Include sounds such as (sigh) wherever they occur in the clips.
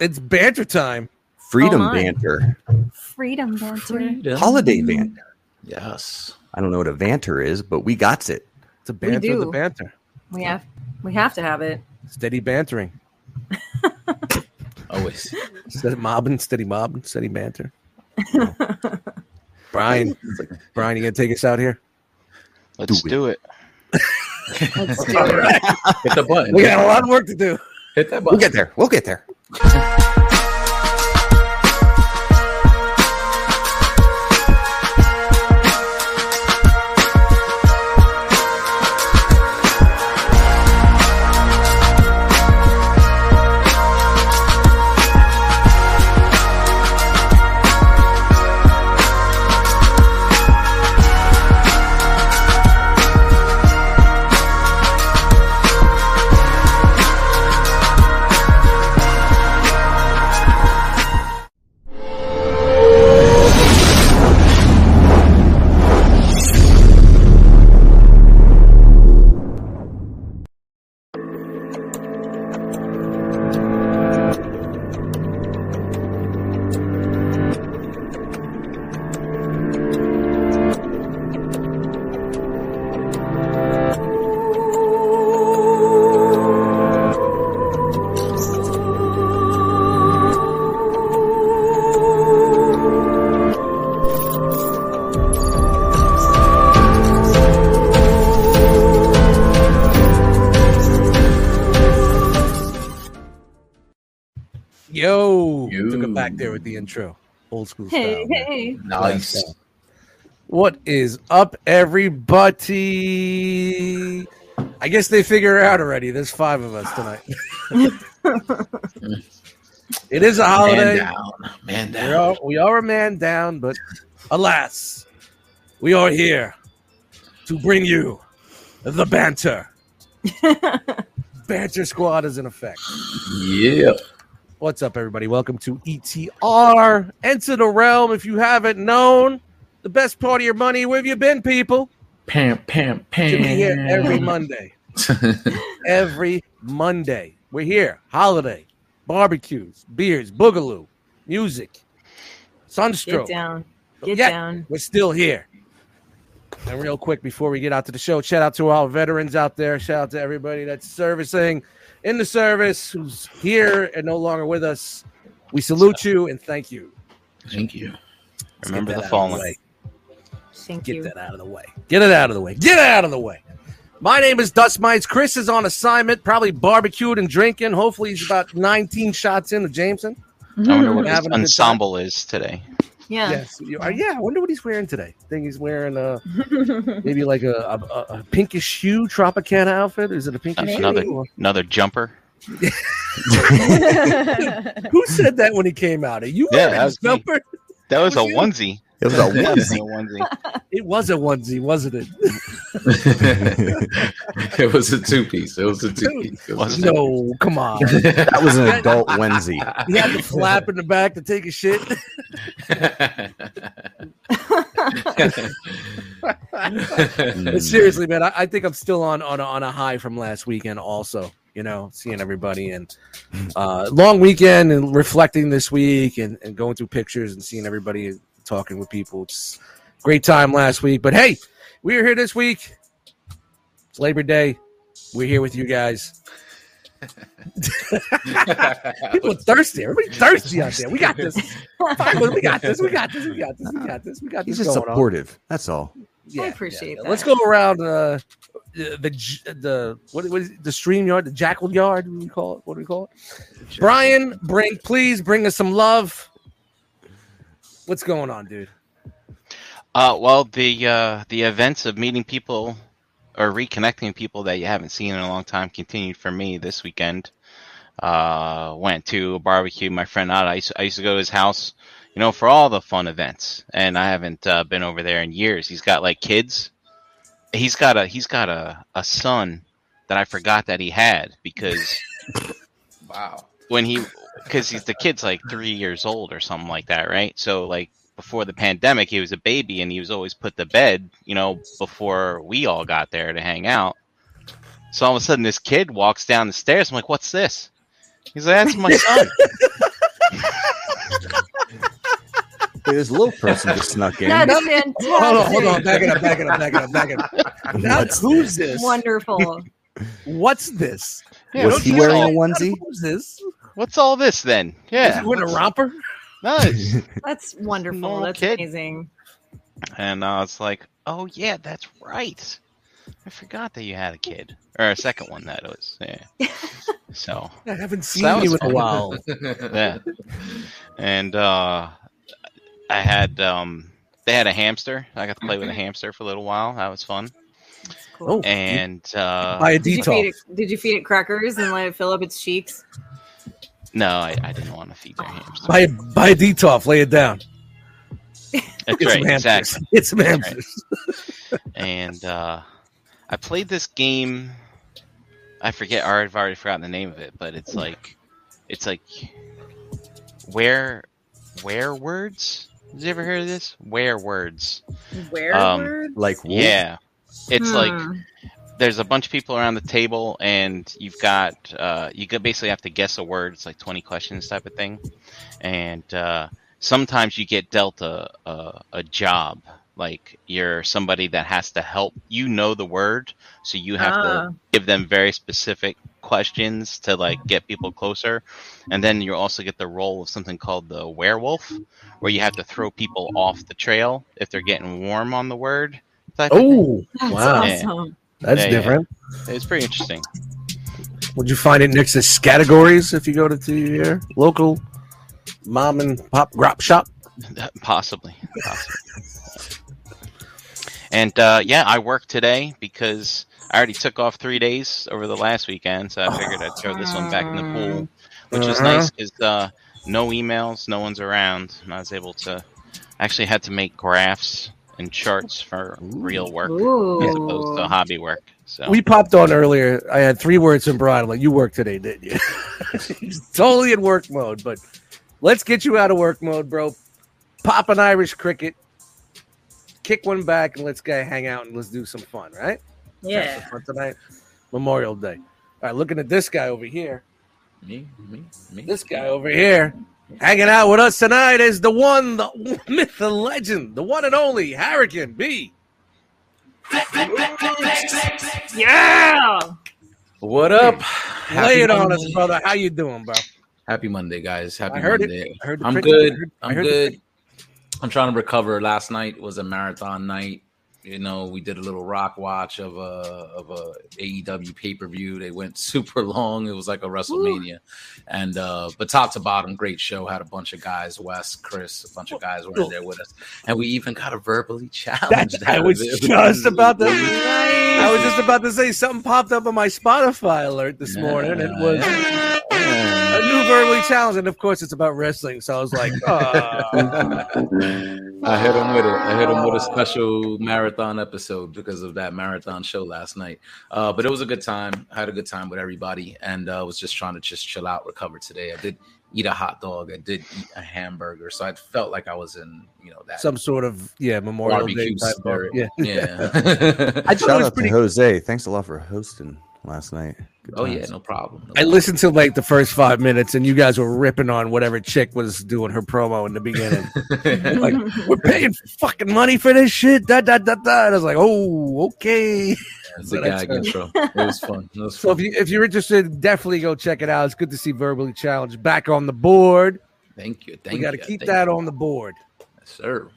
It's banter time. Freedom Oh, my. banter. Freedom dancer. Freedom. Holiday banter. Yes. I don't know what a vanter is, but we got it. It's a banter. The do. banter. We have we have to have it. Steady bantering. (laughs) Always. Steady mobbing. Steady mobbing. Steady banter. Brian, Brian, you gonna take us out here? Let's Do it. do it. Let's do it. Hit the button. We got a lot of work to do. Hit that We'll button. get there. We'll get there. Yo, took it back Yo. there with the intro, old school style. Hey, hey. Nice. What is up, everybody? I guess they figure it out already. There's five of us (laughs) tonight. it is a Man holiday. down. Man We down. are, we are a man down, but alas, we are here to bring you the (laughs) banter. banter squad is in effect. Yeah. What's up, everybody? Welcome to ETR. Enter the realm if you haven't known. The best part of your money. Where have you been, people? Pam, pam, Should pam. be here (laughs) every Monday. Every Monday. We're here. Holiday, barbecues, beers, boogaloo, music, Get sunstroke. down. But Get yet, down. We're still here. And real quick before we get out to the show, shout out to all veterans out there. Shout out to everybody that's servicing in the service who's here and no longer with us. We salute you and thank you. (laughs) Thank you. Let's get Remember that the out of fallen. way. Thank Get you. that out of the way. Get it out of the way. Get it out of the way. My name is Dust Mites. Chris is on assignment, probably barbecued and drinking. Hopefully, he's about 19 shots into Jameson. I wonder what Mm-hmm. We're his having a good time. ensemble is today. Yeah. Yes. You are- yeah. I wonder what he's wearing today. I think he's wearing uh, maybe like a, a, a- a pinkish shoe Tropicana outfit. Is it a pinkish shoe? Another- Or- Another jumper. (laughs) Who said that when he came out? Are you Yeah, wearing that a was me. jumper? That was a Was you? onesie. It was Yeah, that was a a onesie. It was a onesie, wasn't it? (laughs) it was a two piece. It was a two piece. (laughs) Wasn't it? no, come (laughs) on. that was an adult Wednesday. He had the flap in the back to take a shit. Mm. uh, But seriously, man, I, I think I'm still on on a, on a high from last weekend. Also, you know, seeing everybody and uh, long weekend and reflecting this week and, and going through pictures and seeing everybody and talking with people. Just great time last week. But hey, we are here this week. It's Labor Day. We're here with you guys. People are thirsty. Everybody's thirsty out there. We got this. We got this. We got this. We got this. We got this. We got this. He's just going on. supportive. That's all. Yeah, appreciate yeah. that. Let's go around uh, the the j- the what, what is it? the stream yard, the jackal yard. What do we call it? What do we call it? Brian, bring please bring us some love. What's going on, dude? Uh, well, the uh, the events of meeting people or reconnecting people that you haven't seen in a long time continued for me this weekend. Uh, went to a barbecue. My friend Odd, I used, I used to go to his house, you know, for all the fun events, and I haven't uh, been over there in years. He's got like kids. He's got a he's got a, a son that I forgot that he had because (laughs) wow. when he because he's the kid's like three years old or something like that right so like before the pandemic he was a baby and he was always put to bed you know before we all got there to hang out (laughs) so all of a sudden this kid walks down the stairs i'm like what's this he's like that's my son this little person just snuck in. (laughs) (laughs) That's Hold fantastic. Hold on, hold on. Back it up, back it up, back it up, back it (laughs) up. Now, What's who's this? (laughs) Wonderful. What's this? Yeah, Was what's, he all- wearing a onesie? Who's this? what's all this then? Is Yeah. he wearing a romper? Nice. (laughs) That's wonderful. Normal That's kid. amazing. and I was like, oh, yeah, that's right. I forgot that you had a kid. Or a second one, that is. (laughs) Yeah. so, I haven't seen That was you in a fun. while. yeah. And uh, I had, um, they had a hamster. I got to play with Mm-hmm. a hamster for a little while. That was fun. That's Oh, cool. And uh, by a did, you feed detox. it, did you feed it crackers and let it fill up its cheeks? no, I, I didn't want to feed their hamster. By by a detox. Lay it down. That's Get right, some hamsters. (laughs) exactly. Get some That's right. hamsters. and uh, I played this game. I forget. or I've already forgotten the name of it, but it's like, it's like, where, where words? Did you ever hear of this? Where words? Where Um, words? Like wolf? Yeah, it's Hmm. like there's a bunch of people around the table, and you've got uh, you could basically have to guess a word. It's like twenty questions type of thing, and uh, sometimes you get dealt a, a a job. Like you're somebody that has to help. You know the word, so you have Ah. to give them very specific questions to like get people closer. And then you also get the role of something called the werewolf, where you have to throw people off the trail if they're getting warm on the word. type of thing. Oh, That's wow. awesome. that's Yeah, yeah. different. it was pretty interesting. Would you find it next to categories if you go to the your local mom and pop grop shop? possibly, possibly. and uh, yeah, I worked today because I already took off three days over the last weekend, so I figured I'd throw this one back in the pool, which was Uh-huh. nice because uh, no emails, no one's around, and I was able to I actually had to make graphs and charts for real work as opposed to Ooh. hobby work. So We popped on earlier. I had three words in broad. I'm like, you worked today, didn't you? (laughs) He's totally in work mode, but let's get you out of work mode, bro. Pop an Irish cricket, kick one back, and let's go hang out and let's do some fun, right? Have Yeah. some fun tonight, Memorial Day. All right, looking at this guy over here. me, me, me. This guy over here, hanging out with us tonight, is the one, the (laughs) myth, the legend, the one and only Hurricane B. Yeah. What up? Happy Lay it on Monday. us, brother. How you doing, bro? Happy Monday, guys. Happy I heard it. Monday. I heard the I'm cricket. good. I heard- I I'm heard the good. I'm trying to recover. Last night was a marathon night. You know, we did a little rock watch of a of a AEW pay per view. They went (laughs) super long. It was like a WrestleMania, and uh, but top to bottom, great show. Had a bunch of guys, Wes, Chris, a bunch of guys were in there with us, and we even got a verbally (laughs) challenged. That, I out of was (laughs) it. just about to. (laughs) I was just about to say something popped up on my Spotify alert this morning. It was a new verbally challenge, and of course, it's about wrestling. So I was (laughs) like, oh. I hit him with it. I hit him with a special marathon episode because of that marathon show last night. Uh, but it was a good time. I had a good time with everybody, and uh, was just trying to just chill out, recover today. I did eat a hot dog. I did eat a hamburger, so I felt like I was in you know that some (laughs) sort of yeah Memorial Day barbecue type. of- spirit. Yeah. (laughs) Yeah. (laughs) I thought it Shout was out pretty. to Jose. Thanks a lot for hosting last night. Good oh yeah, times. no problem. No I listened to like the first five minutes, and you guys were ripping on whatever chick was doing her promo in the (laughs) beginning. (laughs) problem. like we're paying fucking money for this shit. Da da da da. And I was like, oh, okay. it's a gag intro. It was fun. It was So fun. if you if you're interested, definitely go check it out. It's good to see verbally challenged back on the board. thank you. Thank We got to you. keep Thank that you. on the board. Yes, sir.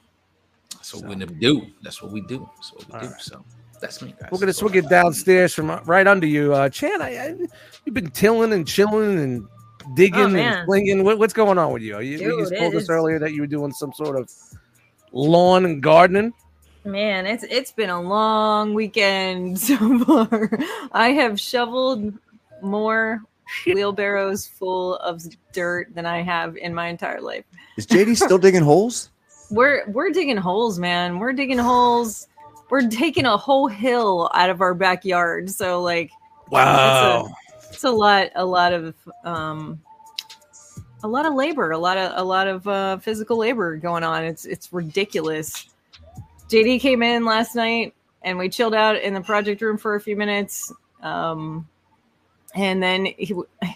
That's what we're gonna do. That's what we do. That's what we All do. right. So that's me, guys. We're gonna swing it downstairs from right under you, uh, Chan. I, I you've been tilling and chilling and Oh, digging man. and flinging. What, what's going on with you? You, you Dude, just it told us is- earlier that you were doing some sort of lawn and gardening. Man, it's it's been a long weekend (laughs) so far. I have shoveled more wheelbarrows full of dirt than I have in my entire life. Is JD still digging holes? We're we're digging holes, man. We're digging holes. We're taking a whole hill out of our backyard. So like Wow. it's a lot a lot of um a lot of labor a lot of a lot of uh, physical labor going on it's it's ridiculous jd came in last night and we chilled out in the project room for a few minutes um and then he w- (laughs)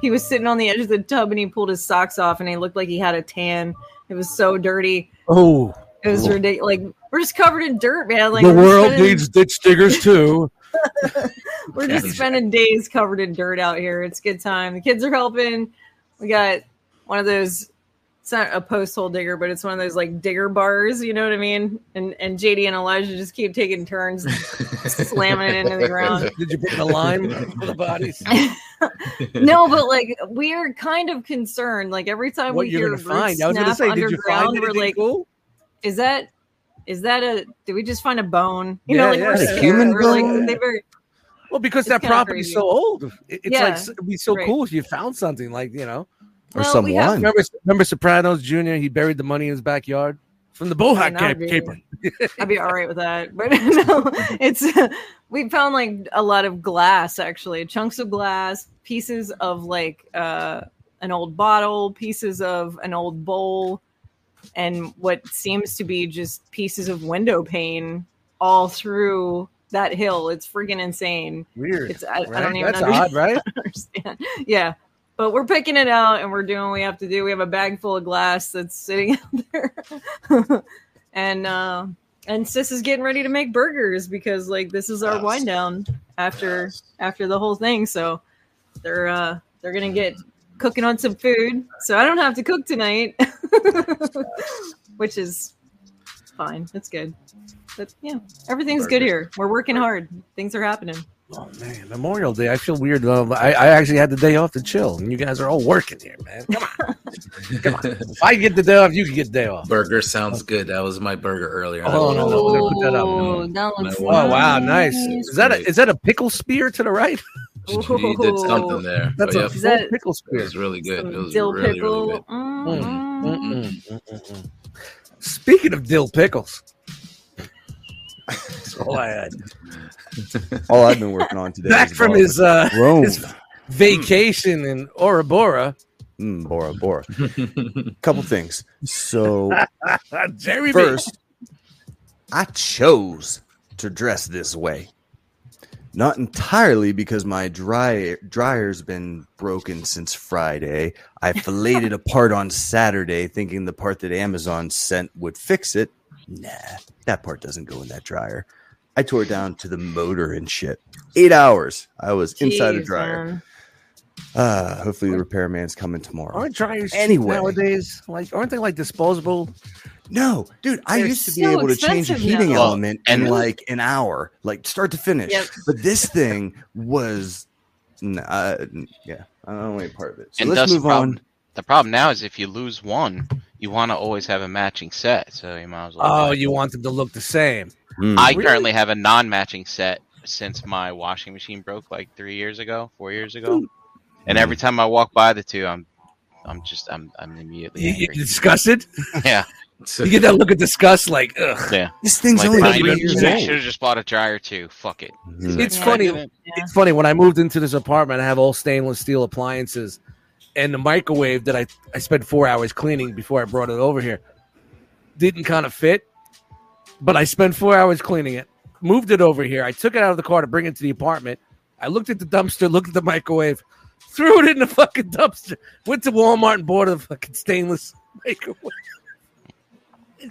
He was sitting on the edge of the tub and he pulled his socks off and he looked like he had a tan. It was so dirty. Oh, It was ridiculous. Like we're just covered in dirt, man. Like the we're just world spending- needs ditch diggers (laughs) too. We're just spending days covered in dirt out here. It's a good time. The kids are helping. We got one of those. It's not a post hole digger, but it's one of those like digger bars. You know what I mean? And and JD and Elijah just keep taking (laughs) turns slamming it into the ground. Did you put the lime for the bodies? (laughs) No, but like we are kind of concerned. Like (laughs) every time What we you're hear gonna roots find? I was gonna snap say, did you underground, find we're anything like, cool? is that is that a? Did we just find a bone? You Yeah, know, like yeah. we're A scared. human we're like, bone? they very Well, because It's that kinda property's crazy. so old, It- it's Yeah, like s- it'd be so right. cool if you found something like you know. or well, we have- someone. Remember, remember Sopranos Junior? He buried the money in his backyard from the Bohawk Yeah, cap- that'd be- caper. I'd be all right with that. But (laughs) no, it's we found like a lot of glass actually, chunks of glass, pieces of like uh an old bottle, pieces of an old bowl, and what seems to be just pieces of window pane all through that hill. It's freaking insane. Weird. It's I, I right? don't even That's under- odd, (laughs) right? understand. Yeah. But we're picking it out and we're doing what we have to do. We have a bag full of glass that's sitting (laughs) out there. and uh and sis is getting ready to make burgers because like this is our Yes. wind down after after the whole thing. So they're uh they're gonna get cooking on some food. So I don't have to cook tonight. (laughs) Which is fine. That's good. But yeah, everything's good Burgers. here. We're working hard. Things are happening. Oh man, Memorial Day. I feel weird. Um, I, I actually had the day off to chill, and you guys are all working here, man. Come on. (laughs) if I get the day off, you can get the day off. (laughs) burger sounds good. That was my burger earlier. Oh, no, no, we're gonna put that up. Oh, that looks Mm-hmm. Oh, Oh wow, nice. Nice. Is that a, is that a pickle spear to the right? (laughs) You did something there. That's but a yeah, full Is that- pickle it spear. was really good. It Some was dill really, pickle. really good. Mm, mm. Mm-mm, mm-mm. Speaking of dill pickles, that's all I had. All I've been working on today. (laughs) Back is from Bora- his uh, Rome, his- vacation in Orobora, Mm, Bora Bora. Couple things. So Jerry first, I chose to dress this way. Not entirely because my dry, dryer's been broken since Friday. (laughs) I filleted a part on Saturday, thinking the part that Amazon sent would fix it. Nah, that part doesn't go in that dryer. I tore it down to the motor and shit. Eight hours. I was inside a Jeez, dryer. (laughs) man. Uh, hopefully, the repairman's coming tomorrow. aren't dryers cheap Anyway. nowadays? Like, aren't they like disposable? No, dude, I They're used to be so able to change a expensive now. heating Well, element in and- like an hour, like start to finish. Yep. But this thing was, n- uh, n- yeah, I don't wait part of it. So And let's that's move the problem. on. The problem now is if you lose one, you want to always have a matching set. So you might as well. Oh, you want them to look the same? Hmm. I Really? currently have a non-matching set since my washing machine broke like three years ago, four years ago, Hmm. and every time I walk by the two, I'm, I'm just, I'm, I'm immediately You, you angry. discuss it? yeah, (laughs) You get that look of disgust, like, ugh. this thing's like only I like nine eight years years should old. have just bought a dryer too. Fuck it. old. It's Yeah. funny. Yeah. It's funny when I moved into this apartment, I have all stainless steel appliances, and the microwave that I I spent four hours cleaning before I brought it over here didn't kind of fit, but I spent four hours cleaning it. Moved it over here. I took it out of the car to bring it to the apartment. I looked at the dumpster, looked at the microwave, threw it in the fucking dumpster. Went to Walmart and bought a fucking stainless (laughs) microwave.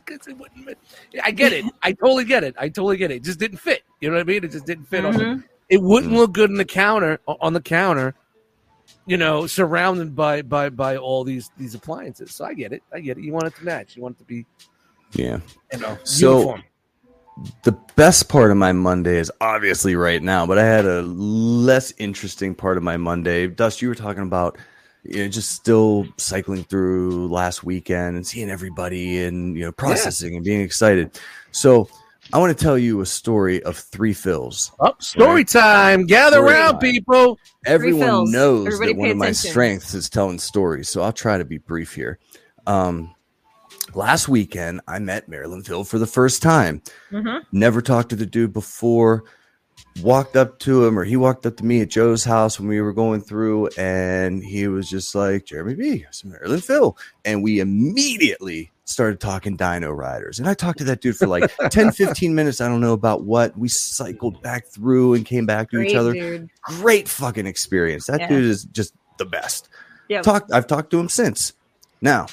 'Cause it wouldn't fit. I get it. I totally get it. I totally get it. It just didn't fit. You know what I mean? It just didn't fit on the Mhm. it wouldn't look good in the counter on the counter you know surrounded by by by all these these appliances so i get it i get it you want it to match you want it to be Yeah. you know So- uniform The best part of my Monday is obviously right now, but I had a less interesting part of my Monday. Dust, you were talking about you know, just still cycling through last weekend and seeing everybody and you know processing and being excited. So I want to tell you a story of three fills. up Oh, story time gather Story around time. people Everyone fills. knows Everybody that one pay of my attention. strengths is telling stories, so I'll try to be brief here. Um, last weekend, I met Marilyn Phil for the first time Mhm. never talked to the dude before walked up to him or he walked up to me at joe's house when we were going through and he was just like jeremy b some maryland phil and we immediately started talking dino riders and i talked to that dude for like 10 15 minutes i don't know about what we cycled back through and came back to Great each other dude. great fucking experience that Yeah. dude is just the best. Yeah. Talked. I've talked to him since. Now,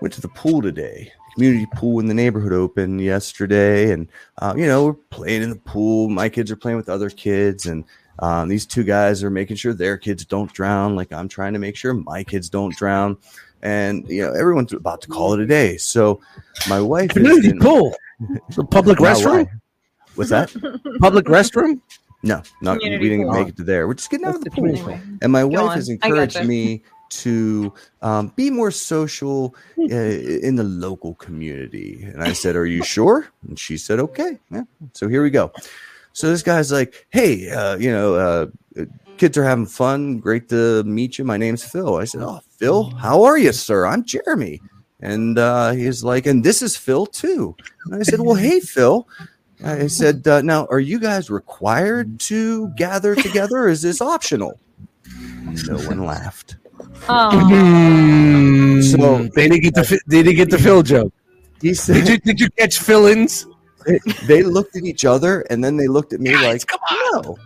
went to the pool today. Community pool in the neighborhood opened yesterday, and uh, you know we're playing in the pool. My kids are playing with other kids, and um, these two guys are making sure their kids don't drown, like I'm trying to make sure my kids don't drown. And you know everyone's about to call it a day. So my wife Community in- pool, the public Now, restroom, why? What's that? public (laughs) restroom. No, not Community we didn't pool. make it to there. We're just getting out That's of the the pool. community (laughs) Anyway. And my Go wife on. has I gotcha. encouraged me to um, be more (laughs) social uh, in the local community. And I said, Are you sure? And she said, Okay. Yeah. So here we go. So this guy's like, Hey, uh, you know, uh, uh, kids are having fun. Great to meet you. My name's Phil. I said, Oh, Phil, how are you, sir? I'm Jeremy. And uh, he's like, And this is Phil, too. And I said, Well, hey, Phil. I said, uh, Now, are you guys required to gather together? Or is this optional? (laughs) No one laughed. Oh, So Hmm. they didn't get the fi- they didn't get the Phil (laughs) joke. He Did said you did you catch fill-ins? they looked at each other and then they looked at me like, "No,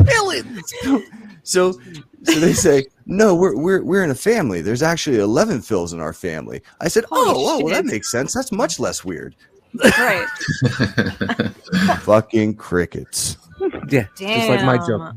Philins." (laughs) So, so they say, "No, we're we're we're in a family. There's actually eleven Phils in our family." I said, "Oh, Holy oh, well, that shit. makes sense. That's much less weird." right. Fucking crickets. Yeah, Damn. just like my joke.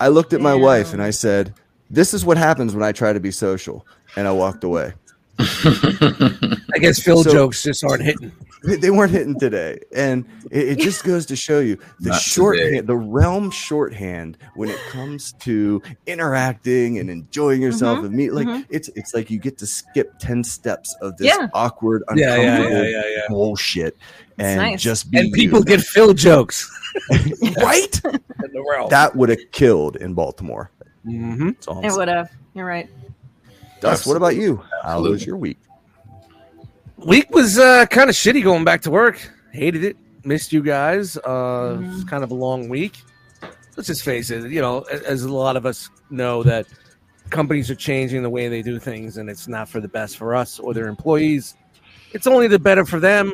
I looked at my Damn. wife and I said, "This is what happens when I try to be social." And I walked away. I guess Phil So- jokes just aren't hitting. They- They weren't hitting today, and it, it just goes to show you the Not shorthand, the realm shorthand when it comes to interacting and enjoying Mm-hmm, yourself and meet. Like mhm. it's it's like you get to skip ten steps of this Yeah. awkward, Yeah, uncomfortable yeah, yeah, yeah, yeah. bullshit, and nice. just be And people get Oh. Phil jokes you. right. in the realm. that would have killed in Baltimore. hmm That's all I'm It saying. would have. You're right. Dust, what about you? How was Absolutely. your week? Week was uh, kind of shitty going back to work. Hated it. Missed you guys. Uh, it's Kind of a long week. Let's just face it. You know, a- as a lot of us know that companies are changing the way they do things, and it's not for the best for us or their employees. It's only the better for them.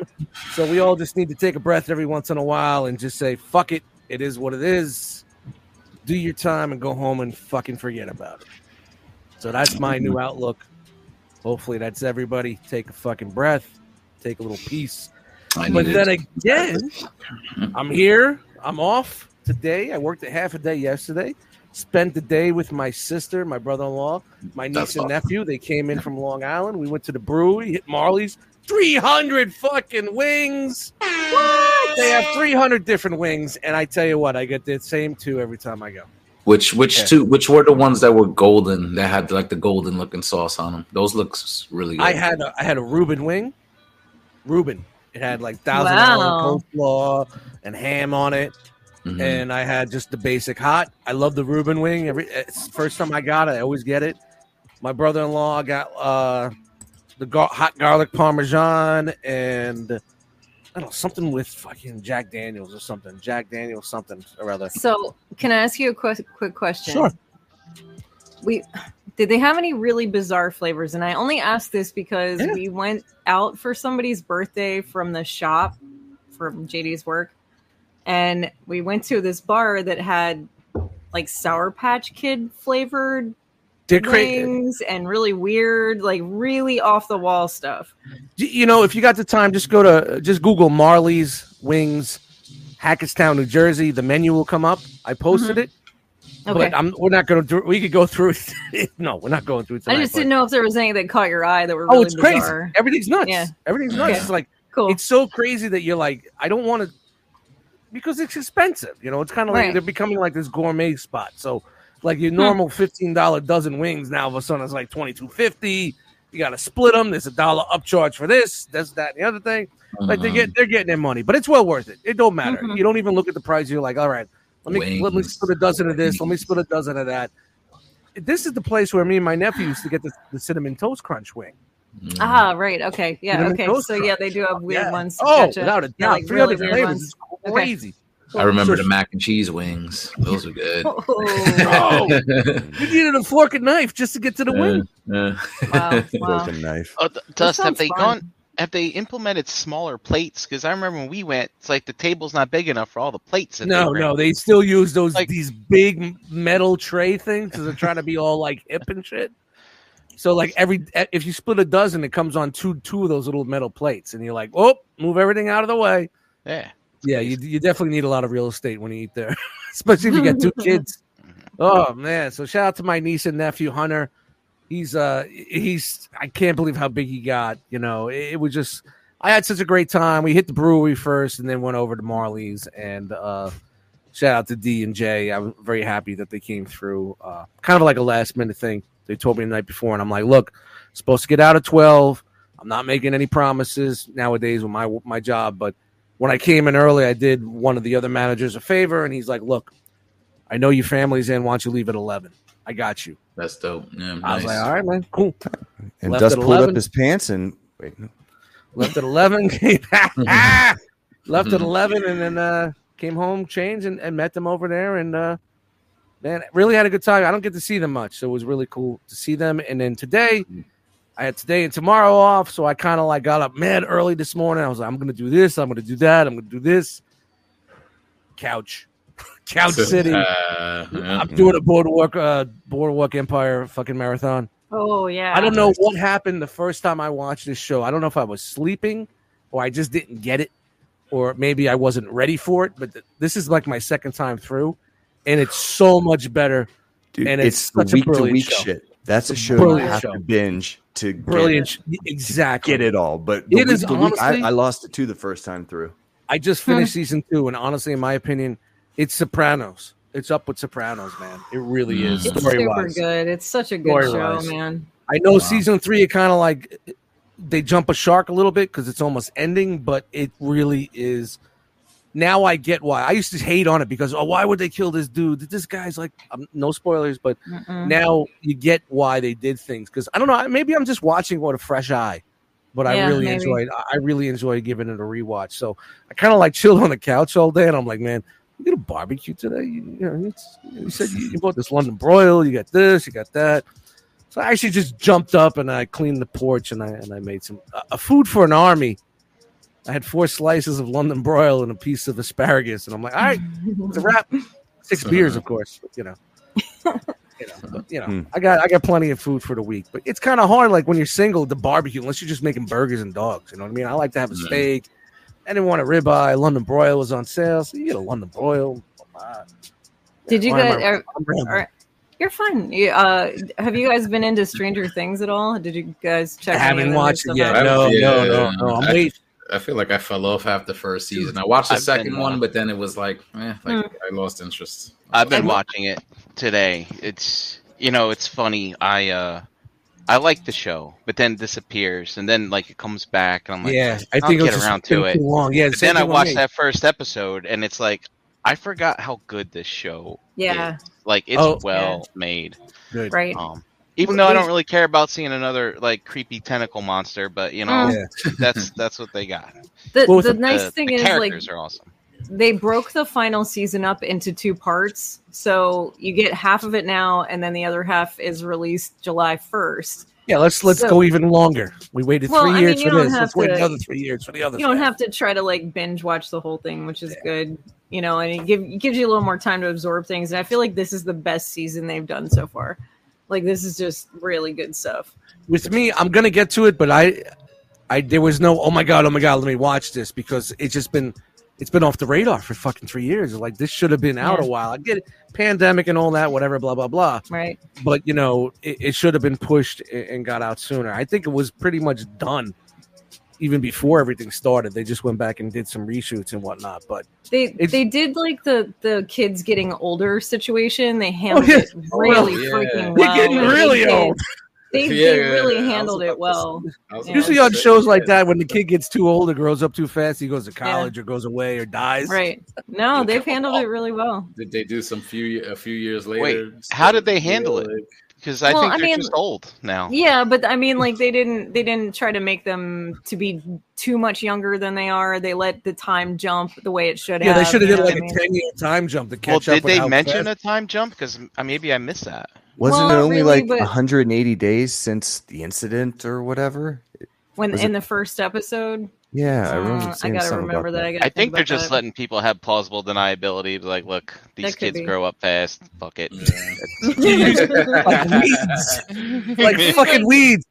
So we all just need to take a breath every once in a while and just say, "Fuck it. It is what it is. Do your time and go home and fucking forget about it." So that's my new outlook. Hopefully, that's everybody. Take a fucking breath take a little piece. I But needed- then again, I'm here. I'm off today. I worked a half a day yesterday. Spent the day with my sister, my brother-in-law, my niece That's and awesome. nephew. They came in from Long Island. We went to the brewery, hit Marley's. 300 fucking wings. They have 300 different wings. And I tell you what, I get the same two every time I go. Which which Yeah. two which were the ones that were golden that had like the golden looking sauce on them? Those looks really good. I had a, I had a Reuben wing. Reuben. It had like thousand Wow. dollars coleslaw and ham on it. Mhm. and I had just the basic hot. I love the Reuben wing. Every eh, it's the first time I got it, I always get it. My brother-in-law got uh, the gar- hot garlic parmesan and I don't know something with fucking Jack Daniels or something. Jack Daniels something or rather. So, can I ask you a quick, quick question? Sure. We did they have any really bizarre flavors? And I only asked this because Yeah. we went out for somebody's birthday from the shop from JD's work, and we went to this bar that had like Sour Patch Kid flavored They're cra- wings and really weird, like really off the wall stuff. Y- you know, if you got the time, just go to just Google Marley's Wings, Hackettstown, New Jersey. The menu will come up. I posted it, Mm-hmm. Okay. but I'm, we're not going to. We could go through. it. (laughs) no, we're not going through. I Tonight, just but- didn't know if there was any that caught your eye that were Oh, really it's crazy. bizarre. Everything's nuts. Yeah. Everything's nuts. Yeah. It's like Cool. it's so crazy that you're like, I don't want to because it's expensive. You know, it's kind of like Right. they're becoming like this gourmet spot. So like your normal fifteen dollar dozen wings now all of a sudden it's like twenty two fifty. You got to split them. There's a dollar upcharge for this, this, that, and the other thing. Like they Mhm. get they're getting their money, but it's well worth it. It don't matter. Mhm. You don't even look at the price. You're like, all right, let me let me Wings. split a dozen of this. Let me split a dozen of that. This is the place where me and my nephew used to get the, the cinnamon toast crunch wing. Mhm. Ah, Mm-hmm. right. Okay. Yeah. Cinnamon Okay. toast So crunch. yeah, they do have weird Yeah. ones. Oh, Gotcha. without a Yeah, doubt, like three really hundred weird flavors, ones. is crazy. I remember So- the mac and cheese wings. Those were (laughs) good. Oh, Oh, you needed a fork and knife just to get to the wing. (laughs) Yeah, yeah. (laughs) wow. wow. Broken knife. Oh, D- Dust, have sounds they fun. gone? have they implemented smaller plates? Because I remember when we went, it's like the table's not big enough for all the plates. That No, they bring. no, they still use those Like- these big metal tray things because they're trying to be all like hip and shit. So like every e, if you split a dozen, it comes on two two of those little metal plates, and you're like, oh, move everything out of the way. Yeah, Yeah, you, you definitely need a lot of real estate when you eat there, (laughs) especially if you got two kids. Oh man! So shout out to my niece and nephew Hunter. He's uh he's I can't believe how big he got. You know, it, it was just I had such a great time. We hit the brewery first, and then went over to Marley's. And uh, shout out to D and J. I'm very happy that they came through. Uh, kind of like a last minute thing. They told me the night before, and I'm like, look, supposed to get out at twelve. I'm not making any promises nowadays with my my job, but when I came in early, I did one of the other managers a favor, and he's like, "Look, I know your family's in. Why don't you leave at eleven? I got you." That's dope. Yeah, I nice. was like, "All right, man, cool." And Left Dust at pulled 11. up his pants and wait, no. Left at eleven, (laughs) came (laughs) left at eleven, and then uh, came home, changed, and, and met them over there, and uh, man, really had a good time. I don't get to see them much, so it was really cool to see them. And then today, I had today and tomorrow off, so I kind of like got up mad early this morning. I was like, "I'm gonna do this. I'm gonna do that. I'm gonna do this." Couch, (laughs) couch city. (laughs) Uh, yeah. I'm doing a boardwalk, uh, boardwalk empire fucking marathon. Oh yeah. I don't know what happened the first time I watched this show. I don't know if I was sleeping or I just didn't get it or maybe I wasn't ready for it. But th- this is like my second time through and it's so much better. Dude, And it's it's, the such a week to brilliant week show. shit. That's a It's a show you brilliant have show. to binge to get- Brilliant. sh- Exactly. Get, it all. But the It week is to week, I, honestly- I lost it too the first time through. I just finished season two. And honestly, in my opinion, it's Sopranos. It's up with Sopranos, man. It really Mm. is. It's It's Story super wise. good. It's such a good Story-wise. show, man. I know season three, it kind of like they jump a shark a little bit because it's almost ending, but it really is. Now I get why. I used to hate on it because oh, why would they kill this dude? This guy's like um, no spoilers, but Mm-mm. now you get why they did things because I don't know. I- Maybe I'm just watching with a fresh eye, but I Yeah, really maybe. enjoyed. I- I really enjoyed giving it a rewatch. So I kind of like chilled on the couch all day, and I'm like, man, you get a barbecue today. You, you know, it's, you said you, you bought this London broil. You got this. You got that. So I actually just jumped up and I cleaned the porch and I and I made some a- a food for an army. I had four slices of London broil and a piece of asparagus, and I'm like, all right, it's a wrap. Six Uh-huh. beers, of course. You (laughs) know, you know, but, you know. Hmm. I got I got plenty of food for the week, but it's kind of hard. Like when you're single, the barbecue, unless you're just making burgers and dogs. You know what I mean? I like to have a Mhm. steak. I didn't want a ribeye. London broil was on sale, so you get a London broil. Ah, Did you why am guys? I- Are, I'm rambling. are- you're fun. You, uh, have you guys been into Stranger Things at all? Did you guys I check? any of haven't them watched new it yet. stuff out? No, no, no, Yeah. no. I'm waiting. I feel like I fell off after first season. I watched the I've second been, one, uh, but then it was like, eh, Hmm. like I lost interest. I've been I- watching it today. It's you know, it's funny. I uh, I like the show, but then it disappears, and then like it comes back, and I'm like, yeah, I I'll think it was get just around been to it. Too long. Yeah, the But same then I thing with watched me. that first episode, and it's like I forgot how good this show. Yeah, is. like it's Oh. well made. Good. right. Um, even though I don't really care about seeing another like creepy tentacle monster, but you know Yeah. (laughs) that's that's what they got. The, What was the it? Mm. nice the, thing the is, like, characters are awesome. they broke the final season up into two parts. So you get half of it now, and then the other half is released July 1st. yeah, let's let's So- go even longer. We waited Well, I three mean, years you for don't this. have Let's wait to- another three years for the other. You don't thing. have to try to like binge watch the whole thing, which is good, you know, and it, give, it gives you a little more time to absorb things. And I feel like this is the best season they've done so far. Like, this is just really good stuff. with me, I'm gonna get to it, but I, I there was no oh my god, oh my god, let me watch this because it's just been, it's been off the radar for fucking three years. Like this should have been out Yeah. a while. I get it, pandemic and all that, whatever, blah blah blah. Right. But you know, it, it should have been pushed a- and got out sooner. I think it was pretty much done even before everything started. They just went back and did some reshoots and whatnot. But They It's- they did like the the kids getting older situation. They handled Oh, yeah. it really Yeah. freaking They're well. getting Like, they really did- old. They, Yeah, they yeah, really yeah. I was handled about it to well. I was Yeah. about usually to on say, shows like yeah. that, when the kid gets too old or grows up too fast, he goes to college or goes away or dies. Right. No, You they've come handled up- it really well. Did they do some few a few years later? how did they handle it? Like, Because I Well, think I they're mean- just old now. Yeah, but I mean like they didn't they didn't try to make them to be too much younger than they are. They let the time jump the way it should Yeah, they have, should um, you have did know like what I a mean? ten year time jump to catch Well, up. did with they how mention fast- a time jump? Because maybe I missed that. Wasn't Well, it only really, like but- 180 days since the incident or whatever? when Was in the first episode. Yeah, I Uh, remember I seeing gotta something remember about that. I, gotta I think they're about just that. letting people have plausible deniability. Like, look, these could kids be. grow up fast. Fuck it. (laughs) like (laughs) weeds, like fucking weeds.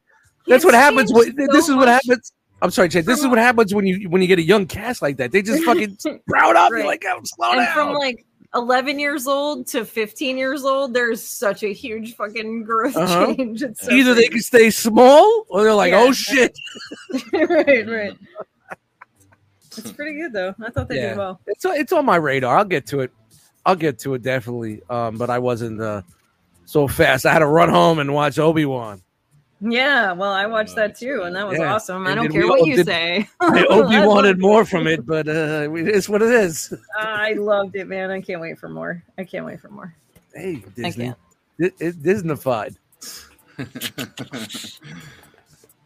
That's He's what happens. When, changed so this is what much. happens. I'm sorry, Chad. This From is what happens when you when you get a young cast like that. They (laughs) just fucking sprout up. You're Right. like, oh, slow and down. from like 11 years old to 15 years old there's such a huge fucking growth Uh-huh. change it's so Either they crazy. can stay small, or they're like, Yeah. oh shit. (laughs) (laughs) right right it's pretty good though i thought they Yeah. did well It's it's on my radar. I'll get to it. I'll get to it definitely. Um, but I wasn't uh, so fast. I had to run home and watch Obi (laughs) Wan. yeah well i watched that too and that was Uh, Yeah. awesome i And don't did we care what all- you did- say (laughs) I I Obi loved wanted it. more from it, but uh, we- it's what it is. i loved it man i can't wait for more i can't wait for more Hey, Disney, can't. it, it Disneyfied.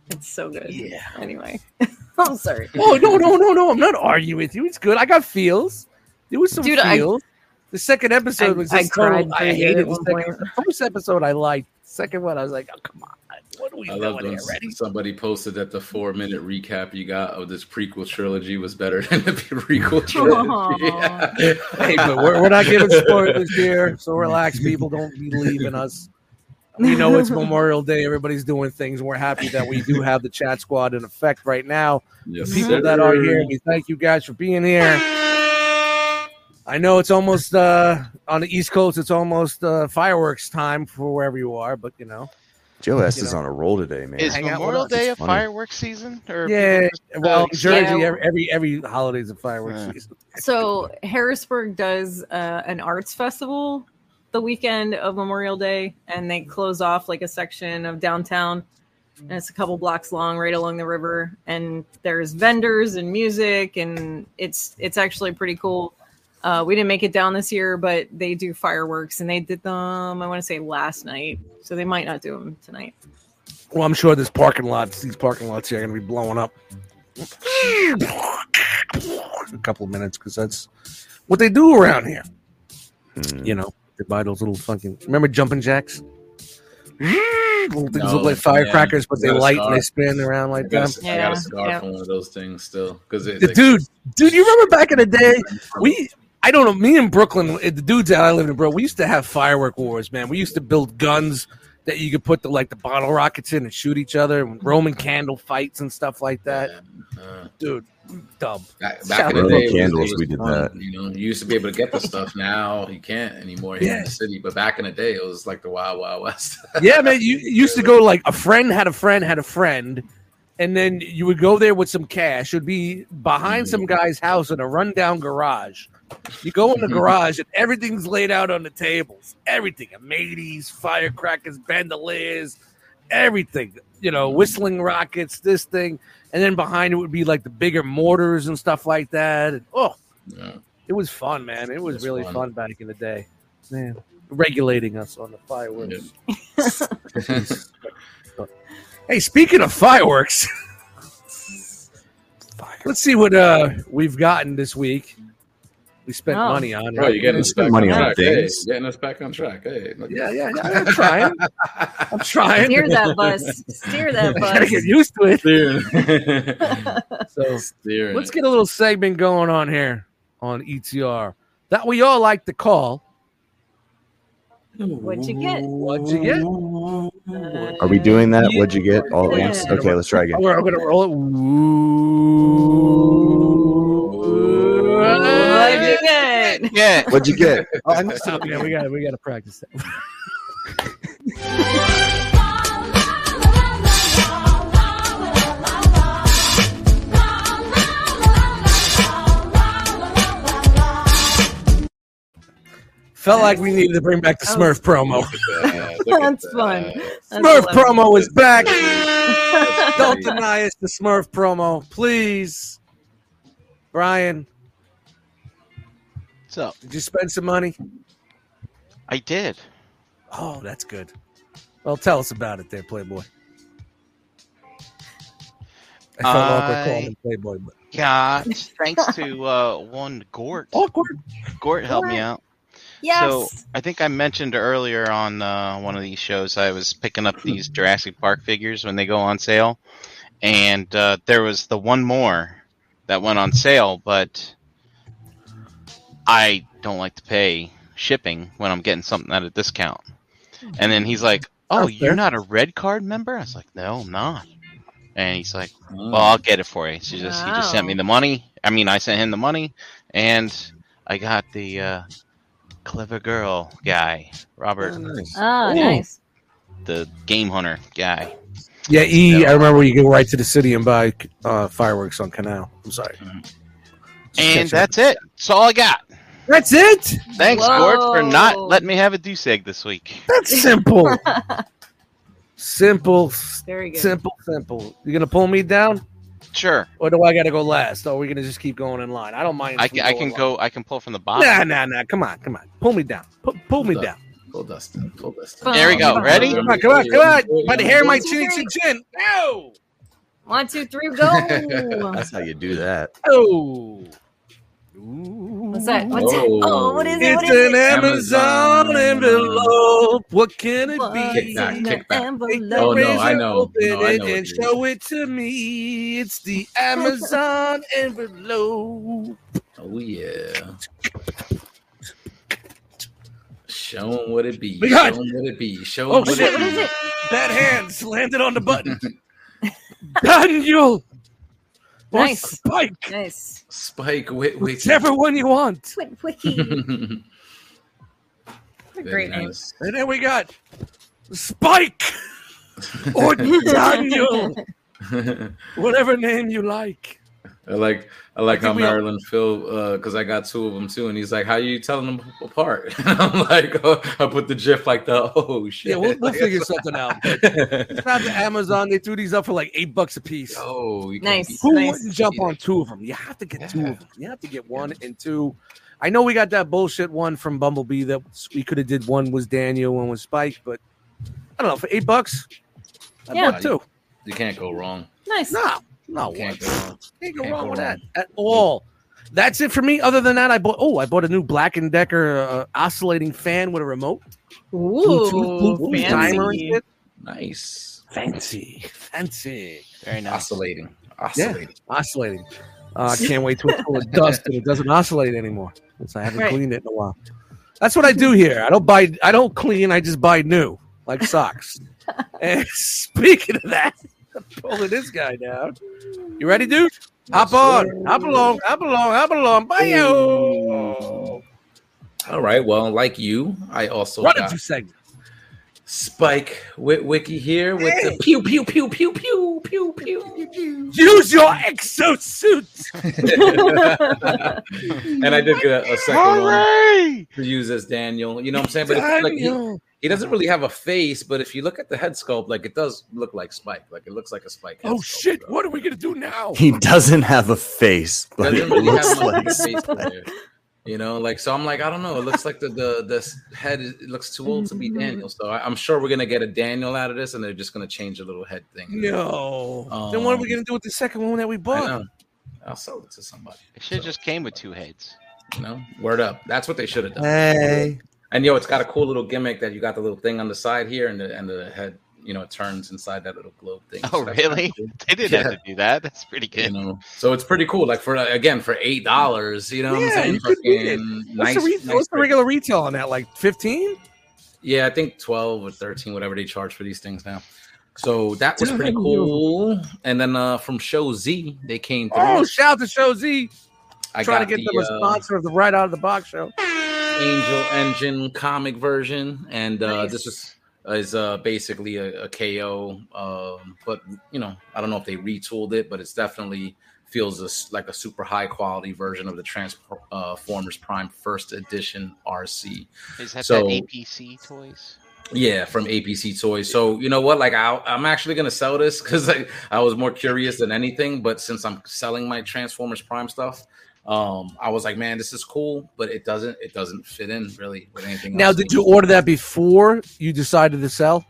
it's so good Yeah. anyway (laughs) i'm sorry Oh no, no, no, no! I'm not arguing with you. It's good. I got feels. There was some Dude, I- feels. the second I- episode was I just total- cried I, pretty good hated at the one second. point. The first episode I liked. Second one, I was like, oh come on, what are we (laughs) I love doing when here? Ready? somebody posted that the four minute recap you got of this prequel trilogy was better (laughs) than (laughs) the prequel trilogy. (laughs) Aw. hey, but we're, we're not giving spoilers here, so relax, people. Don't be leaving us. We know (laughs) it's Memorial Day. Everybody's doing things. We're happy that we do have the chat squad in effect right now. Yes, people sir. that are here. We thank you guys for being here. I know it's almost uh, on the East Coast. It's almost uh, fireworks time for wherever you are, but you know, Joe S you is know. on a roll today, man. Is hang out with Memorial us, Day a it's funny. fireworks season? Or yeah. Well, in Jersey, Oh, Yeah. every every, every holiday's a fireworks Yeah. season. So Harrisburg does uh, an arts festival the weekend of Memorial Day, and they close off like a section of downtown, and it's a couple blocks long, right along the river. And there's vendors and music, and it's it's actually pretty cool. Uh, we didn't make it down this year, but they do fireworks, and they did them. I want to say last night, so they might not do them tonight. (laughs) Well, I'm sure this parking lot, these parking lots here, are gonna be blowing (laughs) up. a couple of minutes, because that's what they do around here. Mm. You know, they buy those little fucking. Remember jumping jacks? little things No, look like yeah. firecrackers, but You they got a light and they scar. spin around I like got, a that. s- I got Yeah, a scarf yeah. on one of those things still because it, The they- dude, dude, you remember back in the day? We, I don't know, me in Brooklyn, eh, the dudes that I lived in, bro, we used to have firework wars, man. We used to build guns that you could put the like the bottle rockets in and shoot each other, and Roman candle fights and stuff like that, Uh, dude. Dumb. back, Shout back in the out. day, it was- Candles, it was we did fun, that. You know, you used to be able to get the stuff. Now you can't anymore here in the city. But back in the day, it was like the wild, wild west. (laughs) Yeah, man, you you used to go like a friend had a friend had a friend, and then you would go there with some cash. It would be behind some Mm-hmm. guy's house in a rundown garage. You go in Mm-hmm. the garage and everything's laid out on the tables. Everything, a mateys, firecrackers, bandoliers, everything. You know, Mm-hmm. whistling rockets, this thing, and then behind it would be like the bigger mortars and stuff like that. And, oh, Yeah. it was fun, man. It was That's really fun. fun back in the day, man. Regulating us on the fireworks. Hey, speaking of fireworks, let's see what uh we've gotten this week. We spent Oh. money on. Bro, you're getting (laughs) us Spend back money on on track. things. Hey, getting us back on track. Hey, look yeah, at yeah, yeah. I'm trying. I'm trying. (laughs) Steer that bus, steer that I gotta bus. get used to (laughs) it. Steering. So Steering. let's get a little segment going on here on ETR that we all like to call. What'd you get? What'd you get? Are we doing that? Yeah. What'd you get all at Yeah. once? Okay, let's try again. (laughs) We're gonna roll it. Ooh. What'd you get? (laughs) Yeah. What'd you get? Oh, I missed it. Yeah, we got to we got to practice that. Felt like we needed to bring back the Oh. Smurf promo. Yeah, look at That's that. fun. That's Smurf hilarious. promo is back. (laughs) That's Don't great. deny us the Smurf promo, please. Brian, So did you spend some money? I did. Oh, that's good. Well, tell us about it, there, Playboy. I felt awkward I- calling him Playboy, but Yeah, (laughs) thanks to uh, one Gort. Oh, awkward. Gort helped me out. Yes. So I think I mentioned earlier on uh, one of these shows I was picking up these Jurassic Park figures when they go on sale, and uh, there was the one more that went on sale, but I don't like to pay shipping when I'm getting something at a discount. And then he's like, "Oh, That's fair. you're not a red card member?" I was like, "No, I'm not." And he's like, "Well, I'll get it for you." So he just he just sent me Wow. the money. I mean, I sent him the money, and I got the uh, clever girl guy, Robert, nice. Oh, Ooh. nice. the game hunter guy. Yeah, E. I Yeah. remember you go right to the city and buy uh, fireworks on Canal. I'm sorry. And Just catch up. that's it. That's all I got. that's it. Thanks, Gord, for not Whoa. letting me have a deuce egg this week. That's (laughs) simple. simple. s- Very good. Simple. Simple. You gonna pull me down, Sure, or do I gotta go last? Or are we gonna just keep going in line? I don't mind. I, if we ca- I can in go. I can pull from the line. bottom. Nah, nah, nah. Come on, come on. Pull me down. Pu- pull me Hold down. up. Pull Dustin. Pull Dustin. There we go. Ready? Come on, come on, come on. By the hair of my chin, Wait. chin, chin. No. One, two, three, go. That's how you do that. Oh. What's What's that? What's that? Oh. Oh, what is it? What It's is an it? Amazon, Amazon. envelope. What can it What be? is Kickback, in the kickback. envelope? Oh, no, Razor, I know. Open No, I it know and what it show it to me. It's the Amazon envelope. Oh yeah. Show 'em what it be. We Show 'em got- what it be. Show 'em Oh, what shit. it What is be. it? That hand slanted on the (laughs) button. Daniel. Or Nice. Spike. Nice. Spike wait, wait. (laughs) Whichever one you want. Twi- Wiki. What a great name. And then we got (laughs) Spike or Daniel. name. Whatever name you like. (laughs) I like I like think how we all- Marilyn Phil because I got two of them too, and he's like, "How you telling them apart?" (laughs) And I'm like, oh, "I put the GIF like the (laughs) oh shit." Yeah, we'll, we'll (laughs) Like, figure something out. It's not the Amazon. They threw these up for like eight bucks a piece. Oh, you Nice. can't beat Who Nice. wouldn't jump on two of them? You have to get two of them. You have to get one and two. I know we got that bullshit one from Bumblebee that we could have did. One was Daniel, one was Spike, but I don't know for eight bucks. I'd Yeah. want two. that. You can't go wrong. Nice. No, no, You can't what? go wrong. Can't go Can't wrong go with wrong. that at all. That's it for me. Other than that, I bought. Oh, I bought a new Black and Decker uh, oscillating fan with a remote, Ooh, timer, and fancy. shit. Nice. Fancy, fancy. Very nice. Oscillating. Oscillating. oscillating. Uh, I can't wait till it's full of dust and it doesn't oscillate anymore since I haven't Right. cleaned it in a while. That's what I do here. I don't buy, I don't clean. I just buy new, like socks. and (laughs) speaking of that, I'm pulling this guy down. You ready, dude? Hop on, hop along, hop along, hop along. Bye, yo. All right. Well, like you, I also Run got it two segments. Spike with Wiki here with the pew pew pew pew pew pew pew. pew. Use your exosuit. and I did get a, a second one Hooray! to use as Daniel. You know what I'm saying? But it's like he, Daniel. he doesn't really have a face. But if you look at the head sculpt, like it does look like Spike. Like it looks like a Spike. head Oh, sculpt, shit. bro. What are we going to do now? He doesn't have a face, (laughs) (laughs) but it Doesn't really looks have much of like a face there. You know, like so. I'm like, I don't know. It looks like the the the s- head is, it looks too old to be Daniel. So I, I'm sure we're gonna get a Daniel out of this, and they're just gonna change the little head thing. No. then what are we going Um, to do with the second one that we bought? I know. I'll sell it to somebody. It should have just came with two heads. You know, word up. That's what they should have (laughs) done. hey. And yo, it's got a cool little gimmick that you got the little thing on the side here, and the and the head, you know, it turns inside that little globe thing. Oh, So that's kinda really? cool, They didn't have to do that. That's pretty You good. know, so it's pretty cool. Like for uh, again for eight dollars, you know, what I'm Yeah, saying? you could beat it. Fucking What's, the, re- nice, what's the price. regular retail on that? Like fifteen? Yeah, I think 12 or 13, whatever they charge for these things now. So that was Dude, pretty I knew. cool. And then uh from Show Z, they came through. Oh, shout out to Show Z I trying got to get the, them a uh, sponsor of the Right Out of the Box show. Angel Engine comic version, and uh Nice. this is is uh basically a, a KO. Um, but you know, I don't know if they retooled it, but it's definitely feels a s like a super high quality version of the Transformers Prime First Edition RC. Is that So- that APC toys? Yeah, from APC Toys. So you know what? Like, I, I'm actually gonna sell this because I, I was more curious than anything. But since I'm selling my Transformers Prime stuff, um, I was like, man, this is cool, but it doesn't it doesn't fit in really with anything. Now, else. did you order that before you decided to sell?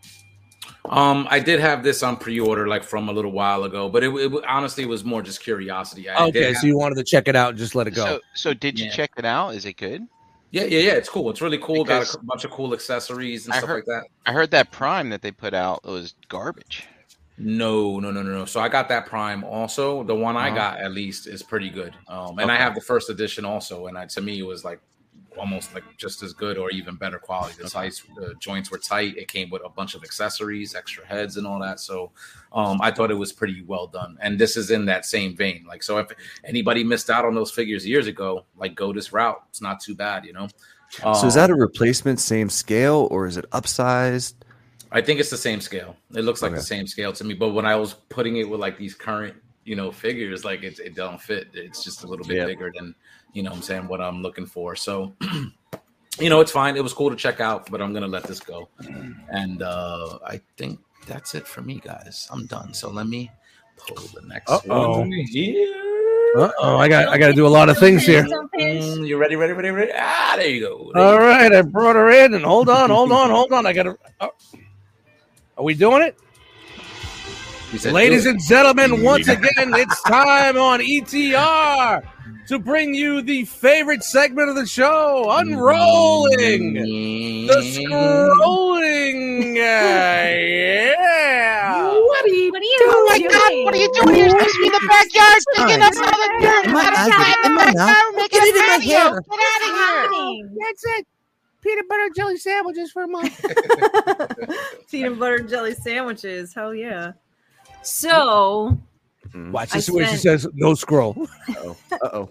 Um, I did have this on pre-order like from a little while ago, but it, it honestly was more just curiosity. I did okay, have- so you wanted to check it out and just let it go. So, so did you Yeah. check it out? Is it good? yeah, yeah, yeah. It's cool. It's really cool. Got a Because- c- bunch of cool accessories and I stuff heard- like that. I heard that Prime that they put out was garbage. No, no, no, no, no. So I got that Prime also. The one Uh-huh. I got at least is pretty good. Um, and I have the first edition also, and I, to me it was like almost like just as good or even better quality. The, sides, the joints were tight. It came with a bunch of accessories, extra heads, and all that. So um, I thought it was pretty well done. And this is in that same vein. Like so, if anybody missed out on those figures years ago, like go this route. It's not too bad, you know. So is that a replacement, same scale, or is it upsized? I think it's the same scale. It looks like the Okay. same scale to me. But when I was putting it with like these current, you know, figures, like it, it don't fit. It's just a little bit Yeah. bigger than, you know, what I'm saying what I'm looking for. So, (clears throat) you know, it's fine. It was cool to check out, but I'm gonna let this go. And uh I think that's it for me, guys. I'm done. So let me pull the next Uh-oh. one here. Uh oh, I got I got to do a lot of things here. Don't pinch. Mm, you ready? Ready? Ready? Ready? Ah, there you go. There All you go. right, I brought her in, and hold on, hold on, hold on. I got to. are we doing it, You said ladies do it. and gentlemen? Once again, it's time on ETR to bring you the favorite segment of the show, Mm-hmm. unrolling the Mm. (laughs) scrolling. uh, yeah. What are you, what are you Oh my god, what are you doing? You're supposed to be in the backyard digging up all the dirt. Am I Let us ugly? die in Am the I not? backyard, making Get it in my a patio. hair. Get out of here. That's it. Peanut butter and jelly sandwiches for a month. Peanut butter and jelly sandwiches. Hell yeah. So (laughs) Hmm. (laughs) Watch I this where she spent- says no scroll. Uh oh.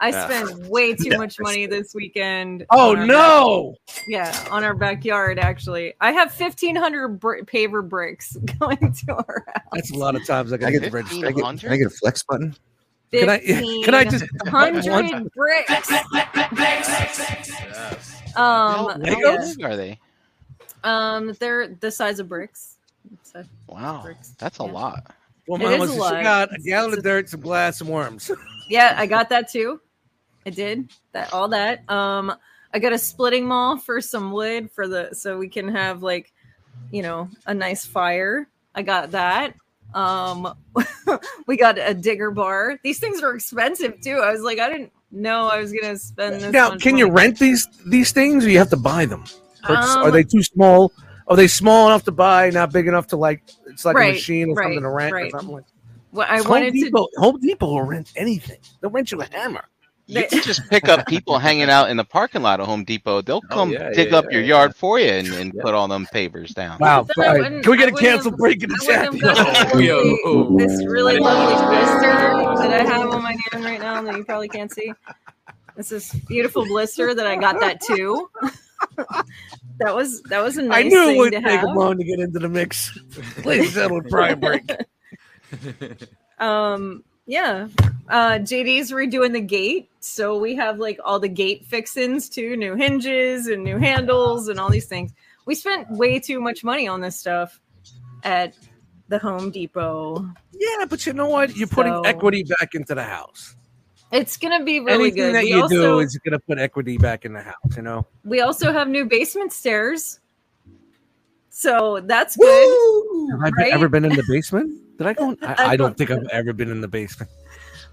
I Ah. spent way too much money this weekend. Oh on our no! back- yeah, on our backyard actually. I have fifteen hundred br- paver bricks (laughs) going to our house. That's a lot of times I got I to get get the registered. Can I get, can I get a flex button? Can I? (laughs) Can I just? (laughs) hundred bricks? Yes. How, Um, how Legos? big are they? um, they're the size of bricks. So, Wow, Bricks. that's a Yeah. lot. Well, It mine is was a just lot. she got a It's- gallon it's of a- dirt, some glass, some worms. yeah, I got that too. I did that. All that. Um, I got a splitting maul for some wood for the so we can have like, you know, a nice fire. I got that. Um, (laughs) we got a digger bar. These things are expensive too. I was like, I didn't know I was gonna spend this. now, much can you money. rent these these things, or you have to buy them? Or it's- are Um, they too small? Are they small enough to buy, not big enough to like? It's like Right, a machine or right, something to rent right. or something. Like Well, I Home wanted to Depot, Home Depot will rent anything. They'll rent you a hammer. You They- can just pick up people hanging out in the parking lot of Home Depot. They'll Oh, come yeah, dig yeah, up yeah, your yeah. yard for you and, and Yeah. put all them pavers down. Wow! but then I sorry. wouldn't- Can we I get a wouldn't have- canceled break in the I chat? wouldn't have gotten Oh, (laughs) yo, this- oh. This really I didn't lovely know this. blister that I have on my hand right now that you probably can't see. This is beautiful blister that I got that too. (laughs) that was that was a I nice knew it thing would to take have. them long to get into the (laughs) mix. Ladies and gentlemen, Brian Break. Um, yeah. Uh, JD's redoing the gate, so we have like all the gate fixins too, new hinges and new handles and all these things. We spent way too much money on this stuff at the Home Depot. (laughs) Yeah, but you know what? You're putting So- equity back into the house. It's gonna be really Anything good. that we you also do is going to put equity back in the house. You know. we also have new basement stairs, so that's good. Woo! Have I Right? been, ever been in the basement? Did I go? In? (laughs) I I, I don't don't- think I've ever been in the basement.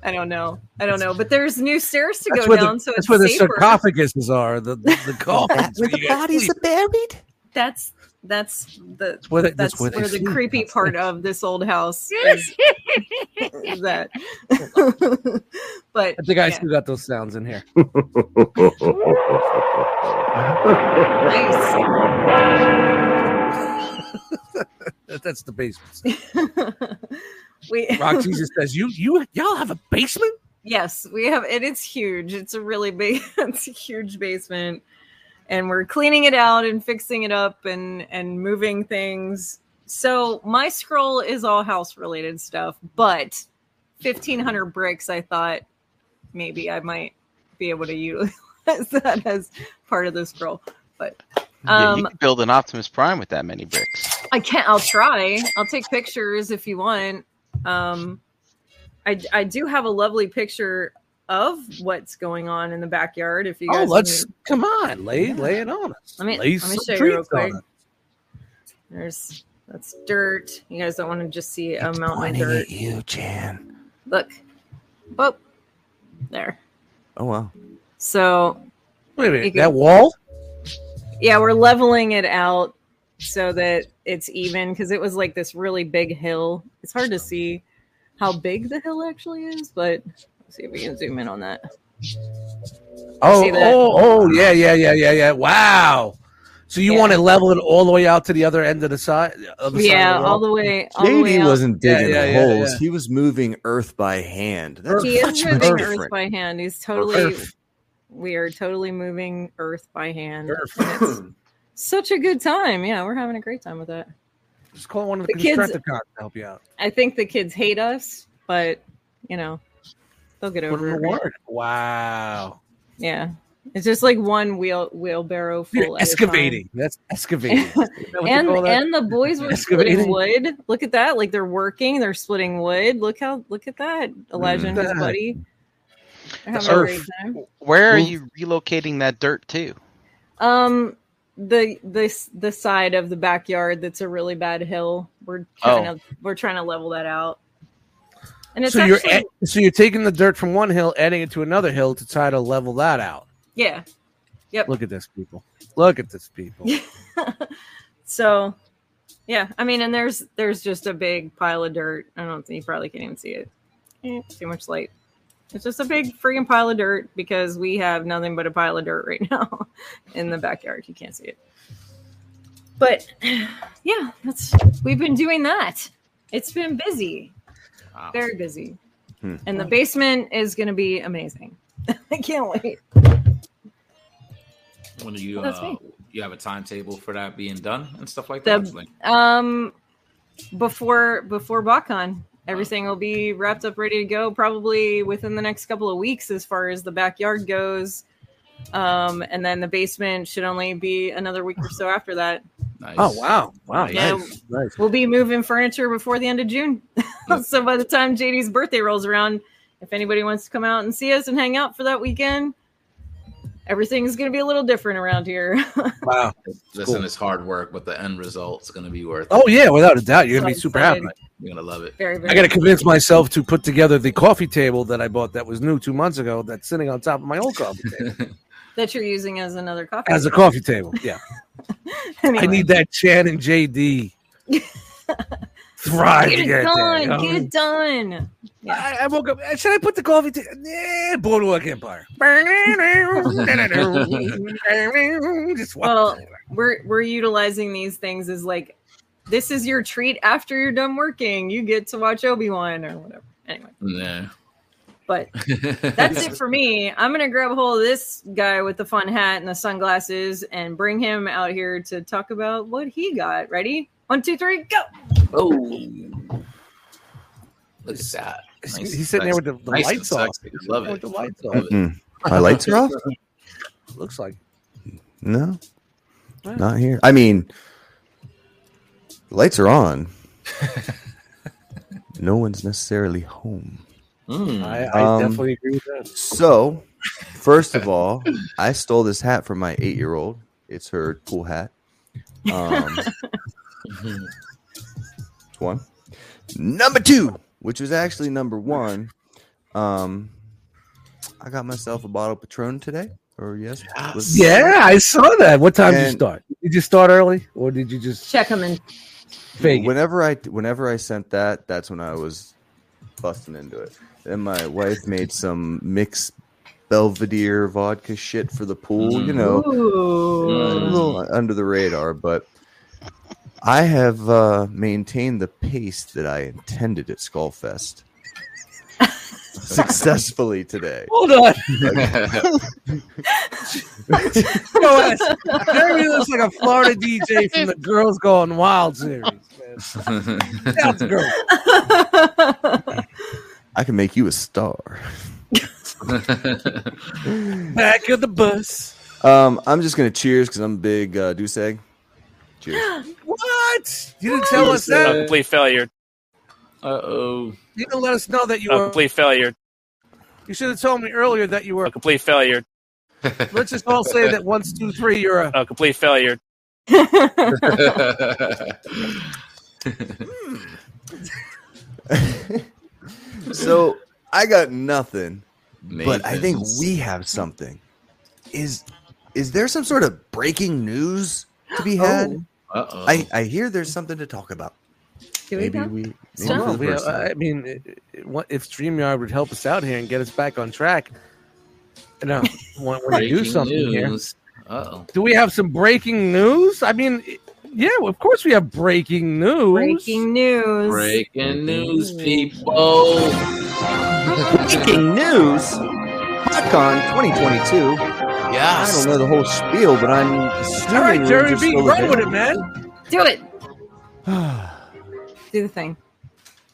I don't know, I don't know, but there's new stairs to That's go where down, the so that's it's where the safer. sarcophaguses are. The the, (laughs) the coffins where you the guys bodies sleep. are buried? That's that's the That's where, they, that's, where, where, they the sleep. creepy That's part it. of this old (laughs) house is, is that. (laughs) but I think I yeah, still got those sounds in here. nice. (laughs) That- That's the basement. we Rock Jesus says you you y'all have a basement. Yes, we have, and it's huge. It's a really big, (laughs) it's a huge basement, and we're cleaning it out and fixing it up and and moving things. So my scroll is all house related stuff, but fifteen hundred bricks. I thought maybe I might be able to utilize (laughs) that as part of the scroll, but Yeah, um, you could build an Optimus Prime with that many bricks. I can't. I'll try. I'll take pictures if you want. Um, I I do have a lovely picture of what's going on in the backyard. If you Oh, guys, let's can- come on, lay lay it on us. Let me- lay let me some show you treats real quick. on us. there's that's dirt. You guys don't want to just see a mountain of Pointing dirt. at you, Jan. Look, oh, there. Oh wow. So Wait a You minute, can- that wall. yeah, we're leveling it out so that it's even because it was like this really big hill. It's hard to see how big the hill actually is, but let's see if we can zoom in on that. Oh, See that? oh, oh, yeah, yeah, yeah, yeah, yeah. Wow. So you Yeah. want to level it all the way out to the other end of the side? Of the yeah, side of the all wall? the way. All the way JD out. wasn't Yeah, digging yeah, yeah, holes. yeah. He was moving earth by hand. That's He much is moving different. Earth by hand. He's totally. Earth. We are totally moving Earth by hand. (laughs) Earth. It's such a good time. Yeah, we're having a great time with that. Just call one of the, The kids- Constructicons to help you out. I think the kids hate us, but you know, they'll get Put over in it. the word. Wow. Yeah. It's just like one wheel wheelbarrow You're full at a time. excavating. That's (laughs) excavating. Is that what they and call that? and the boys were Excavating. splitting wood. Look at that! Like they're working, they're splitting wood. Look how look at that, Elijah and his That- buddy. They're having a Earth. great time. Where are Well- you relocating that dirt to? Um, the this the side of the backyard that's a really bad hill. We're trying Oh. to we're trying to level that out. And it's so you're actually a- so you're taking the dirt from one hill, adding it to another hill to try to level that out. yeah. (laughs) Look at this, people. Look at this, people. So yeah, I mean, and there's there's just a big pile of dirt. I don't think you probably can't even see it. Eh, too much light. It's just a big freaking pile of dirt because we have nothing but a pile of dirt right (laughs) now in the backyard. You can't see it. But (sighs) yeah, that's we've been doing that. It's been busy, Wow. very busy. Hmm. And the basement is going to be amazing. (laughs) I can't wait. When do you Well, that's uh, you have a timetable for that being done and stuff like The- that? Like, Um, before before BotCon, everything will be wrapped up, ready to go, probably within the next couple of weeks, as far as the backyard goes. Um, and then the basement should only be another week or so after that. nice. Oh wow, wow, Yeah. nice, nice. We'll be moving furniture before the end of June. (laughs) so by the time JD's birthday rolls around, if anybody wants to come out and see us and hang out for that weekend, everything's going to be a little different around here. (laughs) wow. Listen, cool. it's hard work, but the end result's gonna be worth. it. Oh yeah, without a doubt, you're gonna be So super excited. happy. You're gonna love it. very, very. I got to convince myself to put together the coffee table that I bought that was new two months ago. That's sitting on top of my old coffee table (laughs) that you're using as another coffee. as a coffee table. Yeah, I (laughs) Anyway. need that Chan and (laughs) JD thrive get it together. done. you know? Get it done. Yeah. I, I woke up. uh, Should I put the coffee? T- yeah, Boardwalk (laughs) Empire. (laughs) Just walk Well, We're we're utilizing these things as like this is your treat after you're done working. You get to watch Obi Wan or whatever. Anyway, Yeah. (laughs) but (laughs) that's it for me. I'm gonna grab a hold of this guy with the fun hat and the sunglasses and bring him out here to talk about what he got. Ready? One, two, three, go. Oh, look at that. He's, Nice, he's sitting there with the, the nice and lights off. sexy. I love With it. the lights off. Love it. Mm. My (laughs) lights are off. Looks like. No, not here. I mean, the lights are (laughs) on. no one's necessarily home. Mm. (laughs) I, I Um, definitely agree with that. So, first of all, I stole this hat from my eight-year-old. It's her cool hat. Um, That's one. Number two, which was actually number one, um, I got myself a bottle of Patron today. Or yes, was- Yeah, I saw that. What time did you And- start? Did you start early, or did you just Check him in. fake? it? Whenever I whenever I sent that, that's when I was busting into it. Then my wife made some mixed Belvedere vodka shit for the pool. You Mm-hmm. Mm. know, a (laughs) Ooh. little under the radar, but I have uh, maintained the pace that I intended at Skullfest successfully today. Hold (laughs) on, Yo, that's- (laughs) That's Jeremy looks like a Florida DJ from the Girls Gone Wild series. man. That's girl. I can make you a star. Back of the bus. Um, I'm just gonna cheers because I'm a big uh, goose egg. Cheers. (laughs) What? You didn't tell us that. Ugly failure. uh (laughs) oh. You didn't let us know that you Uh, A were. complete failure. You should have told me earlier that you A were. complete failure. Let's just all say that once, two, three, you're a. A complete failure. so I got nothing, but I think we have something. Is is there some sort of breaking news to be had? Uh-oh. I, I hear there's something to talk about. Do we maybe go? we. Maybe Stuff? for Well, the we- uh, first time. I mean, it- it- what- if Streamyard would help us out here and get us back on track, you know, (laughs) want to do something here. Uh Do we have some breaking news? I mean, it- yeah, well, of course we have breaking news. Breaking news. oh. Breaking news, people. Breaking news: PodCon 2022. I don't Yes. know the whole spiel, but I'm assuming. All right, Jerry we're B, still run with available. it, man. (laughs) Do it. Do the thing.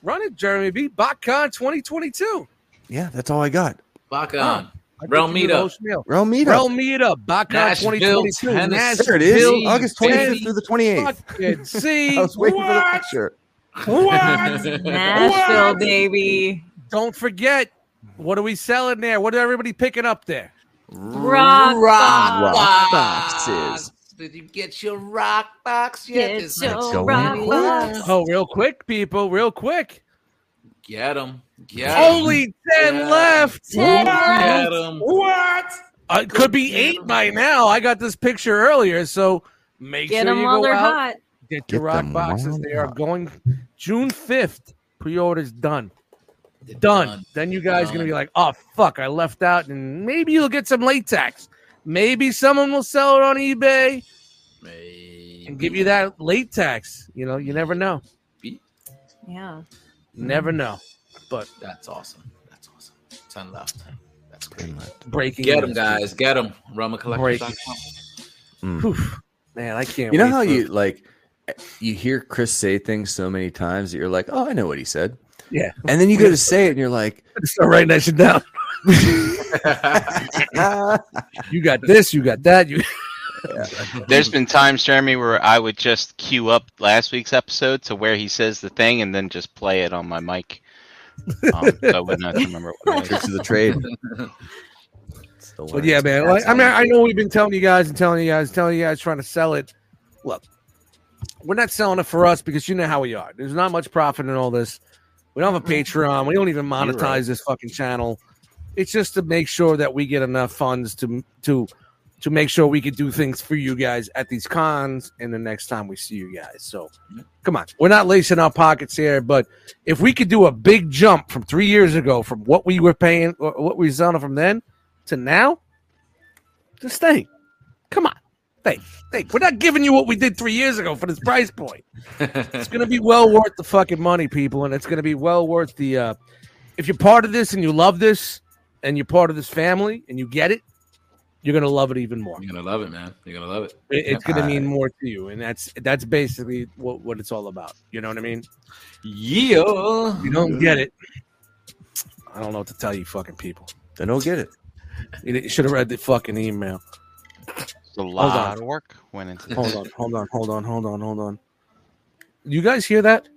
Run it, Jeremy B. BotCon 2022. (sighs) yeah, that's all I got. Back Oh. on. I think Realm you do the meetup. whole spiel. Real meetup. Realm meetup. BotCon Nashville, 2022. Tennessee. there it is. Nashville, August 25th through the 28th. Fucking see. (laughs) I was waiting for the What? picture. (laughs) What? Nashville, baby. Don't forget, what are we selling there? What are everybody picking up there? Rock. Rock box. boxes. Did you get your rock box yet? Get It's your not- going rock on. box. Oh, real quick, people, real quick. Get them. Get them. Only 10 Yeah. left. Ten Get left. 'em. What? Uh, it could be Get eight 'em. by now. I got this picture earlier, so make Get sure them you while go they're out. hot. Get Get your rock them boxes. while They are hot. going June 5th. Pre orders done. They're done. Then you guys gonna be Done. like, oh fuck, I left out, and maybe you'll get some latex. Maybe someone will sell it on eBay and give you that latex. You know, you never know, Yeah. never know. That's awesome. That's awesome. 10 left. That's great. Breaking. Get them, news. guys. Get them. Break. Mm. Oof. Man, I can't. You know wait how for- (laughs) you like you hear Chris say things so many times that you're like, oh, I know what he said, Yeah, and then you go to say it and you're like, start writing that shit down. ah. You got this. You got that. You. (laughs) There's been times, Jeremy, where I would just queue up last week's episode to where he says the thing and then just play it on my mic. Um, so I would not remember what it was. tricks of (laughs) the trade. It's the But yeah, worst. man. Like, I mean, I know we've been telling you guys and telling you guys, telling you guys, trying to sell it. Look, we're not selling it for us because you know how we are. There's not much profit in all this. We don't have a Patreon. We don't even monetize this fucking channel. It's just to make sure that we get enough funds to to to make sure we could do things for you guys at these cons and the next time we see you guys. So come on. We're not lacing our pockets here, but if we could do a big jump from three years ago from what we were paying or what we were selling from then to now, just think. Come on. Think. Think. We're not giving you what we did three years ago for this price point. It's gonna be well worth the fucking money, people, and it's gonna be well worth the uh if you're part of this and you love this and you're part of this family and you get it, you're gonna love it even more. (laughs) You're going to love it, man. You're going to love it. It- it's going to (laughs) I- mean more to you, and that's that's basically what, what it's all about. You know what I mean? Yeah. If you don't get it, I don't know what to tell you, fucking people. Then don't get it. You, should have read the fucking email. A lot on. of work went into Hold on, hold on, hold on, hold on, hold on. You guys hear that?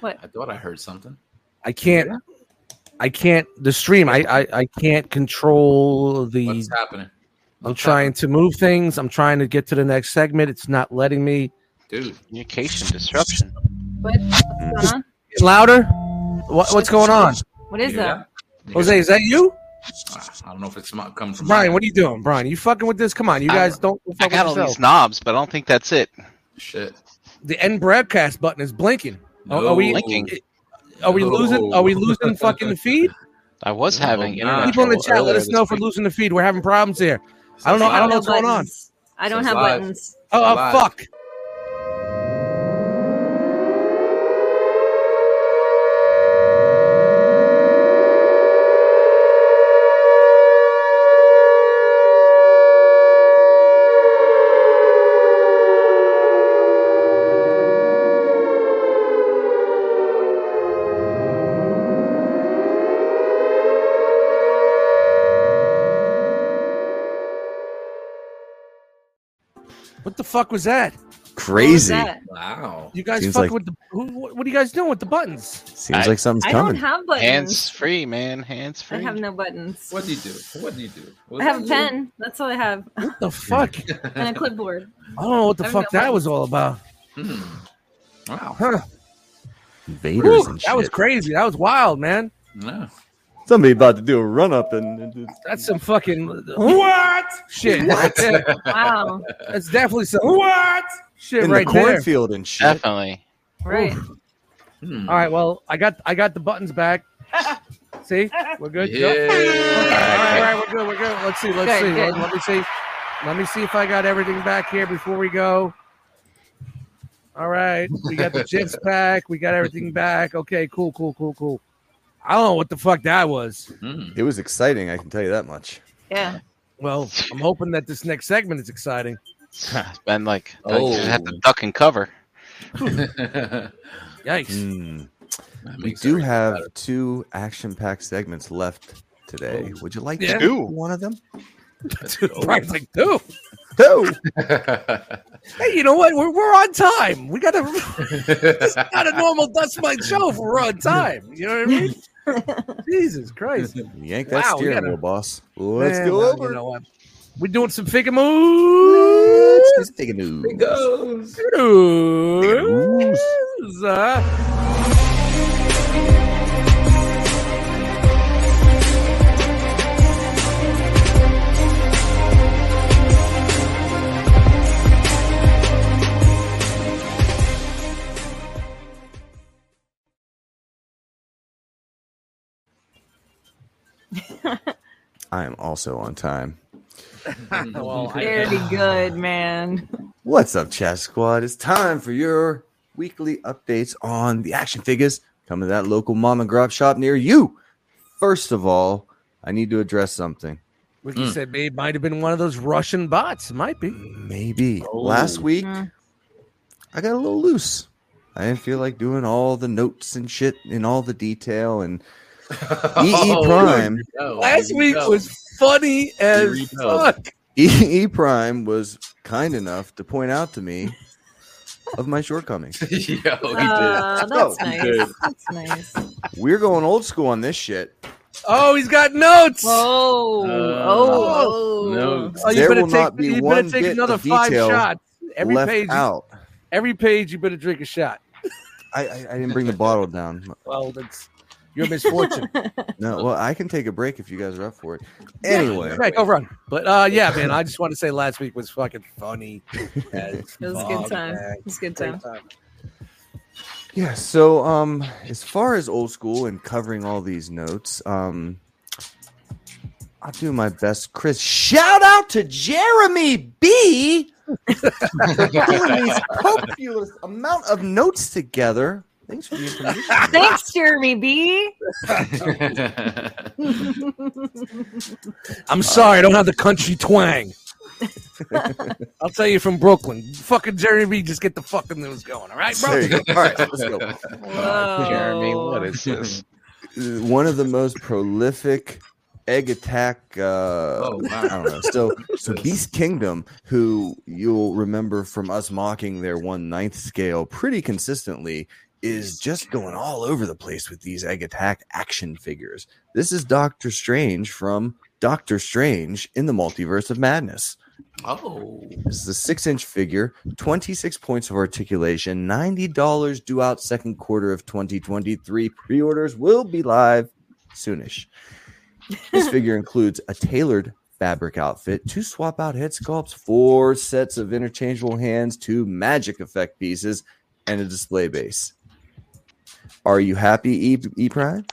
What? I thought I heard something. I can't. I can't. The stream. I I, I can't control the. What's happening? I'm trying to move things. I'm trying to get to the next segment. It's not letting me. Dude. communication disruption. What? What's going on? Louder. What, what's going on, What is you hear that? that? Jose? Is that you? Ah, I don't know if it's mo- coming from Brian, what are you doing, Brian? You fucking with this? Come on, you I- guys don't. don't I fuck got all with yourself. these knobs, but I don't think that's it. Shit. The end broadcast button is blinking. Are- Are we? Blinking. Are we losing? Are we losing fucking the (laughs) feed? I was No, having nah. internet People in the trouble chat, let earlier us know this if we're week. losing the feed. We're having problems here. I don't know. I don't know what's going on. buttons. I don't Says have live. buttons. Oh, oh, Live. fuck! What the fuck was that? What was Crazy. that? Wow. You guys Seems fucking like- with the? Who, what what are you guys doing with the buttons? Seems I- like something's I don't coming. have buttons. Hands free, man. Hands I free. have no buttons. What do you do? What do you do? What I have a do pen. That's all I have. What the fuck? I you do? And a clipboard. don't know what the I have fuck no that was all about. (laughs) Hmm. Wow. Huh? Invaders Whew, and that was shit. crazy. That was wild, man. No. Somebody about to do a run up and That's some fucking what (laughs) shit. That's, Wow. that's definitely some what Shit, in right the there. cornfield and shit. Definitely. Right. Hmm. All right, well, I got I got the buttons (laughs) back. See, we're good. Yeah. Yep. All All right, we're good. We're good. Let's see. Let's Good, see. good. Let, let me see. Let me see if I got everything back here before we go. All right, we got (laughs) the chips back. We got everything back. Okay, cool, cool, cool, cool. I don't know what the fuck that was. right. Hmm. (laughs) It was exciting, I can tell you that much. Yeah. Well, I'm hoping that this next segment is exciting. It's been like Oh. I just have to duck and cover. (laughs) Yikes. That Hmm. We makes do everything have better. two action-packed segments left today. Would you like Yeah. to do one of them? Dude, Mm. (laughs) Brian's like, dude, No. hey, you know what? We're, we're on time. We (laughs) got to. It's not a normal Dust Mite show if we're on time. You know what I mean? Jesus Christ. Yank that Wow, we steering gotta- wheel, boss. Let's Man, go well, over. You know what? We're doing some figure moves. Let's take a news. It goes. Moves. Uh, I am also on time. (laughs) well, I, Very good, man. What's up, Chat Squad? It's time for your weekly updates on the action figures coming to that local mom and grub shop near you. First of all, I need to address something. Ricky Mm. said maybe might have been one of those Russian bots. It might be. Maybe Oh. last week Mm. I got a little loose. I didn't feel like doing all the notes and shit and all the detail and EE Prime. Oh, E Last here we week go. was funny Here as we go. fuck. EE E Prime was kind enough to point out to me of my shortcomings. (laughs) Yo, he did. Uh, that's Oh, good. nice. That's nice. We're going old school on this shit. Oh, he's got notes. Oh, oh, oh. Uh, no. Oh, There will not be you one better take bit another of five detail shots. Every Left page, out. every page, you better drink a shot. I, I, I didn't bring the bottle down. Well, that's your (laughs) misfortune. (laughs) No, well, I can take a break if you guys are up for it. (laughs) Anyway, Right, go run. But uh, yeah, man, I just want to say last week was fucking funny. It (laughs) It was a good time. It was a good time. yeah. So, um, as far as old school and covering all these notes, um, I'll do my best. Chris, shout out to Jeremy B. for (laughs) pulling these copious amount of notes together. Thanks for the information. (laughs) Thanks, Jeremy (laughs) B. Uh, I'm sorry, I don't have the country twang. (laughs) I'll tell you from Brooklyn. Fucking Jerry B, just get the fucking news going. All right, bro. There you go. All right, let's go. Whoa. Jeremy, what is this? one of the most prolific egg attack uh (laughs) Oh, wow. I don't know. So so Beast Kingdom, who you'll remember from us mocking their one ninth scale pretty consistently, is just going all over the place with these egg attack action figures. This is Doctor Strange from Doctor Strange in the Multiverse of Madness. oh, This is a six inch figure, 26 points of articulation, $90 due out second quarter of 2023. Pre orders will be live soonish. This figure includes a tailored fabric outfit, two swap out head sculpts, four sets of interchangeable hands, two magic effect pieces, and a display base. Are you happy, E, e Prime?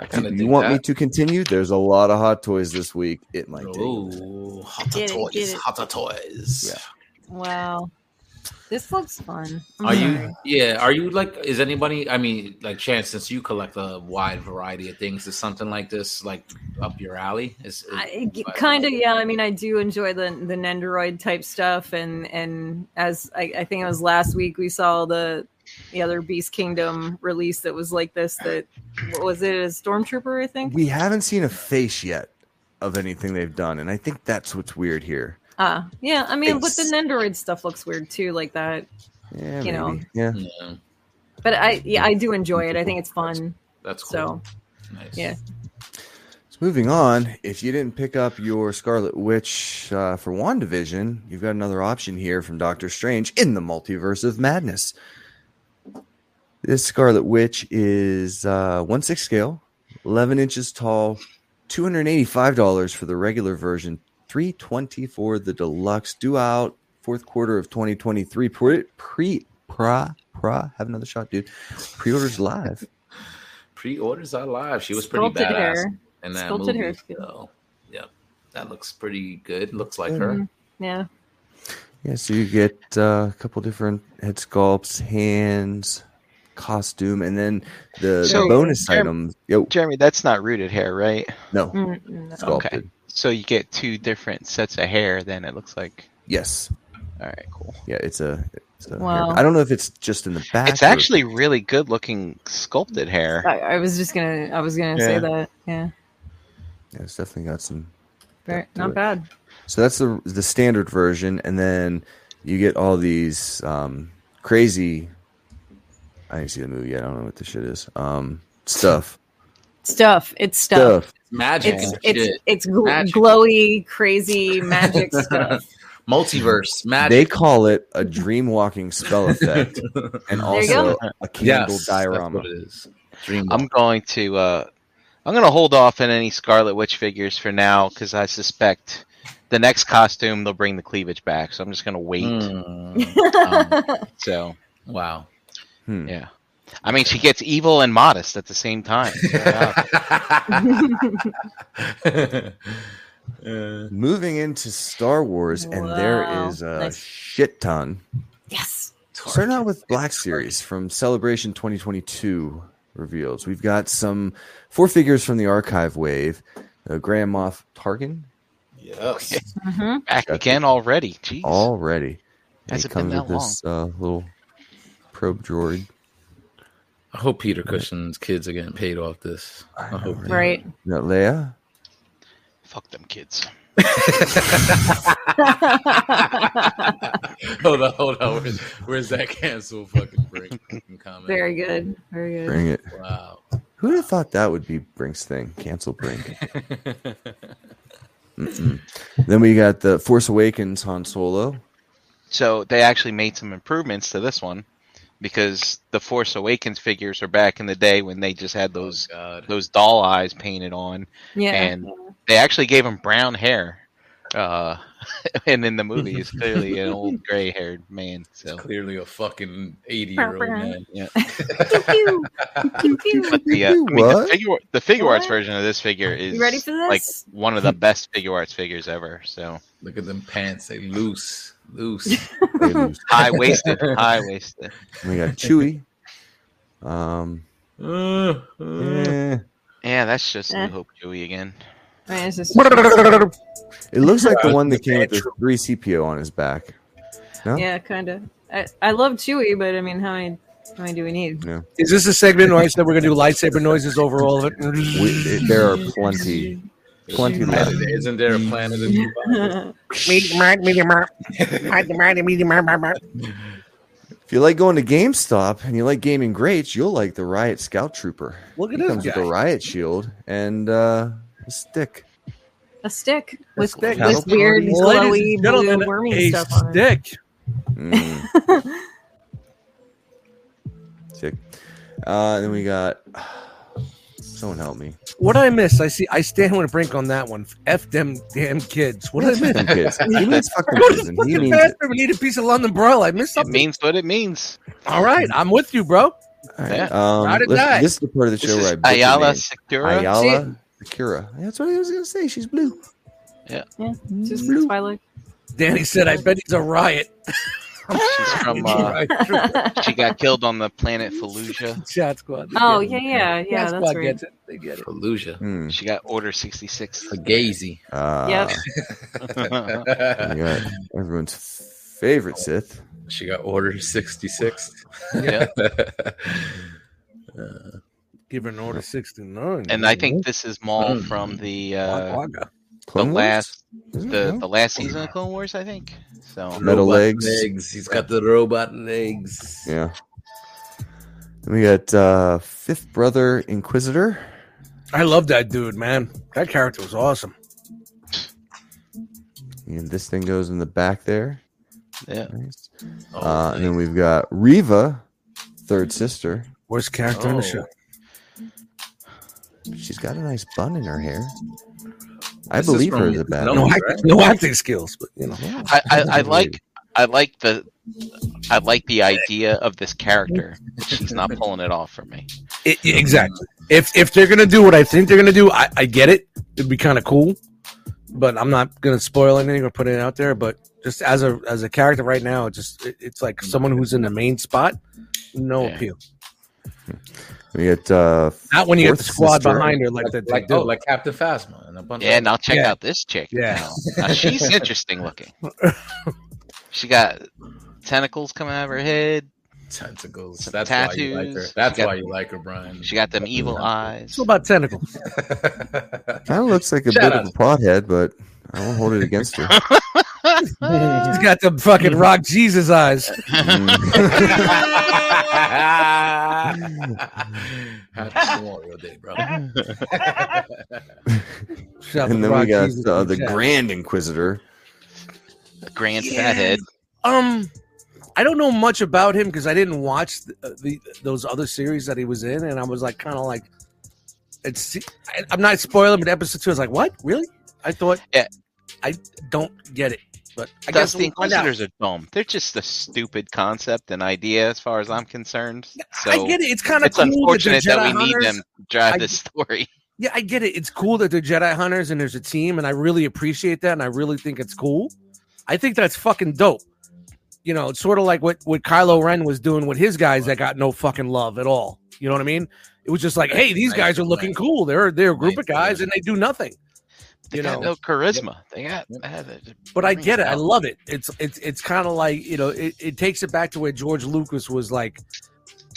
I kind Do of you want me to continue? There's a lot of hot toys this week. It might take. Oh, hot Get it, toys, get it. hot toys. Yeah. Wow. This looks fun. I'm Are you? (laughs) sorry. Yeah. Are you like? Is anybody? I mean, like, chance since you collect a wide variety of things, is something like this like up your alley? Is, is- I, kind of, yeah. I mean, I do enjoy the the Nendoroid type stuff, and and as I, I think it was last week, we saw the the other Beast Kingdom release that was like this. That what was it? A stormtrooper, I think. we haven't seen a face yet of anything they've done, and I think that's what's weird here. Ah, yeah. I mean, but the Face. Nendoroid stuff looks weird too, like that. Yeah, You know. maybe. yeah. Yeah, But I, yeah, I do enjoy it. I think it's fun. that's So cool. nice. yeah. So moving on, if you didn't pick up your Scarlet Witch uh, for Wandavision, you've got another option here from Doctor Strange in the Multiverse of Madness. This Scarlet Witch is uh, one six scale, eleven inches tall, two hundred eighty five dollars for the regular version, three twenty for the deluxe. Due out fourth quarter of 2023. Pre, pre pra, pra, have another shot, dude. Pre orders live. Pre-orders are live. She was pretty Sculpted badass hair. in that Sculpted movie. hair skill. So, yep, that looks pretty good. Looks like Mm-hmm. her. Yeah. Yeah, so you get uh, a couple different head sculpts, hands, costume, and then the, the So, bonus Jerem- items. Yo, Jeremy, that's not rooted hair, right? no, Mm, no. sculpted. So you get two different sets of hair. Then it looks like. Yes. All right, cool. Yeah, it's a. It's a Wow. I don't know if it's just in the back. It's or- actually really good looking sculpted hair. I, I was just gonna. I was gonna say Yeah. that. Yeah. Yeah, it's definitely got some Very, Don't do not it. bad. So that's the the standard version, and then you get all these um, crazy. I didn't see the movie yet. I don't know what this shit is. Um, stuff, Stuff. It's stuff. stuff. Magic It's and it's shit. it's gl- Magic. glowy, crazy (laughs) magic stuff. Multiverse They magic. call it a dream walking spell (laughs) effect, and There you also a candle yes, That's diorama. what it is. Dream. I'm going to uh, I'm going to hold off on any Scarlet Witch figures for now because I suspect the next costume they'll bring the cleavage back. So I'm just going to wait. Mm, Um, so wow. Hmm. yeah, I mean she gets evil and modest at the same time. So, uh, (laughs) Um. Uh, Moving into Star Wars, and there Wow. is a Nice. shit ton. (laughs) yes. Starting out with Black Series from Celebration 2022 reveals. We've got some four figures from the archive wave. Uh, Grand Moff Tarkin Yes. Mhm. back again already. Jeez. Oh. already. And Has he it been comes with that this uh, little probe droid. I hope Peter Cushion's kids are getting paid off this. I, hope they- Right. You know, Leia? Fuck them kids. hold on, hold on. Where's, where's that cancel fucking break? Fucking Comment. Very good. Very good. Bring it. (laughs) Wow. Who'd have thought that would be Brink's thing? Cancel (laughs) Brink. Mm-mm. then we got the Force Awakens Han Solo. So they actually made some improvements to this one because the Force Awakens figures are back in the day when they just had Oh, those God. those doll eyes painted on. Yeah. and they actually gave him brown hair. Uh, (laughs) and in the (laughs) movie, he's clearly an old gray-haired man. So, Clearly a fucking 80 year old man. Yeah. (laughs) Pew, pew, pew, pew. but the, uh, I mean, the What? figure, the figure arts What? version of this figure is You ready for like this? (laughs) one of the best figure arts figures ever. So Look at them pants. They loose. Loose. They lose. high waisted, (laughs) high waisted. we got Chewie. Um, Uh, uh. eh. Yeah, that's just Eh. New Hope Chewie again. I mean, it's just- It looks like Uh, the Yeah, one that came with it's the three CPO on his back. No, yeah, kind of. I, I love Chewy, but I mean, how many how many do we need? Is this a segment noise that we're gonna do lightsaber noises over all of it? we, it- there are (laughs) plenty. Plenty left. Isn't there a planet (laughs) in If you like going to GameStop and you like gaming greats, you'll like the Riot Scout Trooper. Look at It comes this with a guy. riot shield and uh, a stick. A stick with, stick. with Cattle weird ponies. Ladies glowy and gentlemen, blue wormy a stuff on it. stick. Mm, (laughs) sick. Uh, then we got. (sighs) Someone help me. What did I miss? I see. I stand with Brink on that one. F them damn kids. What did I miss? (laughs) (laughs) Them kids. He means fuck them Go to kids, the and he fucking means it. bathroom and eat a piece of London broil. I missed It something. means what it means. All right, I'm with you, bro. All right, Yeah. um, Ride or let's- die. this is the part of the This show is where I Ayala Secura. Secura. Ayala Secura. That's what I was gonna say. She's blue. Yeah, just (laughs) Blue. Twilight. Danny said, "I bet he's a riot." (laughs) She's from. Uh, she got killed on the planet Fallujah. Shot squad. They (laughs) Oh get it. yeah, yeah, yeah. Shot That's squad right. gets it. They get it. Fallujah. Hmm. She got Order sixty six. Fugazi. Uh, Yep. we got everyone's favorite Sith. she got Order (laughs) 66. (laughs) yeah. Give her an order sixty nine. and uh, I think this is Maul Mm. from the uh, Wagga. the Clone Wars? last Isn't it? the, No? the last season of Clone Wars, I think. So Metal Robot legs. He's got the robot legs. yeah. Then we got uh, Fifth Brother Inquisitor. I love that dude, man. That character was awesome. And this thing goes in the back there. yeah, Nice. Oh, Uh, and then we've got Riva, third sister. Worst character in the show. She's got a nice bun in her hair. I This is believe her from- as a bad. no, (laughs) No, acting, no acting skills, but you know. I, I, I like I like the I like the idea of this character. She's not pulling it off for me. It- it- exactly. If if they're gonna do what I think they're gonna do, I, I get it. It'd be kind of cool, but I'm not gonna spoil anything or put it out there. But just as a as a character right now, it just it, it's like someone who's in the main spot, no Yeah. appeal. We get uh, Not when you get the Fourth squad sister. behind her like that. they like do. oh, like Captain Phasma and a bunch. Yeah, of, and I'll check Yeah. out this chick. Yeah. (laughs) Now, she's interesting looking. She got tentacles coming out of her head. tentacles. Some That's why you like her. tattoos. That's She got- why you like her, Brian. She got them evil eyes. it's all about tentacles. kind of looks like a Shout bit out. of a pothead, but I won't hold it (laughs) against her. He's got the fucking rock Jesus eyes. Mm. (laughs) Happy Memorial Day, (laughs) bro. Shout out to and then we Rock got Jesus uh, in the chat. Grand Inquisitor. Grand Yeah. fat head. Um, I don't know much about him because I didn't watch the, the those other series that he was in, and I was like, kind of like, it's. I, I'm not spoiling, but episode two, I was like, what? Really? I thought. Yeah. I don't get it, but I guess Thus, the we'll find out. Inquisitors are dumb. They're just a stupid concept and idea, as far as I'm concerned. So I get it. It's kind of it's cool unfortunate that, that, they're Jedi we need hunters. them to drive I- this (laughs) story. Yeah, I get it. It's cool that they're Jedi hunters and there's a team, and I really appreciate that, and I really think it's cool. I think that's fucking dope. You know, it's sort of like what what Kylo Ren was doing with his guys that got no fucking love at all. You know what I mean? It was just like, hey, these guys are looking cool. They're they're a group of guys and they do nothing. They You got know. no charisma. They got. uh, they're- But I get it. I No. love it. It's it's it's kind of like you know, it, it takes it back to where George Lucas was like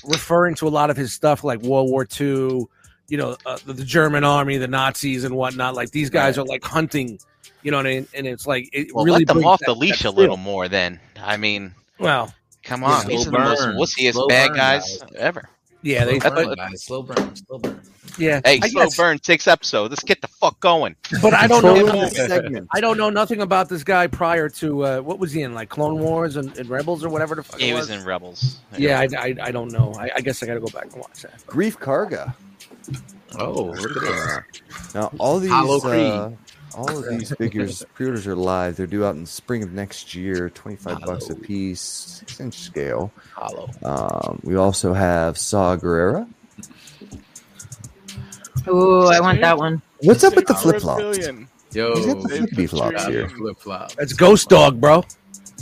referring to a lot of his stuff, like World War II, you know, uh, the, the German army, the Nazis, and whatnot. Like these guys are like hunting, you know, what I mean? and it's like it Well, really let them brings off that- the that leash a feel. little more. Then I mean, Well, come Yeah. on, Slow these are the most burn. wussiest Slow bad burn, guys guys. ever. yeah, they, slow burn, but, guys. Slow burn. Slow burn. yeah. Hey, I slow guess, burn six episode. Let's get the fuck going. but I don't Controlling know. the segment. I don't know nothing about this guy prior to uh, what was he in, like Clone Wars and, and Rebels or whatever the fuck. He it was in Rebels. Yeah, I, I, I don't know. I, I guess I got to go back and watch that. Grief Karga. Oh, look at this. Now all these Hollow Creed. uh, all of these figures pre-orders are live. They're due out in the spring of next year. Twenty-five bucks a Hollow. piece, six-inch scale. Hollow. Um, we also have Saw Gerrera. Ooh, I want that one. What's up with the Six flip flops? billion. Yo, He's got the flippy flops here. flip flop. That's Ghost Dog, bro.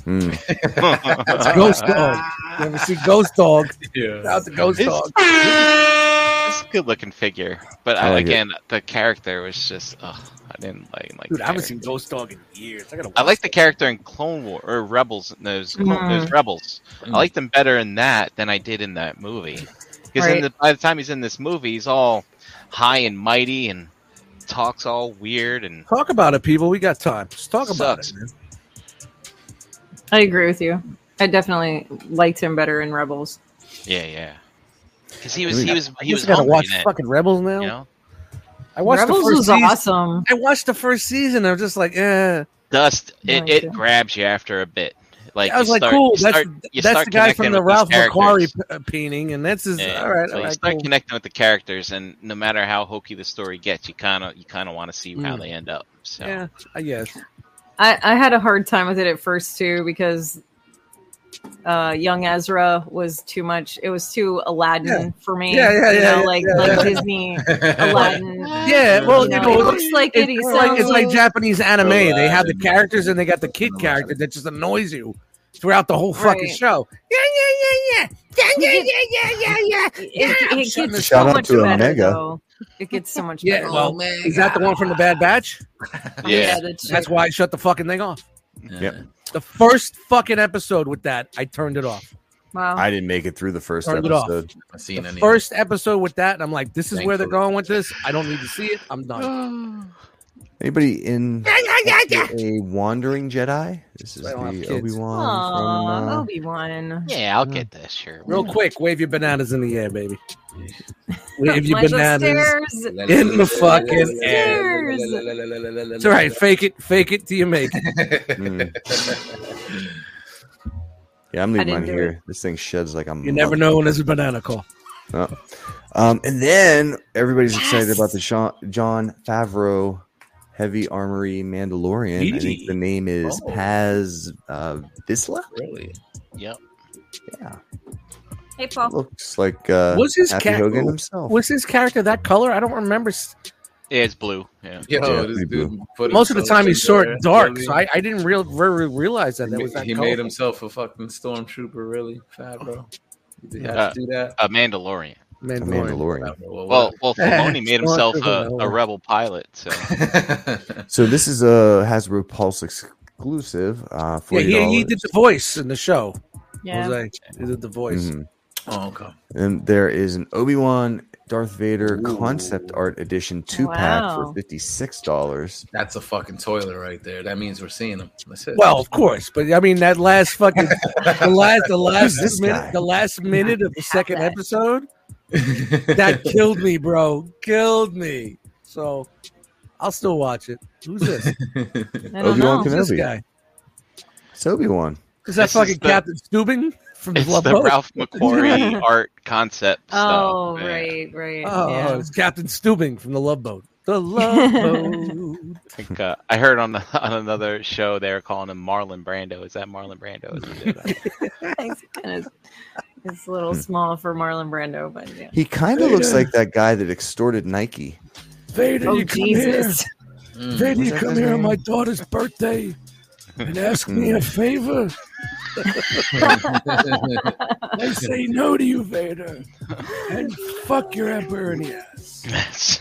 Hmm. (laughs) (laughs) That's Ghost Dog. You ever see Ghost Dog? Yeah. That's the Ghost It's- Dog. It's a good looking figure, but I I, like it. again, the character was just. Ugh, I didn't like. like Dude, the I haven't seen character. Ghost Dog in years. I gotta. I like the character in Clone War or Rebels. Those Clone- those Rebels. I Mm. like them better in that than I did in that movie. Because Right. the by the time he's in this movie, he's all high and mighty and talks all weird and Talk about it, people. We got time. Just talk about Sucks. it. man. I agree with you. I definitely liked him better in Rebels. yeah, yeah. Because he was Dude, he was I he was just eh? gotta hungry. watch in it, fucking Rebels now. you know, I watched Rebels the first was season. awesome. I watched the first season. I was just like, eh. dust No, I it, it didn't. grabs you after a bit. Like I was you like, start, cool. you That's, start, you that's start the guy from connecting the with these Ralph McQuarrie characters. p- uh, painting, and that's his. Yeah, All right, so all you right, start cool. connecting with the characters, and no matter how hokey the story gets, you kind of you kind of want to see how Mm. they end up. So Yeah, I guess. I, I had a hard time with it at first too because uh, young Ezra was too much. It was too Aladdin for me. Yeah, yeah, you yeah, know, yeah, like yeah, like yeah. Disney (laughs) Aladdin. Yeah, well, you know, you it know, looks like it. it's, He like sounds it's like Japanese anime. They have the Aladdin. characters and they got the kid character that just annoys you throughout the whole fucking Right. show. Yeah, yeah, yeah, yeah, yeah, yeah, yeah, yeah, yeah. It, Yeah, it, it shut the- gets Shout so out much to better. Omega. Though. It gets so much Yeah, (laughs) better. well, is that the one from the Bad Batch? Yeah. that's, That's why I shut the fucking thing off. Yep. The first fucking episode with that, I turned it off. Wow. I didn't make it through the first Turned it off. episode. I've seen the any. first episode with that, and I'm like, this is where they're Thankfully. going with this. I don't need to see it. I'm (gasps) done. Anybody in Yeah, (laughs) yeah, yeah, yeah. a Wandering Jedi? This is I don't have the kids. Obi Wan Aw, from. Uh, Obi Wan. Yeah, I'll get that. Sure. Real quick, wave your bananas in the air, baby. (laughs) Wave your bananas. Stairs. (laughs) in the (laughs) fucking air. It's all (laughs) right. Fake it. Fake it till you make it. mm. (laughs) Yeah, I'm I leaving didn't mine do here. This thing sheds like I'm. You never know when there's a banana call. Um, and then everybody's excited about the Sean, John Favreau Heavy Armory Mandalorian. I think the name is Oh. Paz uh, Visla. Really? Yep. Yeah, Hey, Oh. Paul. looks like uh, Was his Happy cat- Hogan Oh, himself. Was his character that color? I don't remember. s- It's blue. Yeah. Yo, Yeah, this pretty dude put Most of the himself time, in he's short there, and dark, you know so what mean? I, I didn't real, re- re- realize that that he, was ma- that he color. made himself a fucking stormtrooper. Really, fat bro. Did he have Uh, to do that? A Mandalorian. The Mandalorian. Mandalorian. Fat bro, (laughs) Well, well, Filoni Yeah, made himself a, Mandalorian. a rebel pilot. (laughs) So whatever. So this is a Hasbro Pulse exclusive. Uh, Yeah, $40. he, he did the voice in the show. Yeah. Jose, he did the voice. Mhm. (laughs) oh, okay. And there is an Obi Wan Darth Vader Ooh. concept art edition two pack Wow. for fifty six dollars. That's a fucking toilet right there. That means we're seeing him. That's it. (laughs) Well, of course, but I mean that last fucking the last the last this minute guy? the last minute of the Have second that. (laughs) episode that killed me, bro, killed me. So I'll still watch it. Who's (laughs) this? Mm. I don't Obi-Wan know. Who's this Kenobi. guy? It's Obi Wan. Is that This is fucking the- Captain Stubing from it's Love the Boat? (laughs) Ralph McQuarrie art concept. Oh, stuff, yeah. right, right. Oh, yeah. (laughs) it's Captain Stubing from the Love Boat. The Love Boat. I think uh, I heard on the, (laughs) on another show they were calling him Marlon Brando. Is that Marlon Brando? Is (laughs) it- It's kind of it's a little small for Marlon Brando, but yeah. He kind of looks like that guy that extorted Nike. Vader, Oh you come here. Jesus! Mm. Vader, What's you that come guy's here on name? my daughter's birthday and ask me a favor. I say no to you, Vader. And fuck your emperor in the ass. Yes.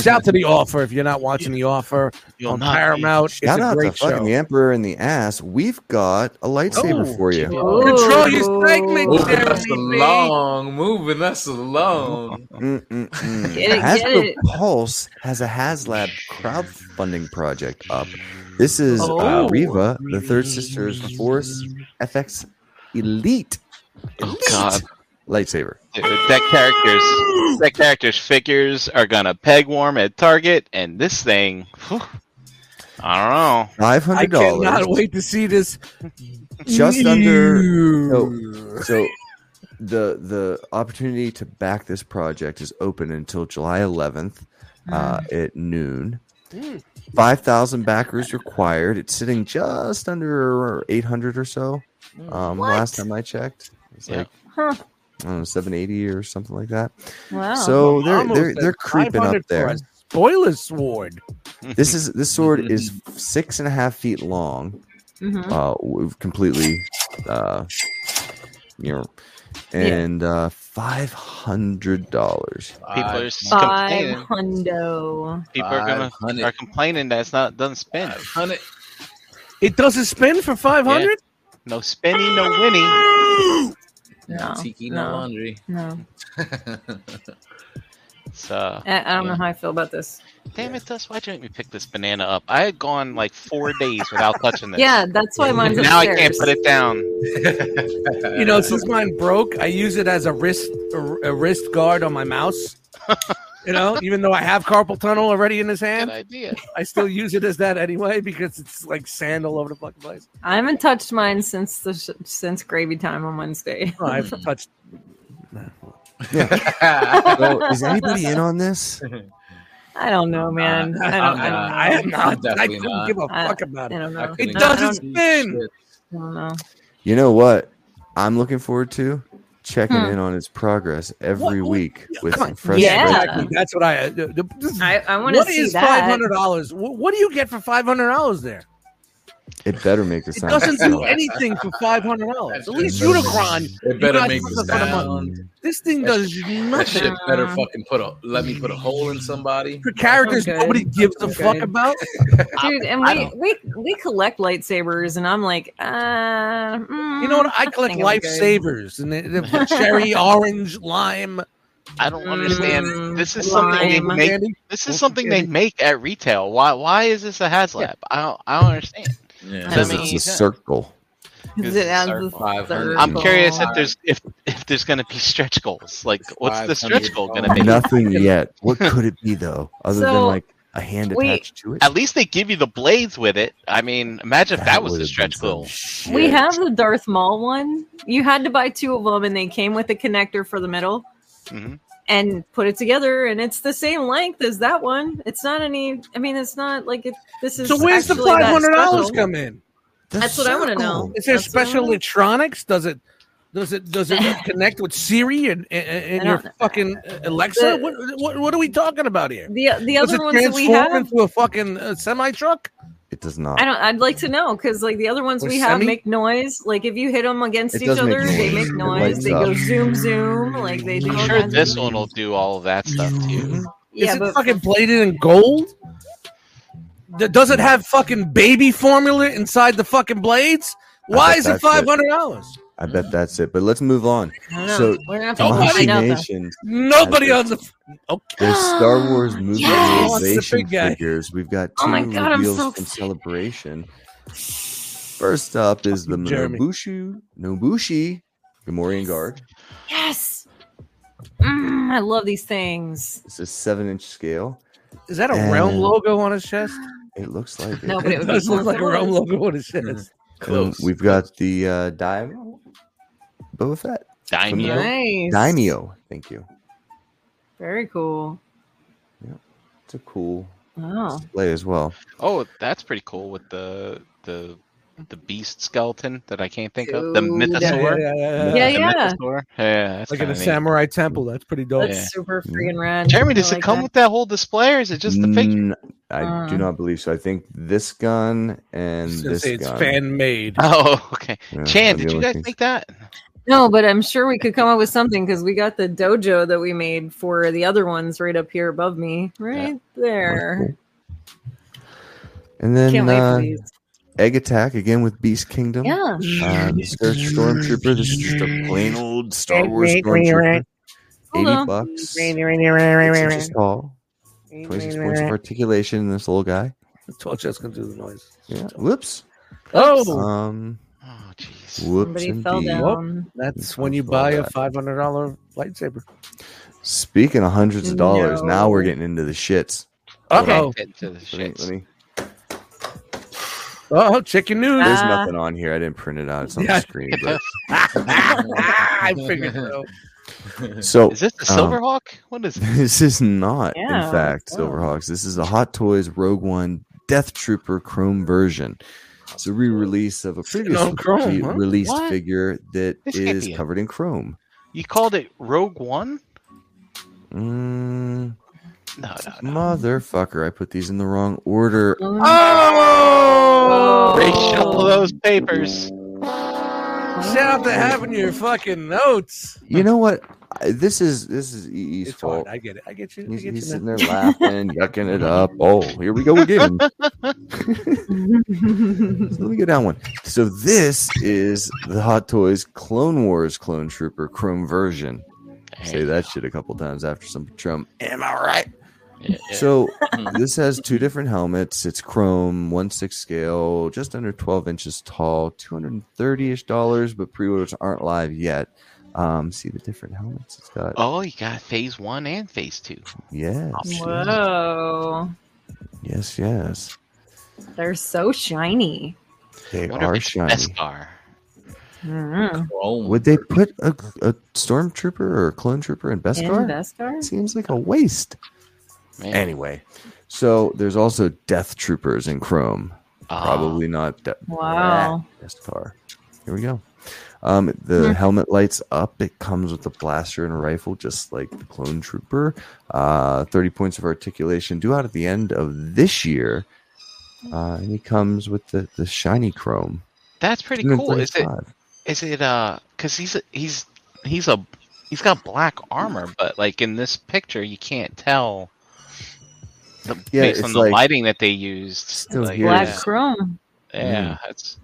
Shout to The Offer if you're not watching The Offer You'll on not be- Paramount. It's Shout a out to great show. fucking the Emperor in the ass. We've got a lightsaber Oh. for you. Control your segment, Ooh. (laughs) Moving us Jeremy. along, moving us along. Mm, mm, mm. Get it, get Hasbro it. Pulse has a HasLab crowdfunding project up. This is Oh. uh, Riva, the third sister's Force FX Elite (laughs) Oh God, lightsaber. Dude, that character's that character's figures are gonna peg warm at Target, and this thing, whew, I Five I hundred cannot dollars. wait to see this. Just under- Oh, Ew. So the the opportunity to back this project is open until July 11th uh, at noon. Mm. Five thousand backers required. It's sitting just under eight hundred or so. Um, What? last time I checked, it's Yeah. like Huh. I don't know, 780 or something like that. Wow. so oh, they're Almost they're at they're creeping up 500 for there. a Spoiler sword. don't know. This is this sword is six and a half feet long, Mhm. uh, w- completely, uh, you know, and uh, five hundred dollars. people are s- Five complaining. hundo. People are gonna 500. are complaining that it's not doesn't spin. Hundred. It doesn't spin for 500? No spinning, no winning. No, Tiki, no. no (laughs) laundry. No, So I, I don't know how I feel about this. damn it, Dust, why'd you make me pick this banana up? I had gone like four days (laughs) without touching this. Yeah, that's why mine's Now I upstairs. can't put it down. You know, since mine broke, I use it as a wrist a, a wrist guard on my (laughs) mouse. You know, even though I have carpal tunnel already in this Good hand, idea. I still use it as that anyway because it's like sand all over the fucking place. I haven't touched mine since the sh- since gravy time on Wednesday. (laughs) Oh, (laughs) I've touched. So is anybody in on this? I don't know, man. I don't, I'm I not. don't know. I am I'm not. I definitely couldn't not. give a I- fuck about I it. don't I know. couldn't It even I doesn't don't, spin. Shit. I don't know. You know what? I'm looking forward to checking Hmm. in on its progress every What- what- week with Come some on. fresh. Yeah. breakdown. That's what I. uh, the- the- this- I, I want to what see is that. five hundred dollars? What do you get for five hundred dollars there? It better make a It sound. doesn't do Sound. anything for five hundred dollars. At least That's- Unicron. It better guys make put the the bottom up. sound. This thing That does (laughs) That nothing shit better fucking put a let me put a hole (laughs) in somebody. for characters Okay. nobody gives a Okay. fuck about. Dude, and we, we we collect lightsabers, and I'm like, uh, mm, You know what? (laughs) I collect think I'm good. lifesavers and the, (laughs) the cherry, orange, lime. I don't understand. Mm, This is something they lime. make Andy, This is something they make at retail. Why? Why is this a HasLab? I don't. I don't understand. Yeah. Because I it's mean- a circle. (laughs) Is it as Circle. the 500. circle? I'm curious if there's if if there's gonna be stretch goals. Like, what's the stretch goal gonna be? Nothing yet. What could it be though, other than So, like a hand we- attached to it? At least they give you the blades with it. I mean, imagine if that was the would've stretch been some goal. shit. We have the Darth Maul one. You had to buy two of them, and they came with a connector for the middle. Mhm. and put it together and it's the same length as that one it's not any i mean it's not like it this is So where's the actually that five hundred dollars special. come in? That's what I wanna know. Is there That's what I special wanna- electronics? Does it does it does (laughs) it connect with Siri and and, and I your don't know. fucking Alexa? The- what, what what are we talking about here? the the Does other it ones that we transform have into a fucking uh, semi truck? It does not. i don't i'd like to know because like the other ones Or we have semi? make noise like if you hit them against It each does make other they noise. make It noise lights they up. go zoom zoom like they do I'm all sure kinds of- this one will do all of that stuff too. yeah Is it but fucking plated in gold? D- Does it have fucking baby formula inside the fucking blades? I Why bet is it that's it. five hundred dollars? I bet that's it. But let's move on. I don't know. So, we're gonna have to Nobody- find out though. Nations, Nobody bet. on the okay. there's (gasps) Star Wars movie Yes! Oh, it's the realization big guy. figures. We've got two Oh my God, I'm reveals so from excited. Celebration. First up is the Fucking Jeremy. Nobushu, Nobushi Gamorrean Guard. yes Mm, i love these things It's a seven inch scale. Is that a realm And- logo on his chest? It looks like it. No, but it It would does be look like a close. realm logo on his chest. And (laughs) Close. We've got the uh, Daimyo. Boba Fett. Daimyo. Mm-hmm. Right. nice Daimyo. Thank you. very cool It's a cool wow display as well. Oh, that's pretty cool with the the the beast skeleton that I can't think of. The Dude. mythosaur. yeah, yeah. Yeah, The yeah. mythosaur. Yeah, that's Like in a kinda neat. samurai temple. That's pretty Oh, dope. That's Yeah. super Mm-hmm. freaking rad. Jeremy, does I it like come that. with that whole display, or is it just the figure? Mm, I do Uh. not believe so. I think this gun I and was gonna this say it's gun. fan made. (laughs) (laughs) Oh, okay. Yeah, Chan, are did the you only guys things. make that? No, but I'm sure we could come up with something because we got the dojo that we made for the other ones right up here above me, right there. And then Can't wait for uh, these. Egg Attack again with Beast Kingdom. Yeah. Uh, Mr. Stormtrooper. This is just a plain old Star Wars Stormtrooper. Hold Eighty on. bucks. Six inches tall. Twenty-six points of articulation in this little guy. The torch that's gonna do the noise. Yeah. Whoops. Oh, Um. Oh, jeez. Whoops. Somebody fell indeed. down. that's Whoop. when you buy a five hundred dollar lightsaber. Speaking of hundreds of dollars, now we're No. getting into the shits. Uh Okay, oh. fit to the Let me- shits. let me- Oh, check (laughs) your news. there's Ah. nothing on here. I didn't print it out. It's on Yeah. the screen. But, (laughs) I figured so. (laughs) so Is this the Um, Silverhawk? What is it? (laughs) this is not, Yeah, in fact, wow. Silverhawks. This is a Hot Toys Rogue One Death Trooper Chrome version. It's a re-release of a previous on chrome, huh? released What? figure that This is can't be it. covered in chrome. You called it Rogue One? Mm, No, no, no. motherfucker! I put these in the wrong order. Oh, Oh, Reshuffle those papers. shout out to having your fucking notes. You know what? I, this is this is EE's It's hard. fault. I get it. I get you. I He's, get he's you. sitting man. there (laughs) laughing, yucking it up. Oh, here we go again. (laughs) So let me go down one. So this is the Hot Toys Clone Wars Clone Trooper Chrome version. Say that shit a couple times after some Trump. Am I right? Yeah, yeah. Hmm. So this has two different helmets. It's chrome, one six scale, just under twelve inches tall, two hundred and thirty ish dollars, but pre-orders aren't live yet. Um, see the different helmets it's got. oh, you got Phase One and Phase Two. Yes, yes, (laughs) Whoa. yes, yes. They're so shiny. They What are are shiny. Beskar? Mm. Chrome. Would they put a, a stormtrooper or a clone trooper in And Beskar? Beskar? Seems like a waste. Man. Anyway, so there's also Death Troopers in Chrome. Ah, Probably not de- Wow. Beskar. Here we go. Um, the Hmm. helmet lights up. It comes with a blaster and a rifle, just like the Clone Trooper. Uh, 30 points of articulation due out at the end of this year. Uh, and he comes with the, the shiny chrome. that's pretty cool. Is it? 235. Is it? Uh, because he's a, he's he's a he's got black armor, but like in this picture, you can't tell. The, Yeah, based on it's the like- lighting that they used, Still like, here. Black yeah, Chrome. yeah, that's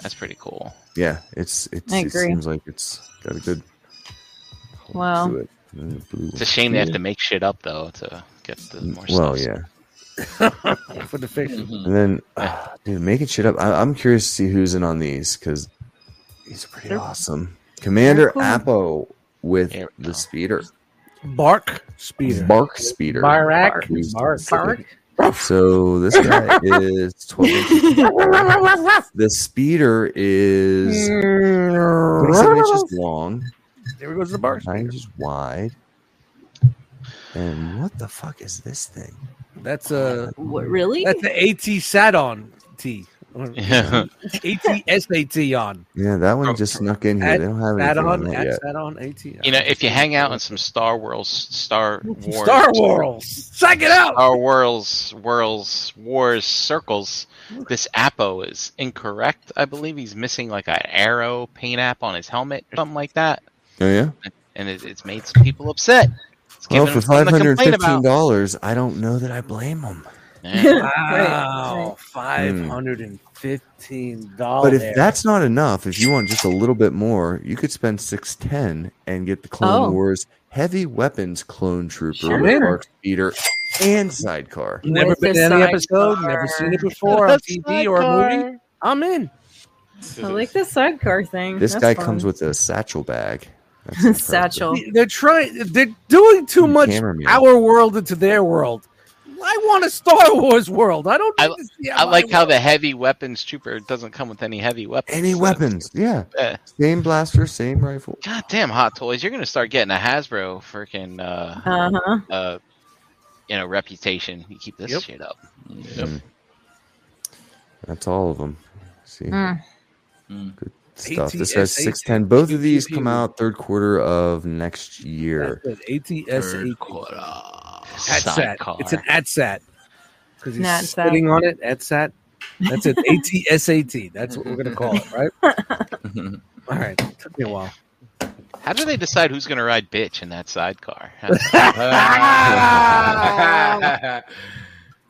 that's pretty cool. Yeah, it's, it's I it agree. seems like it's got a good. hold Wow. to it. And then the blue It's a shame they have to make shit up though to get the more stuff. Mm, Well, yeah. for the fiction. Mhm. And then, ah, dude, making shit up. I, I'm curious to see who's in on these because these are pretty They're- awesome. Commander cool. Appo with There we the go. speeder, Bark speeder. bark speeder, Barak. Who's- Bark. Bark. So this guy is 12. (laughs) inches. The speeder is Mm. 27 inches long, There goes the bark. 9 inches wide, And what the fuck is this thing? That's a What really? that's the AT sat on (laughs) T. Yeah. ATSAT on. Yeah, that Oh, one just snuck in here. At- they don't have Sat anything on, on, that at yet. sat on, AT. You know, if you hang out in some Star Wars, Star Wars, Star Wars. Check it out. Star Wars, Wars, Wars circles, this Apo is incorrect. I believe he's missing like an arrow paint app on his helmet or something like that, Oh yeah. and it, it's made some people upset. It's Well, given for them something five to hundred complain fifteen about. dollars, I don't know that I blame them. Yeah. Wow, five Mm. hundred and fifteen dollars. But if that's not enough, if you want just a little bit more, you could spend six ten and get the Clone Oh. Wars heavy weapons clone trooper, Sure. with Mark Speeder, and sidecar. never With been the in any sidecar. episode, never seen it before on TV or a movie, I'm in. I like the sidecar thing. This Mm, That's guy fun. comes with a satchel bag. That's impressive. (laughs) satchel. They're trying. They're doing too much Camera mule. our world into their world. I want a Star Wars world. I don't. I- need to see I like my how world- the heavy weapons trooper doesn't come with any heavy weapons. Any So- weapons? Yeah. Yeah. Same blaster, same rifle. God damn hot toys! You're gonna start getting a Hasbro freaking uh, Uh huh. uh, you know reputation. You keep this Yep. shit up. Hmm. That's all of them. See, Mm. Mm. good stuff. This has ATSAT. six ten. Both of these come ATP. out third quarter of next year. (laughs) (laughs) That's it, Third ATSAT. quarter. (laughs) ATSAT. It's an ATSAT because he's Not sat. sitting on it. ATSAT. That's (laughs) it. ATSAT. That's what we're gonna call it, right? All right. Took me a while. How do they decide who's gonna ride bitch in that sidecar?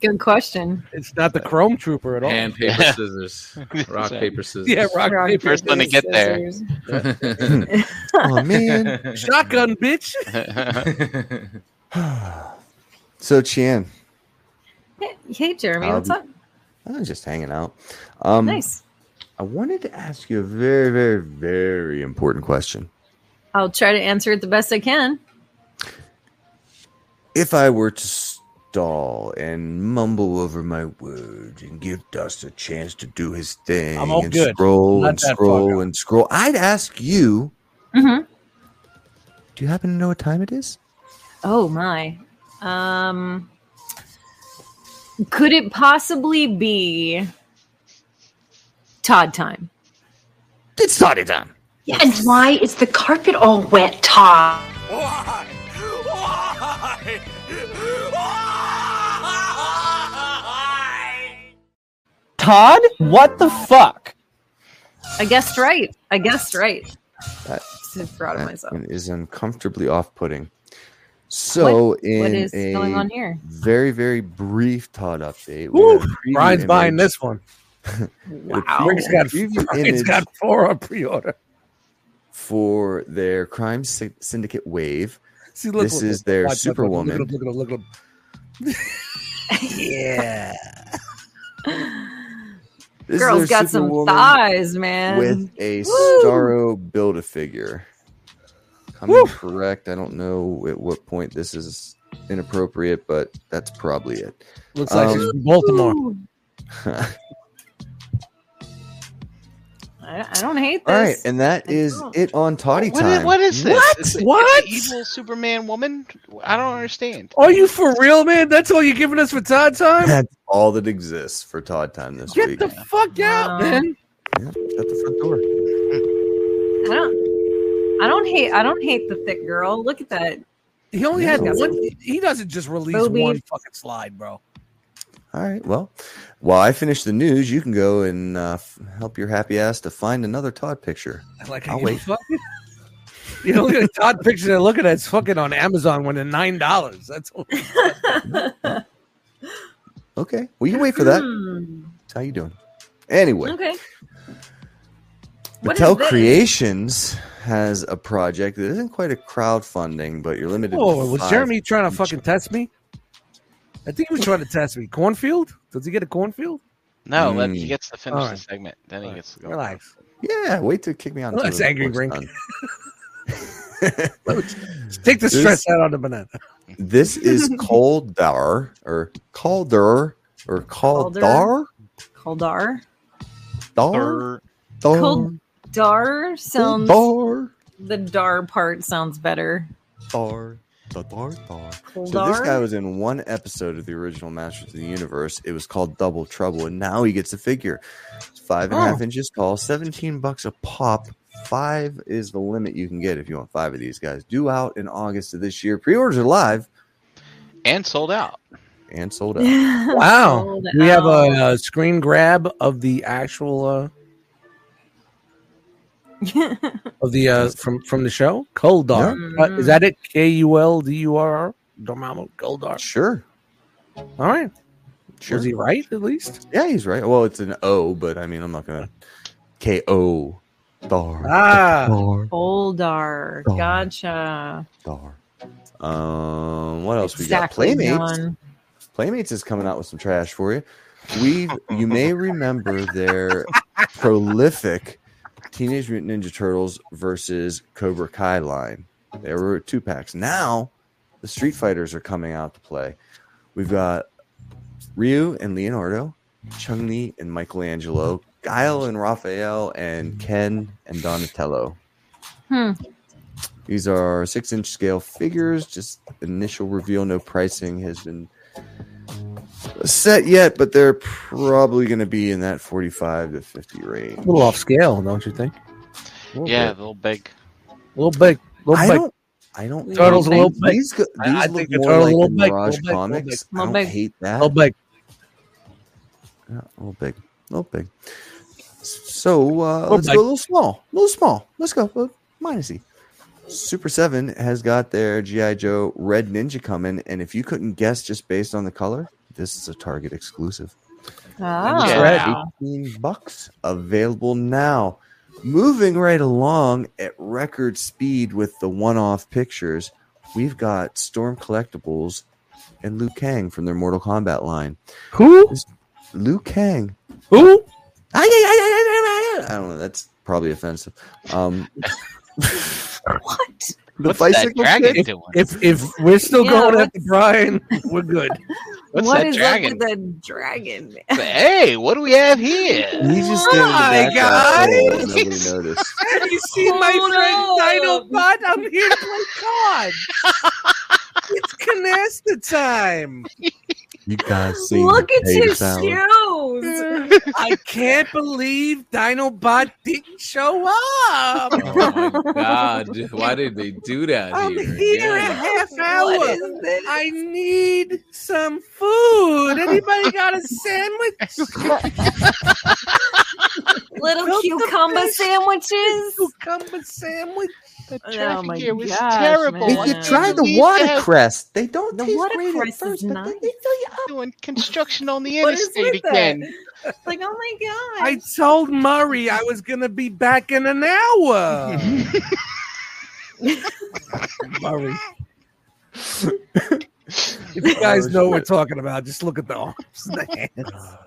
Good question. It's not the Chrome Trooper at all. Hand paper (laughs) Yeah. scissors. Rock paper scissors. yeah, rock, Rock, paper. First one to scissors, get there. scissors. (laughs) oh man. (sighs) Shotgun, bitch. (laughs) so Chan, Hey, hey, Jeremy, Um, what's up? I'm just hanging out. Um, Nice. I wanted to ask you a very, very, very important question. I'll try to answer it the best I can. If I were to stall and mumble over my words and give Dust a chance to do his thing I'm all and good. scroll Not and that far scroll gone. and scroll, I'd ask you, hmm do you happen to know what time it is? Oh my. Um could it possibly be Todd time? It's Toddy time. And why is the carpet all wet, Todd? Why? Why? Why? Todd, what the fuck? I guessed right. I guessed right. That- Just proud of That myself. one is uncomfortably off-putting. So in What is a going on (laughs) here? very, very brief Todd update. we Woo! had a preview Brian's buying image- this (laughs) one. Wow. Rick's got, Preview Rick's image. got four on pre-order. for their crime sy- syndicate wave. See, look, This look, is look, their watch, look, look, look, Superwoman. Look, look, look, look, look, look. yeah, This is Girl's their got some Superwoman thighs, man. with a Woo! Starro build a figure. Coming Woo! correct. I don't know at what point this is inappropriate, but that's probably it. (laughs) looks like she's Um, from Baltimore. Ooh. I, I don't hate this. All right, and that I is don't- it on Toddy What time. is, what is this? What? It's- it's What? Oh. the evil Superman woman? I don't understand. Are you for real, man? That's all you're giving us for Todd time? (laughs) That's all that exists for Todd time this Get week. the fuck out, Wow. man! Yeah, shut the front door. I don't I don't hate I don't hate the thick girl. Look at that. He only had No. one. He doesn't just release Bobby. one fucking slide, bro. All right. Well, while I finish the news, you can go and uh, f- help your happy ass to find another Todd picture. I Like, I'll you wait. Fucking, (laughs) you know, look at the Todd picture they're looking at. It's fucking on Amazon when they're nine dollars. That's all. Okay. Well, you wait (laughs) for that. Hmm. That's how you doing? Anyway, Okay. What is Mattel this? Creations has a project that isn't quite a crowdfunding, but you're limited. Oh, to was five. Jeremy trying to fucking test me? I think he was trying to test me. Cornfield? Does he get a cornfield? No, let, Mm. he gets to finish All right. the segment. Then he All right. gets to go. Relax. Yeah, wait to kick me out. Well, that's until the angry record's Brink. done. Take the This- stress out on the (laughs) banana. (laughs) (laughs) this is Caldar or Calder or Caldar. Koldar. Dar. Or- Dar. Cald- Dar sounds Dar. the dar part sounds better. Dar. Tatartar. So this Koldar? guy was in one episode of the original Masters of the Universe. It was called Double Trouble, and now he gets a figure. It's five and a half inches tall, seventeen bucks a pop. Five is the limit you can get if you want five of these guys. Due out in August of this year. Pre-orders are live and sold out. and sold out. (laughs) Wow. Sold We have out. a, uh screen grab of the actual uh, of the uh, from from the show. Koldar. Yeah. Uh, is that it? K U L D U R R. Dormammu Koldar. Sure, All right. sure. Was he right at least? yeah, he's right. Well, it's an O, but I mean, I'm not gonna K O. Dar, Ah. dar, Koldar. Oh. Gotcha. dar. Um, what else we got? Exactly, Playmates. John. Playmates is coming out with some trash for you. We, you may remember their prolific Teenage Mutant Ninja Turtles versus Cobra Kai line. There were two packs. Now the Street Fighters are coming out to play. We've got Ryu and Leonardo, Chung Li and Michelangelo, Guile and Raphael, and Ken and Donatello. Hmm. These are six inch scale figures. Just initial reveal. No pricing has been set yet, but they're probably going to be in that 45 to 50 range. A little off scale, don't you think? Oh, yeah, a little big. A little big. little I big. don't. I don't. Turtle's a little these big. These, go, I- these I look think the more turtle's a like little the big, Mirage little big, little big, comics. I little don't big. hate that. little big. Yeah, a little big, a little big. So uh, let's big. go a little small, a little small. Let's go uh, minusy. Super Seven has got their GI Joe Red Ninja coming, and if you couldn't guess just based on the color, this is a Target exclusive. Ah. Yeah. Wow. 18 bucks available now. Moving right along at record speed with the one-off pictures, we've got Storm Collectibles and Liu Kang from their Mortal Kombat line. Who? Liu Kang Who? Ay, ay, ay, ay, ay, ay, ay. I don't know. That's probably offensive. Um, What? the What's that bicycle dragon kick? doing? If if we're still Yeah, going let's- after Brian, we're good. What's What that is dragon? up with that dragon? (laughs) hey, what do we (laughs) have here? He just did Oh My God. (laughs) Nobody noticed. Have you seen my Hold friend Dinobot? I'm here to play God. it's canasta time. You guys seen Look at Potato his Salad? shoes. I can't believe Dinobot didn't show up. Oh my god, dude, why did they do that I'm here? here Yeah. at (laughs) half What hour. is this? I need some food. Anybody got a sandwich? Little Milk the cucumber fish. sandwiches. Cucumber sandwich. The Oh traffic my here was gosh, terrible. man. If you Yeah. try the We have watercress, they don't The taste great watercress at is first, but then nice. they fill you up. doing construction on the What is interstate with that? again. It's like, oh my god. I told Murray I was gonna be back in an hour. Murray. if you guys know what we're talking about, just look at the arms. and the hands.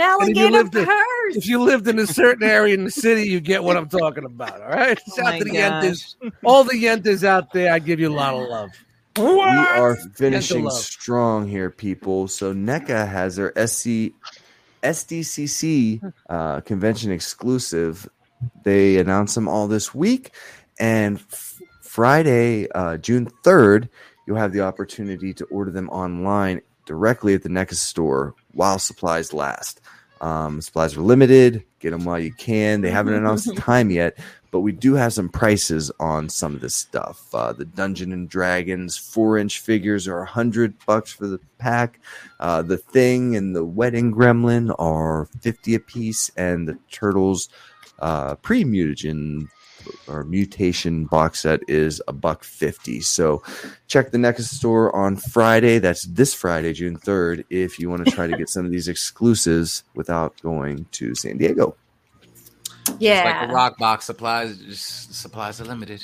if you alligator lived it- purse. If you lived in a certain area in the city, you get what I'm talking about. All right. (laughs) Oh Shout my out to the gosh. (laughs) Yentas. All the Yentas out there, I give you a lot of love. We are Gentle finishing love. strong here, people. So NECA has their SC SDCC uh, convention exclusive. They announced them all this week, and f- Friday, uh, June third, you'll have the opportunity to order them online directly at the NECA store while supplies last. Um, supplies are limited. Get them while you can. They haven't announced the time yet, but we do have some prices on some of this stuff. Uh, the Dungeon and Dragons four inch figures are a hundred bucks for the pack. Uh, the Thing and the Wedding Gremlin are fifty apiece, and the Turtles uh, pre mutagen or mutation box set is a buck fifty. So check the NECA store on Friday. That's this Friday, June third, if you want to try to get some of these exclusives without going to San Diego. It's yeah. like the rock box supplies just supplies are limited.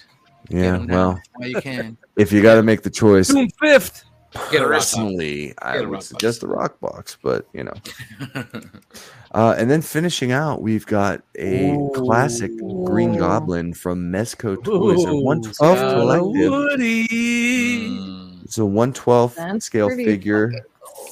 Get Yeah, them now well, while you (laughs) can. if you got to make the choice, June 5th. Get a rock box. personally, I Get a rock would box. suggest the rock box, but you know. Uh, and then finishing out, we've got a classic Green Ooh. Goblin from Mezco Toys, a Ooh, 112 Scout collective. Woody. Mm. It's a 112 That's scale pretty figure,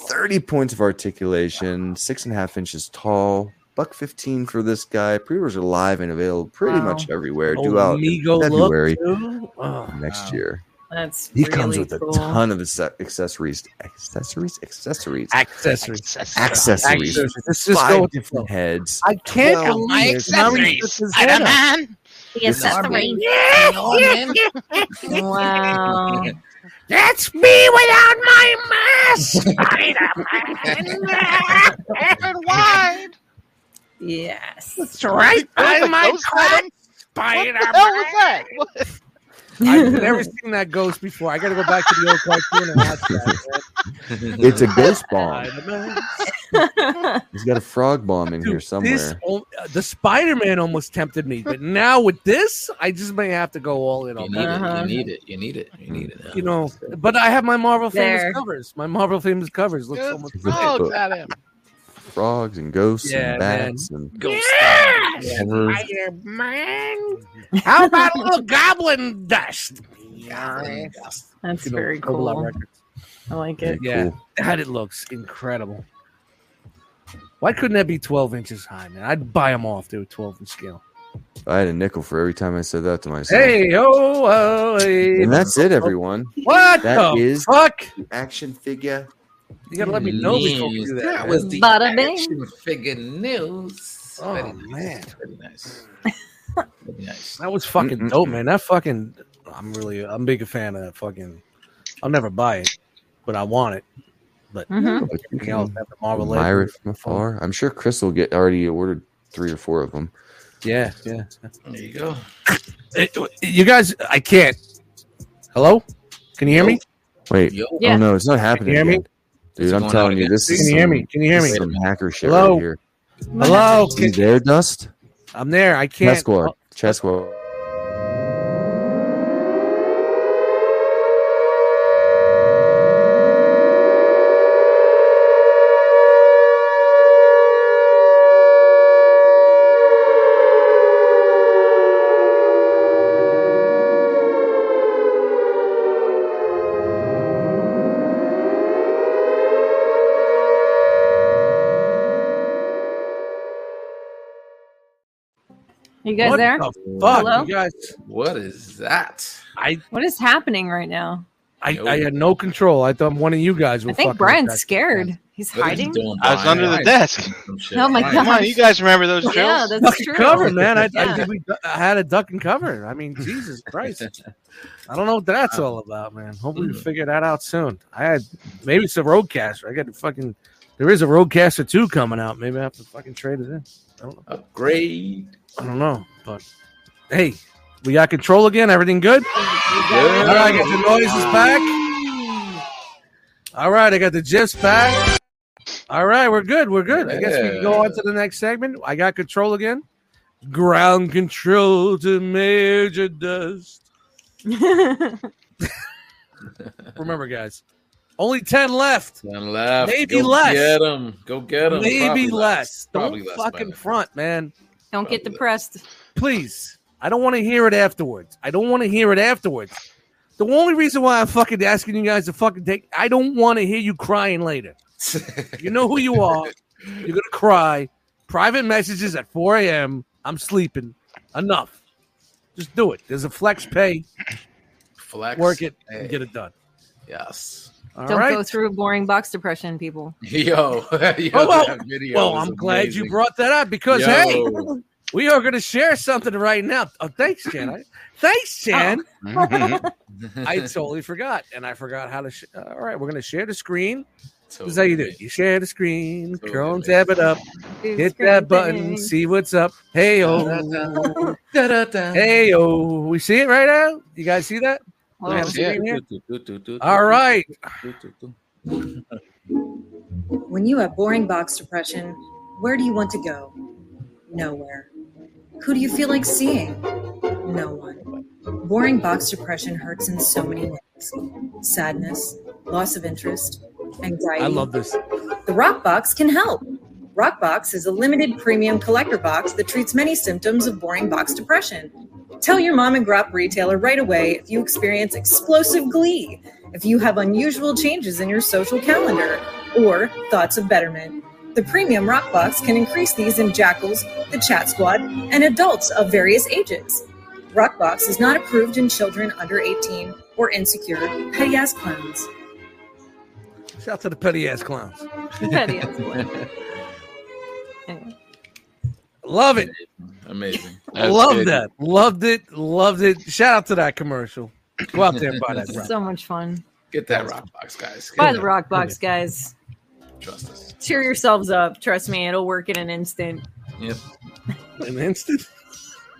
30 points of articulation, six and a half inches tall, buck 15 for this guy. Pre orders are live and available pretty Wow. much everywhere, Oh, due out Mego look, February too. Oh. next Wow. year. That's He really comes with cool. a ton of acce- accessories. Accessories? Accessories. Accessories. accessories. Accessories. Let's just Five go with the flow. different heads. I can't Well, believe My this. Now he puts accessories. his head up. Spider-Man. The This is accessory. (laughs) Wow. That's me (laughs) without my mask. And wide. Yes. right. (laughs) behind my back. What the hell was that? What- (laughs) I've never seen that ghost before. I got to go back to the old cartoon and watch (laughs) that. (laughs) It's a (laughs) ghost bomb. Spider-Man. He's got a frog bomb in Dude, here This, somewhere. oh, uh, the Spider Man almost tempted me, but now with this, I just may have to go all in You on need that. Uh-huh. it. You need it. You need it. You need it. You know, but I have my Marvel There. famous covers. My Marvel famous covers look so much. Good much better. frogs at him. Frogs and ghosts Yeah, and bats and Ghost. ever. Spider-Man. How about a little goblin dust? Yeah, That's You know, very Purple Love cool. Records. I like Yeah, it. Yeah, cool. that it looks incredible. Why couldn't that be 12 inches high, man? I'd buy them off, dude. 12 inch scale. I had a nickel for every time I said that to myself. Hey, oh, oh hey. And that's it, everyone. what that the is- fuck? Action figure. You gotta let me know before you do that. man. was the Bada bing. action figure news. Oh, Very nice. man. (laughs) Very nice. Very nice. That was fucking Mm-mm-mm. dope, man. That fucking, I'm really, I'm a big fan of that fucking. I'll never buy it, but I want it. Mhm. Everything else, have the Marvel Admire it Legends. from afar. I'm sure Chris will get already ordered three or four of them. Yeah, yeah. There you go. It- you guys, I can't. Hello, can you hear me? Wait, Yo. Yeah. oh no, it's not happening. hear me? again. Dude, It's I'm going out telling you, again. this is Can you some, hear me? Can you hear this me? is some hacker shit Hello? right here. Hello, You can, there, Dust? I'm there. I Chat can't. squad. Chat squad. Mm-hmm. You guys What there? the fuck, Hello? you guys. What is that? I, What is happening right now? I, I had no control. I thought one of you guys were. I think fucking with Brian's that. scared. He's What are you hiding. doing, I was Brian? under the I- desk. some shit. Oh my Brian, (laughs) Come on, you guys remember those drills? Yeah, that's Fucking true. (laughs) cover, man. I, I, Yeah. did, we, I had a duck and cover. I mean, Jesus Christ. I don't know what that's all about, man. Hopefully, we Mm. figure that out soon. I had maybe it's a roadcaster. I got to fucking. There is a roadcaster two coming out. Maybe I have to fucking trade it in. I don't know. Upgrade. I don't know, but hey, we got control again. Everything good? Yeah. All right, I got the noises back. All right, I got the gifs back. All right, we're good. We're good. I guess we can go on to the next segment. I got control again. Ground control to Major Dust. Remember, guys, only 10 left. One left. Maybe Go less. Get him. Go get him. Maybe less. Don't by fucking now. front, man. Don't get depressed. Please. I don't want to hear it afterwards. I don't want to hear it afterwards. The only reason why I'm fucking asking you guys to fucking take, I don't want to hear you crying later. You know who you are. You're gonna cry. Private messages at 4 a.m. I'm sleeping. Enough. Just do it. There's a flex pay. (laughs) Flex. Work it Hey, and get it done. Yes. (laughs) All Don't right? go through boring box depression, people. Yo. (laughs) Oh, Yo well- that video Well, is I'm glad you amazing. (laughs) brought that up because Yo. hey, we are gonna share something right now. Oh, thanks, Jan. (laughs) I- thanks, Jan. Mhm. (laughs) I totally forgot, and I forgot how to. Sh- uh, all right, we're gonna share the screen. So This is how you do amazing. it. You share the screen. Totally Chrome tab it up. Hit that button. See what's up. Hey oh. (laughs) Hey oh. We see it right now. You guys see that? Whoa. Oh, Yeah. Yeah. All right. When you have boring box depression, where do you want to go? Nowhere. Who do you feel like seeing? No one. Boring box depression hurts in so many ways sadness, loss of interest, anxiety. I love this. The Rock Box can help. Rockbox is a limited premium collector box that treats many symptoms of boring box depression. Tell your mom and grop retailer right away if you experience explosive glee, if you have unusual changes in your social calendar, or thoughts of betterment. The premium Rockbox can increase these in jackals, the chat squad, and adults of various ages. Rockbox is not approved in children under 18 or insecure petty ass clowns. Shout out to the petty ass clowns. (laughs) Petty ass clowns. Love it. (laughs) Amazing. Love that. Loved it. Loved it. Shout out to that commercial. Go out there and buy (laughs) that. so much fun. Get that rock box, guys. Get Buy the that. rock box, guys. Trust us. Cheer yourselves up. Trust me, it'll work in an instant. Yep. rock. An instant.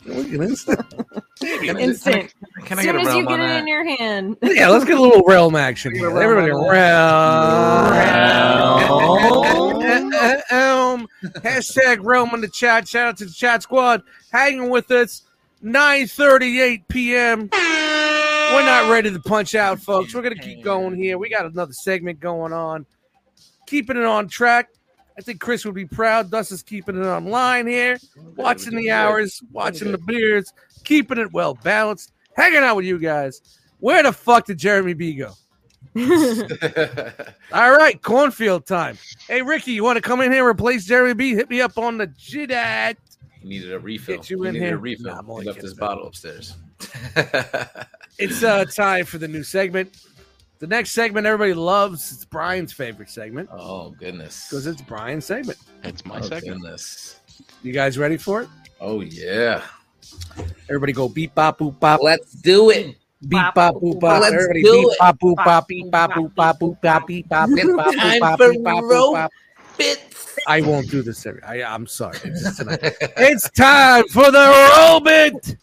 An instant. Can I- Instant. Can I, As can I soon get a as you realm get on it that? in your hand. Yeah, let's get a little realm action here. Realm Everybody, on realm. (laughs) Realm. Realm. (laughs) Hashtag realm in the chat. Shout out to the chat squad hanging with us. 9:38 p.m. We're not ready to punch out, folks. We're gonna keep going here. We got another segment going on, keeping it on track. I think Chris would be proud. Dustin's keeping it on line here, watching the hours, watching the beers, keeping it well balanced, hanging out with you guys. Where the fuck did Jeremy B go? (laughs) All right, cornfield time. Hey, Ricky, you want to come in here and replace Jeremy B? Hit me up on the jit at. He needed a refill. you he in needed here. a refill. Nah, I'm only he left kidding, his man. bottle (laughs) upstairs. It's uh, time for the new segment. The next segment everybody loves. It's Brian's favorite segment oh goodness. because it's Brian's segment. It's my oh, second. goodness. You guys ready for it? Oh yeah. Everybody go beep bop boop bop. Let's do it. Beep bop boop bop. Let's Everybody do beep it. bop boop bop beep bop boop bop boop bop beep bop boop bop boop Time bop for beep bop boop rope bop. (laughs) Bits. I won't do this. every- I, I'm sorry. It's, just tonight. It's time for the robot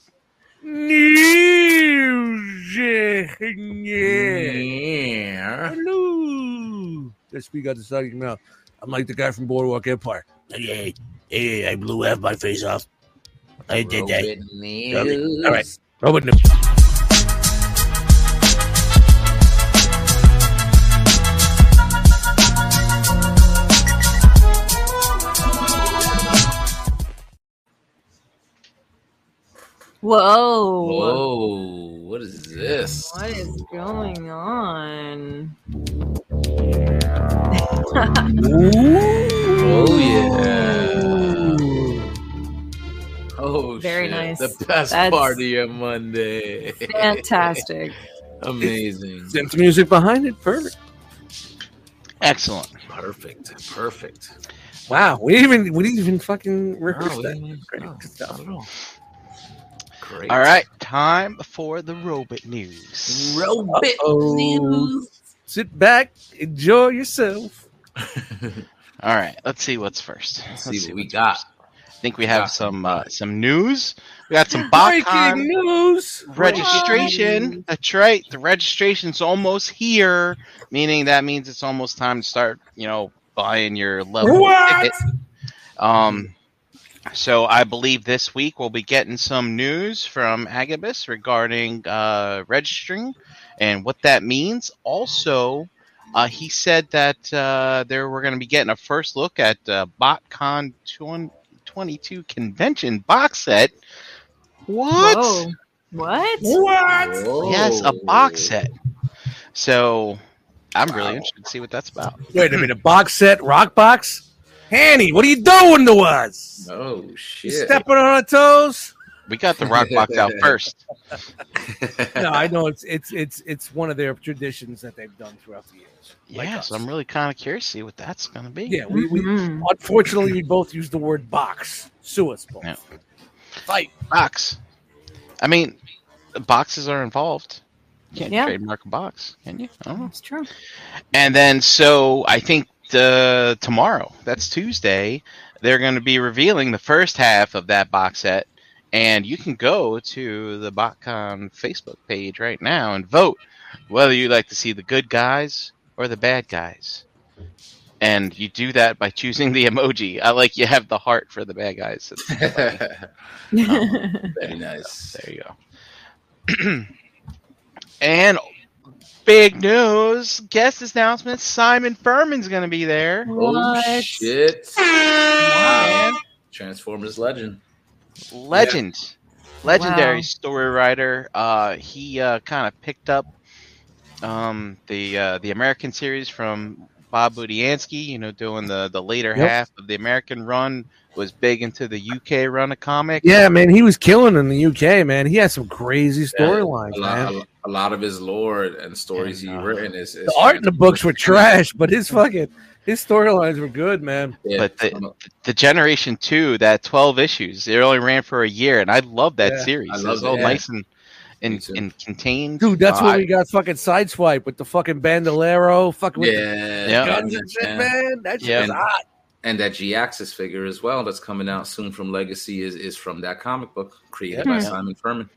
news. Yeah. Yeah. Hello. Just speak out the side of your mouth. I'm like the guy from Boardwalk Empire. Hey, hey, hey, I blew half my face off. I did that. Oh, Robin Robin. News. All right. Robot news. (laughs) Whoa. Whoa. What is this? What is going on? Oh yeah. Oh Very shit. nice. The best That's- party on Monday. Fantastic. Amazing. There's music behind it. Perfect. Excellent. Perfect. Perfect. Wow. We didn't even we didn't even fucking rehearse Oh, that. yeah, Great. no, Good stuff. not at all. Great. All right, time for the robot news. Oh. (laughs) Robit Uh-oh. news. Sit back, enjoy yourself. All right, let's see what's first. Let's Let's see what we what's got. first. I think we Got have some some uh, some news. We got some Breaking BotCon news. registration. That's right. The registration's almost here, meaning that means it's almost time to start, you know, buying your level ticket. Um so I believe this week we'll be getting some news from Agabus regarding uh, registering and what that means. Also, uh, he said that uh, there we're going to be getting a first look at uh, BotCon 20- 22 convention box set. What? Whoa. What? Whoa. Yes, a Oh. box set. So I'm really interested to see what that's about. Wait a minute, box set, rock box? Hanny, what are you doing to us? Oh You shit. stepping on our toes? We got the rock box out first. No, I know it's it's it's it's one of their traditions that they've done throughout the years. Like Yeah, us. so I'm really kind of curious to see what that's going to be. yeah, we, we Mhm. unfortunately we both use the word box. Sue us both. Yeah. Fight. box. I mean, boxes are involved. You can't Yeah. trademark a box, can you? I don't know. That's true. And then, so I think the, tomorrow, that's Tuesday, they're going to be revealing the first half of that box set. And you can go to the BotCon Facebook page right now and vote whether you like to see the good guys or the bad guys. And you do that by choosing the emoji. I like you have the heart for the bad guys. It's funny. (laughs) Very nice. There you go. (clears throat) and big news guest announcement Simon Furman's going to be there. Oh (laughs) What? (laughs) shit. Wow. Transformers legend. Legend. Legendary Wow. story writer. Uh, he uh, kind of picked up um, the uh, the American series from Bob Budiansky, you know, doing the the later Yep. half of the American run, was big into the UK run of comics. Yeah, man, he was killing in the UK, man. He had some crazy Yeah, storylines, a man. lot, a, a lot of his lore and stories he written is, is the art in the books were trash, but his fucking his storylines were good, man. Yeah, But some the, of- the Generation Two, that twelve issues, it only ran for a year, and I love that Yeah, series. I It love was it, all yeah. nice and Me and, too. and contained. Dude, that's Uh, when I- we got fucking sideswipe with the fucking bandolero, fucking with the yeah, Uh, Yeah. guns and shit, yeah. man. That shit Yeah. was hot. and that G Axis figure as well that's coming out soon from Legacy is, is from that comic book created by Yeah. Simon Furman.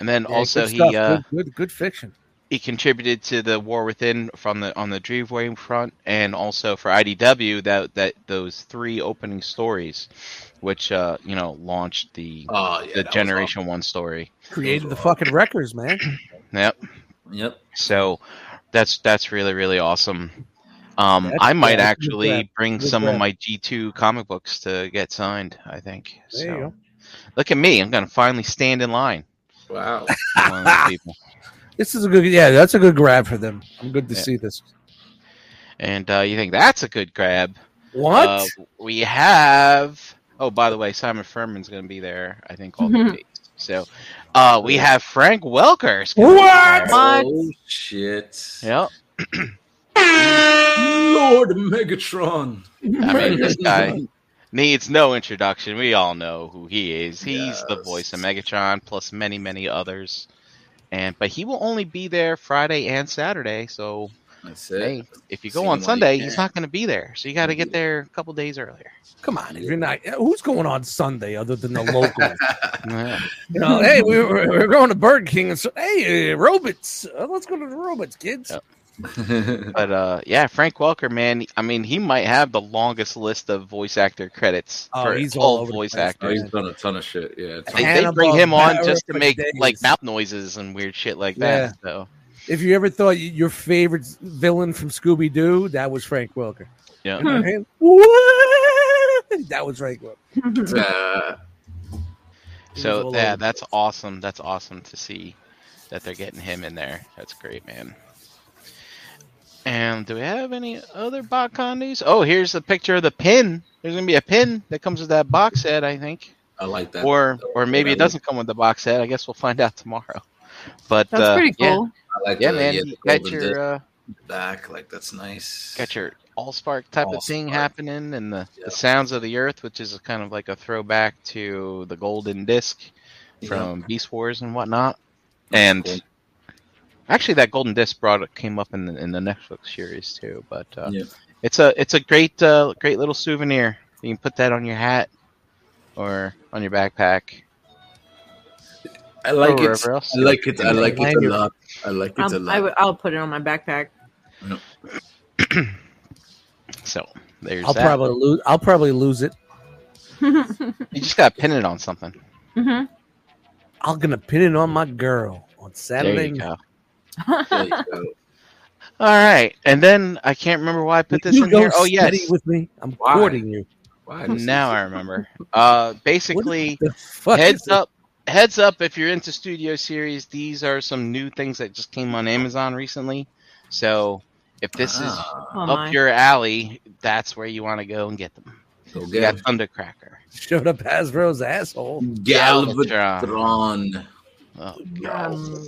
and then Yeah, also good he stuff. uh, good, good, good (clears throat) fiction. he contributed to the War Within from the on the Dreamwave front, and also for IDW that that those three opening stories, which uh, you know launched the Oh, yeah, the that was Generation One story. Created the fucking records, man. Yep. awesome. Yep. So that's that's really really awesome. Um, That's I might good. That's a good actually grab. bring Good some grab. of my G two comic books to get signed. I think. There so you go. look at me! I'm gonna finally stand in line. Wow. I'm one of those people. This is a good, yeah, that's a good grab for them. I'm good to Yeah. see this. And uh, you think that's a good grab? What? Uh, we have. Oh, by the way, Simon Furman's going to be there. I think all Mm-hmm. the Mhm. dates. So, uh, we have Frank Welker's. gonna be What? there. What? Oh shit. Yep. Lord Megatron. I (laughs) mean, this guy needs no introduction. We all know who he is. He's the voice of Megatron, plus many, many others. And but he will only be there Friday and Saturday. So That's it. hey, if you go See on why Sunday, you he's can't. not going to be there. So you got to get there a couple days earlier. Come on, if you're not, who's going on Sunday other than (laughs) the local? Yeah. You know, hey, we were, we were going to Burger King, and so hey, uh, robots, uh, let's go to the robots, kids. Yeah. But uh, yeah, Frank Welker, man. I mean, he might have the longest list of voice actor credits Oh, for he's all all over the voice place, (laughs) oh, actors. he's done a ton of shit. Yeah. They, they Hannibal, bring him on Power just to for make Days. like mouth noises and weird shit like that. So If you ever thought y- your favorite villain from Scooby Doo, that was Frank Welker. yeah, You know him? What? That was Frank Welker. Uh, He was so all yeah, over the that's awesome. That's awesome to see that they're getting him in there. That's great, man. And do we have any other BotCon news? Oh, here's a picture of the pin. There's gonna be a pin that comes with that box set, I think. I like that. or or maybe I it doesn't come with the box set. I guess we'll find out tomorrow. But That's uh, pretty yeah, cool. I like yeah, the- man, yeah, you the got golden your disc uh, back. Like that's nice. got your all spark type of thing Allspark. happening, and the, Yeah. the sounds of the earth, which is kind of like a throwback to the golden disc Yeah. from Beast Wars and whatnot. And cool. actually, that golden disc brought came up in the in the Netflix series too. But uh, Yeah. it's a it's a great uh, great little souvenir. You can put that on your hat or on your backpack. I like or it. wherever else. I like it. I like it a Lanyard. lot. I like it a Um, I lot. w- I'll put it on my backpack. (laughs) So there's I'll that. probably lose. I'll probably lose it. You just got to pin it on something. hmm I'm gonna pin it on my girl on There Saturday. you go. Oh There (laughs) you go. All right, and then I can't remember why I put this you in go here. Oh steady yes, with me. I'm Why? courting you. Wow, this is- now I remember. Uh, What basically, the fuck is heads this? up, heads up. If you're into studio series, these are some new things that just came on Amazon recently. So if this is Ah, Oh, up my. your alley, that's where you want to go and get them. go You get got Thundercracker. Showed up Hasbro's asshole. Galvatron. Oh, Um,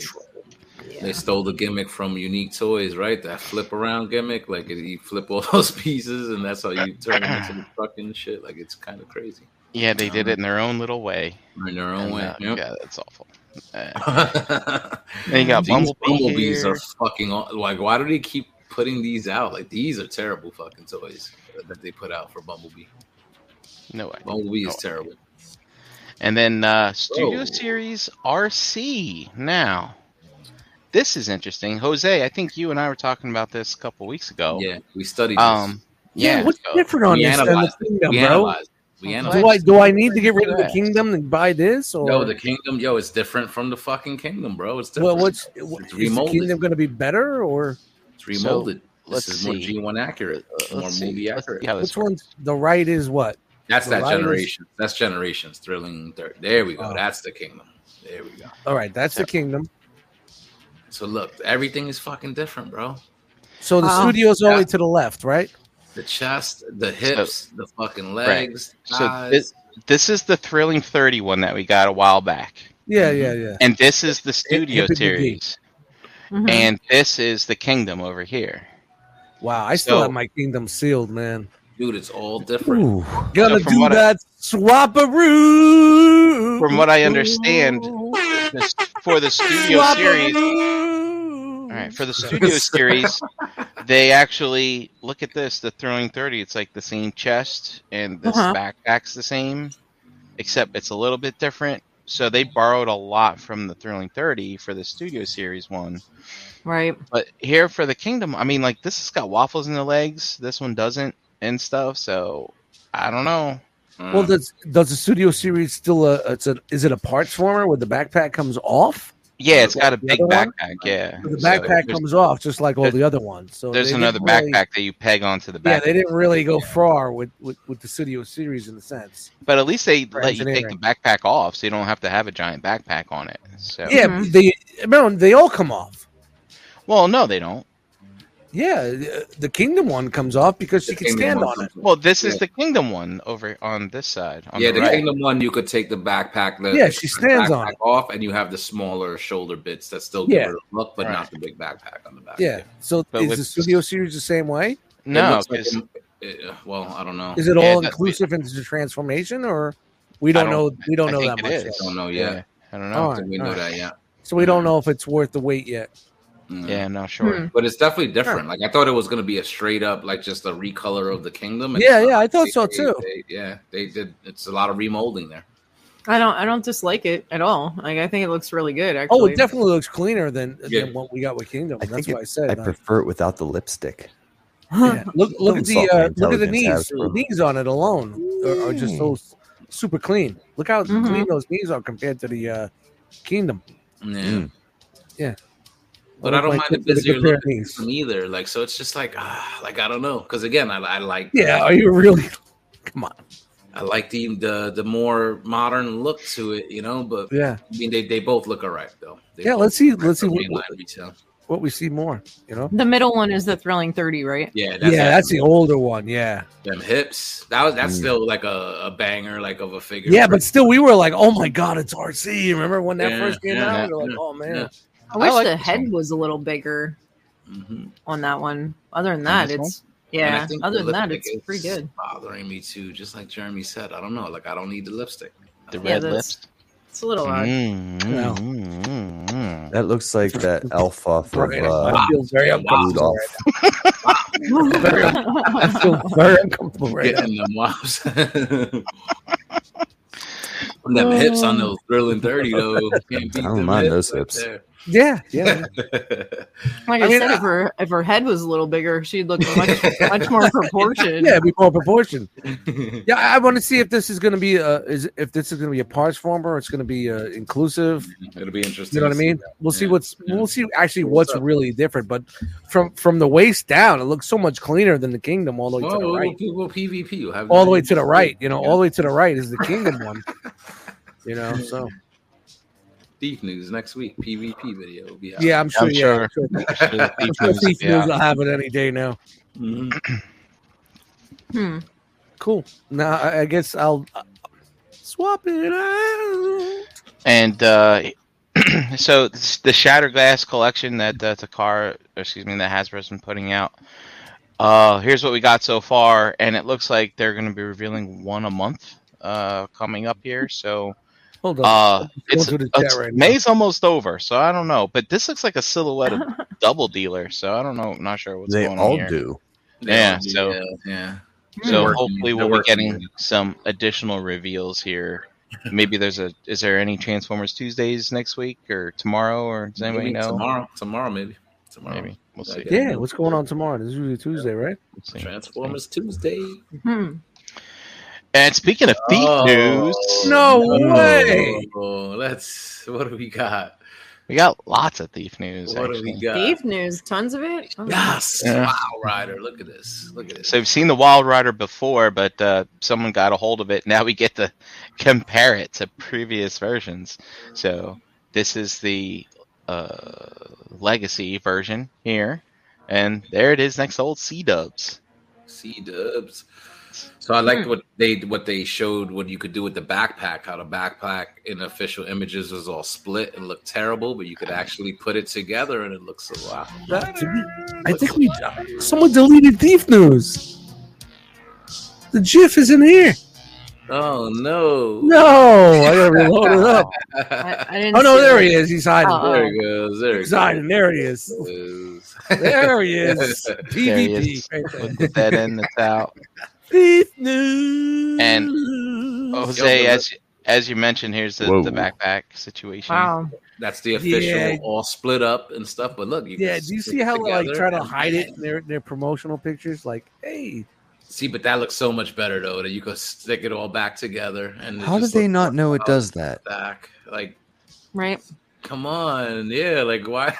They stole the gimmick from Unique Toys, right? That flip around gimmick, like you flip all (laughs) those pieces, and that's how you turn them (clears throat) into the fucking shit. Like it's kind of crazy yeah, they did it in their own little way. in their own And, way. uh, yep. Yeah, that's awful. Uh, and (laughs) you got (laughs) these Bumblebee bumblebees here. are fucking aw- like. Why do they keep putting these out? Like these are terrible fucking toys that they put out for Bumblebee. no way. Bumblebee is Oh. terrible. And then uh, Studio Whoa. Series RC. Now, this is interesting. Jose, I think you and I were talking about this a couple weeks ago. Yeah, we studied. This. oh. Um, yeah. what's so- different on we this than the analyzed kingdom, we bro? analyzed. We Do analyzed. Do I do I need to get rid of the Yeah. kingdom and buy this? Or Yo, the kingdom, yo, it's different from the fucking kingdom, bro. It's different. well, what's is it's the remolded. kingdom going to be better or It's remolded. let's this is see. Uh, more G1 accurate, Let's more see. movie Let's accurate. see how this which one's the right is what? That's The that writers- generation. That's generations. Thrilling dirt. There we go. Oh. That's the kingdom. There we go. All right, that's the Yeah. kingdom. So look, everything is fucking different, bro. So the Uh-huh. Wow. studio's Yeah. only to the left, right? The chest, the hips, the fucking legs. Oh. So thighs. this, this is the thrilling 30 one that we got a while back. Yeah, yeah, yeah. And this is the studio Hippity Dee. series. Mhm. And this is the kingdom over here. Wow, I still So- have my kingdom sealed, man. dude, it's all different. Gonna So from do what I- that swaparoo. From what I understand, this, for the studio series, All (laughs) right, for the studio series, they actually look at this. The throwing thirty, it's like the same chest, and this Uh-huh. backpack's the same, except it's a little bit different. So they borrowed a lot from the thrilling thirty for the studio series one, Right. but here for the kingdom, I mean, like this has got waffles in the legs. This one doesn't, and stuff. So I don't know. Mm. Well, does does the studio series still a it's a is it a parts former where the backpack comes off? Yeah, it's got a The big other one? backpack. Yeah, The So backpack there's- comes off just like all there's- the other ones. So There's they another didn't really- backpack that you peg onto the Yeah, back. they didn't really go far with, with, with the studio series in a sense. But at least they For let you take the engineering. backpack off, so you don't have to have a giant backpack on it. So Yeah, Mhm. they remember they all come off. Well, no, they don't. Yeah, the- the kingdom one comes off because she The can kingdom stand one on it. comes- Well, this is Yeah. the kingdom one over on this side. On yeah, the the right. kingdom one, you could take the backpack. The, Yeah, she stands on backpack it. off, and you have the smaller shoulder bits that still give Yeah. her a look, but Right. not the big backpack on the back. Yeah. So But is with- the studio series the same way? It No, looks like 'cause- it- it- well, I don't know. Is it Yeah, all that's- inclusive into the transformation, or we I don't, know? don't- We don't I know think that it much. is. yet. I don't know yeah. yet. I All don't know. right, So we all know right. that yet. So we don't know if it's worth the wait yet. Oh. Mm. Yeah, I'm not sure. Hmm. But it's definitely different. Like I thought it was gonna be a straight up, like just a recolor of the kingdom. and Yeah, it's yeah, not. I thought They- so, they- too. they- yeah, they did. It's a lot of remolding there. I don't. I don't dislike it at all. Like I think it looks really good. Actually. Oh, it definitely looks cleaner than, Yeah. than what we got with Kingdom. I That's think it- why I said. I uh, prefer it without the lipstick. yeah. Look, look at the insult my uh, look at the intelligence, Mm. knees. The Hasbro. knees on it alone are, are just so s- super clean. Look how Mhm. clean those knees are compared to the uh, Kingdom. Yeah. Mm. Yeah. But I Like don't my mind the kids with a busier good pair look of knees. (laughs) either. Like so, it's just like ah, like I don't know. Because again, I, I like Yeah, are you really? (laughs) Come on. I like the, the the more modern look to it, you know. But Yeah, I mean, they, they both look alright though. They yeah. both Let's see. look Let's see like what, mainline retail. what we see more. You know. The middle one is the thrilling thirty, right? Yeah, that's Yeah, it. that's the older one. Yeah. them hips. That was that's Mm. still like a, a banger, like of a figure. Yeah, but still, we were like, "Oh my god, it's RC!" Remember when that Yeah, first came yeah, out? We were like, yeah, "Oh man, yeah. I wish like the this head one. was a little bigger Mhm. on that one. Other than On that, this it's And I yeah. think the Other than that, lipstick it's pretty is good. Bothering me too, just like Jeremy said. I don't know. Like I don't need the lipstick. The Yeah, red that's- lips. It's a little odd. (laughs) Mm, mm, No. mm, mm, (laughs) mm. That looks like that elf off of Right. uh, I feel very uncomfortable. Rudolph. I feel very (laughs) uncomfortable right now." Getting them wops. (laughs) them hips on those thrilling thirty though. Can't beat I don't them mind those right hips. there. Yeah, yeah. (laughs) like I, I mean, said, I- if her if her head was a little bigger, she'd look much much more (laughs) proportioned. Yeah, it'd be more proportion. Yeah, I want to see if this is going to be a is if this is going to be a parts former. It's going to be uh, inclusive. It'll be interesting. You know what I to see. mean? We'll see Yeah, what's yeah. we'll see actually what's up? really different. But from from the waist down, it looks so much cleaner than the Kingdom all the way to the Whoa, right. we'll- we'll PvP. We'll have All the way to the right, you know, all the way to the right is the Kingdom one. You know, so (laughs) Thief news next week. PvP video will be out. yeah, I'm sure. I'm yeah, sure. I'm sure. Deep I'm sure roots, Thief News yeah. will have it any day now. Mhm. Hmm. Cool. Now I I guess I'll uh, swap it out. And uh, (clears throat) so this- the Shattered Glass collection that uh, Takara, or excuse me, that Hasbro's been putting out. Uh, here's what we got so far, and it looks like they're going to be revealing one a month uh, coming up here. So Hold on. uh, it's, through the chat it's- right now. May's almost over, so I don't know. But this looks like a (laughs) silhouette of Double Dealer, so I don't know. Not sure what's They going all on here. do. Yeah, Yeah, so- yeah, yeah. So They're hopefully working- we'll they're be working. getting some additional reveals here. Maybe there's a is there any Transformers Tuesdays next week or tomorrow or does anybody Maybe know? tomorrow? Tomorrow, maybe. Tomorrow. Maybe we'll see. Okay. yeah, what's going on tomorrow? This is usually Tuesday, right? We'll see. Transformers Tuesday. Hmm. And speaking of thief news, No way. Oh, let's. What do we got? we got lots of thief news. What do actually. we got? Thief news, tons of it. Oh. Yes. Yeah. Wow, Ryder. Look at this. Look at this. So we've seen the Wild Rider before, but uh, someone got a hold of it. (laughs) Now we get to compare it to previous versions. So this is the uh, legacy version here, And there it is next to old C Dubs. C dubs. Hmm. So I liked what they what they showed what you could do with the backpack. How the backpack in official images was all split and looked terrible, but you could actually put it together and it looks a lot better. I think we someone deleted Thief News. The GIF is in here. Oh no! (laughs) No, I gotta reload it (laughs) up. I, I didn't Oh no, see there it. he is. He's hiding. Uh-uh. Uh-oh. There he goes. There he He's hiding. There he is. goes. (laughs) There (laughs) he is. There he PvP. is. Right there. Put that in, that's (laughs) out. Thief News. Oh, And Jose, Yo, as as you mentioned, here's the, Whoa. the backpack situation. Wow. (laughs) That's the official, Yeah. all split up and stuff. But look, you yeah, can do you stick see how it like together try to and- hide it in their their promotional pictures? Like, hey, See, but that looks so much better though that you could stick it all back together. And it How did just they looks not know it out does that? back? Like, Right. come on, yeah, like why?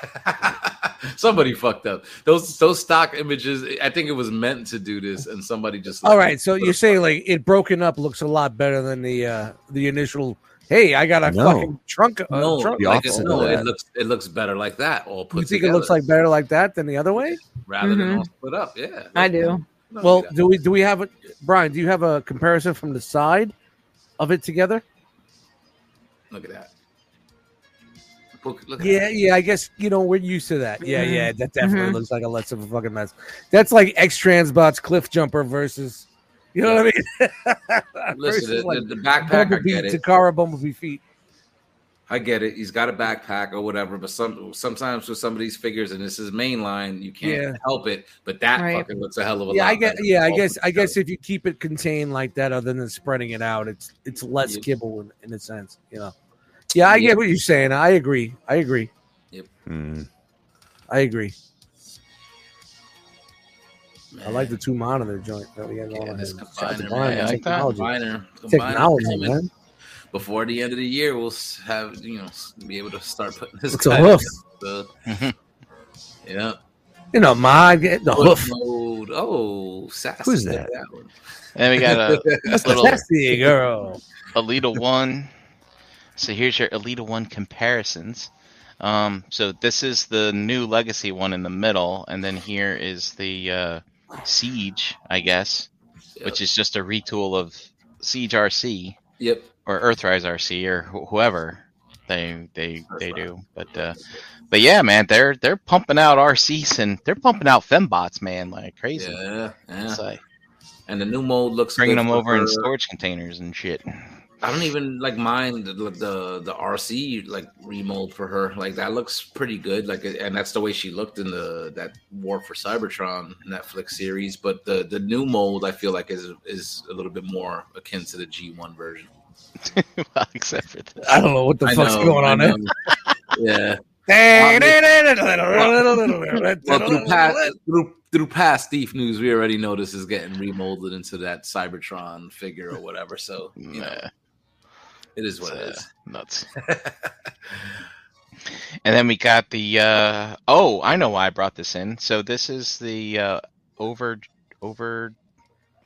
(laughs) somebody fucked up those those stock images. I think it was meant to do this, and somebody just all right. So put a you're saying like it broken up looks a lot better than the uh the initial. Hey, I got a No. fucking trunk. Uh, no, trunk. the like, opposite no, of it that. looks it looks better like that. All put You think together it looks like better like that than the other way? rather than Mhm. all split up. Yeah, I do. No, Well, yeah. do we do we have a Brian? Do you have a comparison from the side of it together? look at that. Look, look at Yeah, yeah. I guess you know we're used to that. Yeah, Mhm. yeah. That definitely Mhm. looks like a less of a fucking mess. That's like X Transbots Cliff Jumper versus. You know what I mean? (laughs) Listen, Versus, the, like, the, the backpack, I Bumblebee, get it. Takara Bumblebee feet. I get it. He's got a backpack or whatever, but some sometimes with some of these figures, and this is mainline, you can't Yeah. help it. But that Right. fucking looks a hell of a Yeah, lot. I guess. better Yeah, I all guess. put I guess together. if you keep it contained like that, other than spreading it out, it's it's less Yeah. kibble in, in a sense. You know. Yeah, I Yeah. get what you're saying. I agree. I agree. Hmm. I agree. I like the two monitor joint that we got Yeah, going. this on. combiner, Combine, man. I like that. technology. Combiner, combiner Technology, coming. man. Before the end of the year, we'll s- have you know s- be able to start putting this. It's a guy hoof. together. Mhm. yeah. You know, my the hoof. Mode. Oh, sassy. Who's Look at that? one. And we got (laughs) a, That's little- sassy girl. Alita 1. So here's your Alita 1 comparisons. Um, so this is the new Legacy one in the middle, and then here is the uh, Siege, I guess, which is just a retool of Siege RC. Yep. or Earthrise RC or wh- whoever they they they do. But uh, but yeah, man, they're they're pumping out RCs and they're pumping out fembots, man, like crazy. Yeah. yeah. It's like And the new mode looks bringing good them over in for- storage containers and shit. (laughs) I don't even like mind the the, the RC like remold for her. Like that looks pretty good. Like and that's the way she looked in the that War for Cybertron Netflix series. But the the new mold I feel like is is a little bit more akin to the G one version. well, except for this. I don't know what the I fuck's know, going I on there. know. (laughs) yeah. (laughs) Well, through past through, through past thief news, we already know this is getting remolded into that Cybertron figure or whatever. So you know, Nah, it is what it it's, is. (laughs) uh, nuts. And then we got the uh, oh, I know why I brought this in. So this is the uh, over over.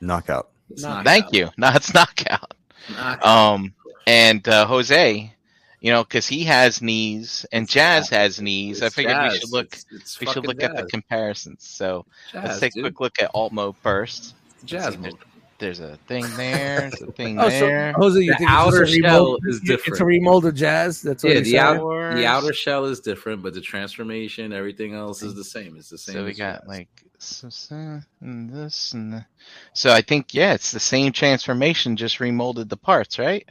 Knockout. It's No. knockout. Thank you. (laughs) No, it's knockout. Knockout. Um, and uh, Jose, you know, because he has knees and Jazz has knees. I It's figured we jazz. should look. It's- it's We should fucking look at the jazz. comparisons. So let's Jazz, take a dude. quick look at alt mode first. jazz see mode. There's a thing there. There's a thing Oh, so there. Jose, you The think it's just outer a shell remold? is It's a different. remold of jazz. That's what Yeah, you're the saying? outer, Doors. the outer shell is different, but the transformation, everything else is the same. It's the same. So we as got jazz. like so- so, and this and the- so I think yeah, it's the same transformation, just remolded the parts, right?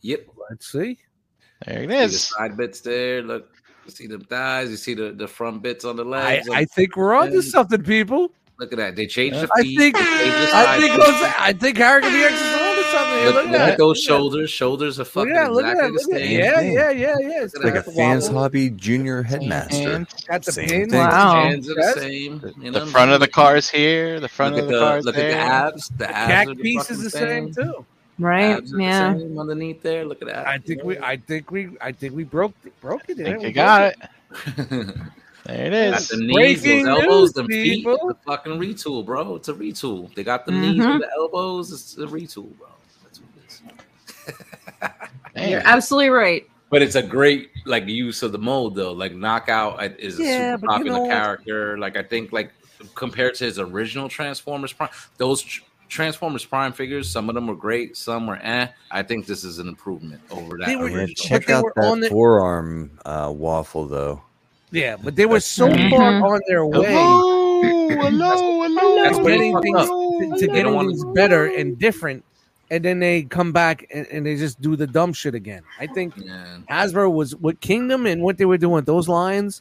yep. Let's see. There it See the is. side bits there. Look, you see the thighs. You see the, the front bits on the I, legs. I think we're on to something, people. look at that. They changed the I feet. think- they changed the I side think bits. Jose, I think Harry can be extra to something here. Look, Look, look at at that. those shoulders. Shoulders are Look fucking at that. Look at exactly that. Look at the that. same. Yeah, thing. yeah, yeah, yeah. It's It's Like a That's fans wobble. hobby junior headmaster. And Got the Same pin. thing. Wow. Hands are the That's- same. you know the what front I of the mean? cars here. The front Look of at the, cars look there. at the abs. The abs. are Cack piece is fucking the same too. Right. Abs are the Yeah. same underneath there. Look at that. I think we, I think we, I think we broke, broke it. I there. think We broke you got it. (laughs) think. There it Got is. the knees, breaking those elbows, the news, feet, people. the fucking retool, bro. It's a retool. Mm-hmm. They got the knees Mhm. and the elbows. It's a retool, bro. That's what it is. Man. You're absolutely right. But it's a great like use of the mold though. Like knockout I- is Yeah, a super but you popular know- character. Like I think like compared to his original Transformers Prime, those tr- Transformers Prime figures, some of them were great, some were eh. I think this is an improvement over that. They were- original. Yeah, but check they out were on that the- forearm uh, waffle though. Yeah, but they were so Mhm. far on their way Hello, hello, hello. That's getting Hello, things hello. to, to They getting don't wanna- things better and different, and then they come back and, and they just do the dumb shit again. I think Yeah. Hasbro was with Kingdom and what they were doing with those lines,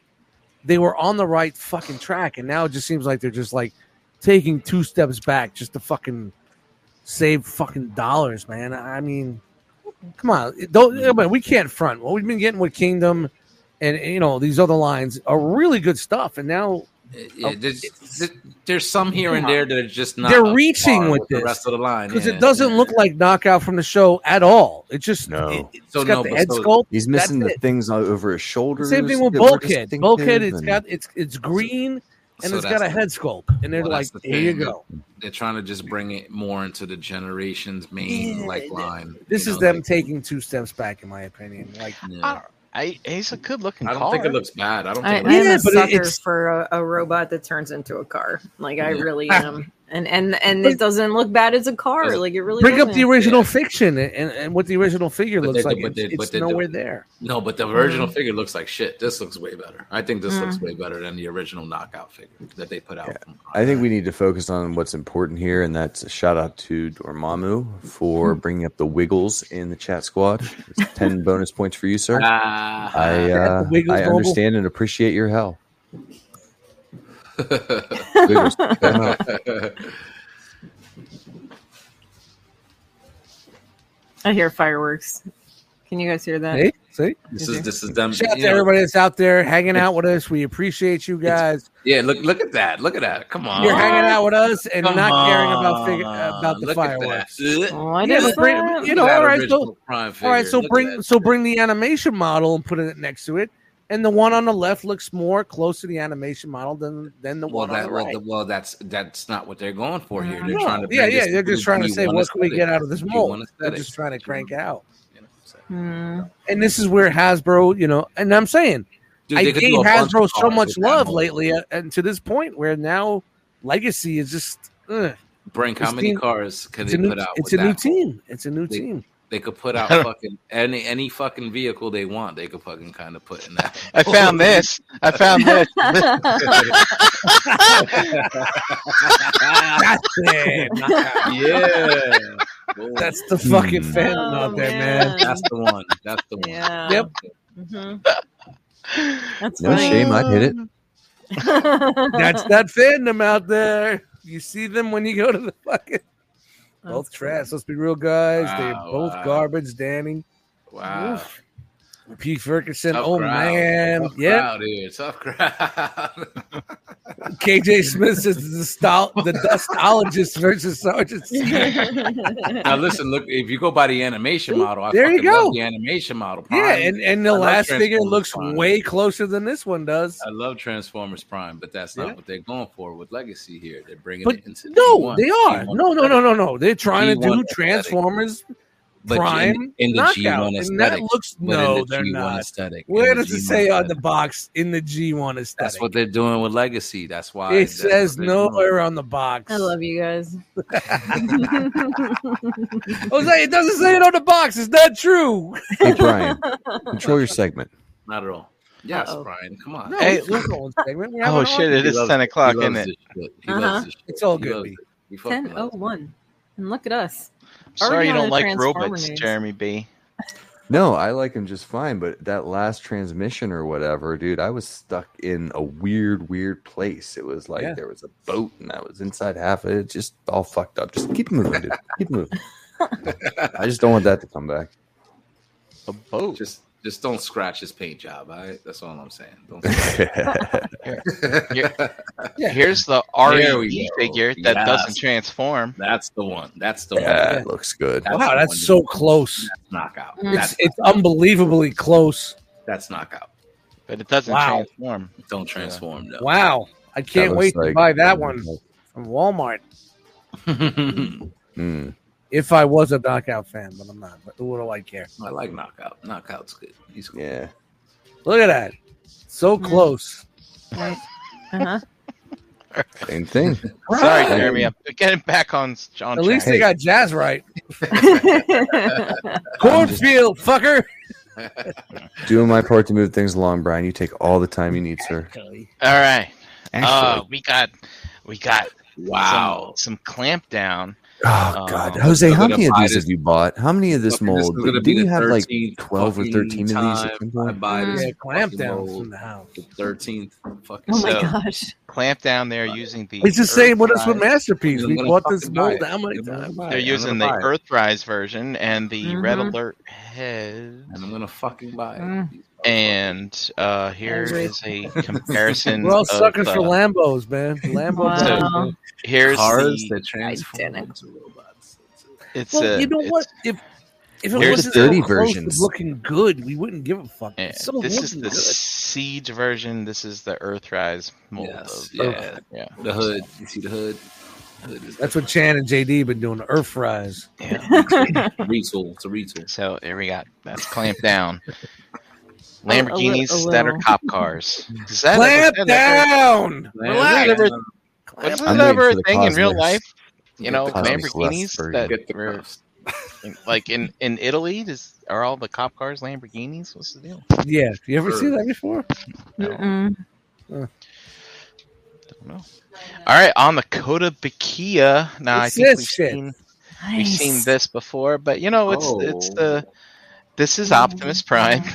they were on the right fucking track, and now it just seems like they're just like taking two steps back just to fucking save fucking dollars, man. I mean, come on, It don't yeah, but we can't front what we've been getting with Kingdom. And you know these other lines are really good stuff, and now Yeah, there's, there's some here and there that are just not. Oh. They're up to reaching par with the this. rest of the line because yeah. it doesn't look like knockout from the show at all. It just No. it, has So got no, the but head so- sculpt. He's missing That's the it. things all over his shoulders. Same thing with that were Bulkhead. distinctive Bulkhead, it's and- got it's it's green and So it's that's got a the- head sculpt, and they're Well, like, that's the "Here you thing. go." They're trying to just bring it more into the generations main Yeah, like th- line. This you is know, them like, taking two steps back, in my opinion. Like, yeah. I, I, he's a good looking I car. don't think it looks bad. I don't I, think. Yeah, it I'm a but it- sucker it's- for a, a robot that turns into a car. Like I Yeah. really Ah. am, and and and it doesn't look bad as a car. Doesn't- Like it really bring up doesn't. the original fiction and, and, and what the original figure But looks they- like. but it's they- but it's they do- nowhere there. no, but the original figure looks like shit. This looks way better. I think this looks way better than the original knockout figure that they put out. from- I think we need to focus on what's important here, and that's a shout out to Dormammu for Hmm. bringing up the Wiggles in the chat squad. It's (laughs) Ten bonus points for you, sir. Ah. I uh, the Wiggles I mobile? understand and appreciate your (laughs) help. Wiggles, check them out. I hear fireworks. Can you guys hear that? See, see. this is this is them. Shout out you to know, everybody that's out there hanging out with us. We appreciate you guys. yeah, look look at that. Look at that. Come on. You're hanging out with us and Come not caring about on. fig- about the Look at that. fireworks. Ugh. Oh, I Yeah, but didn't bring- know you that. know, That all right, original so- Prime All right, figure. so Look at bring that. so bring the animation model and put it next to it, and the one on the left looks more close to the animation model than than the Well, one on that the well, right. the, well, that's that's not what they're going for here. They're No. trying to yeah, bring yeah, this they're just trying to new say one what can we aesthetic. get out of this New mold. one They're aesthetic. just trying to crank out, You know, so- Mm. and this is where Hasbro, you know, and I'm saying Dude, I they could do gave a bunch Hasbro of so cars much with that love mold. lately, uh, and to this point where now Legacy is just ugh, Brink, how It's many team- cars could it's they a new put out? it's a with new that? team, it's a new They- (laughs) team. They could put out fucking any any fucking vehicle they want. They could fucking kind of put in that. I found this. (laughs) I found this. (laughs) That's it. yeah, That's the fucking Hmm. fan Oh, out there, man. that's the one. That's the one. (laughs) Yeah. Yep. Mhm. That's No funny. (laughs) shame, I'd hit it. That's that fandom out there. You see them when you go to the fucking both That's trash. Let's be real, guys. Wow, They're both wow. garbage. Danny, Wow. P. Ferguson. Tough oh crowd. man, Tough yeah. crowd here. Tough crowd. (laughs) KJ Smith is the stol- the dustologist versus (laughs) Sergeant. Steve. funny. now listen, look. If you go by the animation model, I There you fucking love go. the animation model. Yeah, Prime. and, and the I love last figure Transformers looks Prime. way closer than this one does. I love Transformers Prime, but that's not Yeah. what they're going for with Legacy here. They're bringing But it into No, G1. they are. G1 No, no, no, no, no. They're trying to G1 do aesthetic. Transformers But Prime in, in the knockout, G1 and that aesthetic. looks but in no, the they're G1 not. Aesthetic, in Where the does it G1 say on the aesthetic. box in the G1 aesthetic? That's what they're doing with Legacy. That's why it that's what says they're nowhere doing. on the box. (laughs) I love you (laughs) guys. (laughs) Jose, it doesn't Oh, say it on the box. It's not (laughs) true. Hey (laughs) Brian, control your segment. Not at all. Yes, Uh-oh. Brian. Come on. No, Hey, it's not going (laughs) segment. We're having oh an shit! argument. It is He loves- ten he o'clock, loves isn't it? this shit. He Uh-huh. loves this shit. It's all He good, loves B. it. He fucking Ten oh loves it. one, and look at us. I'm Already sorry you on don't the like Transformer robots, news. Jeremy B. No, I like him just fine, but that last transmission or whatever, dude, I was stuck in a weird, weird place. It was like Yeah. there was a boat and I was inside half of it, just all fucked up. Just keep moving, dude. Keep moving. I just don't want that to come back. A oh. boat. Just, just don't scratch his paint job. All right, that's all I'm saying. (laughs) Don't. Here's the There we RED go. figure that Yes. doesn't transform. that's the one. That's the (laughs) one. that looks good. That's wow, the that's one. so close. That's knockout. Mm. That's It's, it's unbelievably close. that's knockout. But it doesn't Wow. transform. Don't transform though. Wow. I That can't looks wait to like- buy that one from Walmart. Mm. If I was a knockout fan, but I'm not. But what do I care? I like knockout. Knockout's good. He's cool. Yeah. Look at that. So Hmm. close. Right. Uh-huh. Same thing. Sorry, Jeremy. I'm getting back on John. At least they got jazz right. Oh Cornfield, fucker. Doing my part to move things along, Brian. You take all the time you need, sir. All right. Uh, Actually. we got, we got. Wow. Some, some clampdown. oh, God. um, Jose, I'm how gonna many of buy these this- have you bought? How many of this Fucking, mold? is gonna Did be you the have like 13th 12 or fucking 13 of these at time some I point? buy Mm-hmm. this Yeah, clamp fucking down mold. from the house. The 13th fucking Oh my So- gosh. Clampdown. They're using the. It's the same with us with Earthrise- masterpiece. I'm We gonna bought this fucking buy mold it. how many I'm gonna times? buy it. They're I'm using the gonna buy it. Earthrise version and the Mm-hmm. Red Mhm. Alert head. And I'm gonna fucking buy it. Mm. These motherfuckers. And uh, here agree. is a comparison. We're all of, suckers uh, for Lambos, (laughs) man. Lambo. Wow. Here's cars the, that transform didn't. into robots. it's Well, a, you know it's- what? If if it Here's wasn't the so dirty close to versions. looking good, we wouldn't give a fuck. Yeah, It's so Eh, this is looking the good. Siege version. This is the Earthrise mold. Yes, of, of- yeah. yeah, The hood. You see the hood. hood is That's what Chan and JD been doing. The Earth fries. yeah. retool. It's a retool. so here we got that's clamped down. A- a Lamborghinis little- a that are little. cop cars. Is that- Clamp is that down. Relax. Yeah. ever- was I'm that waiting ever a for the thing in real Cosmos. life? You know, Cosmos Lamborghinis Lust that Get the were cuffs. like in in Italy. Does are all the cop cars Lamborghinis? What's the deal? Yeah, you ever Sure. see that before? No, Mm-mm. don't know. All right, on the Coda Bikia. Now I What's think this we've shit? seen we've Nice. seen this before, but you know, it's it's the this is Optimus Prime. (laughs)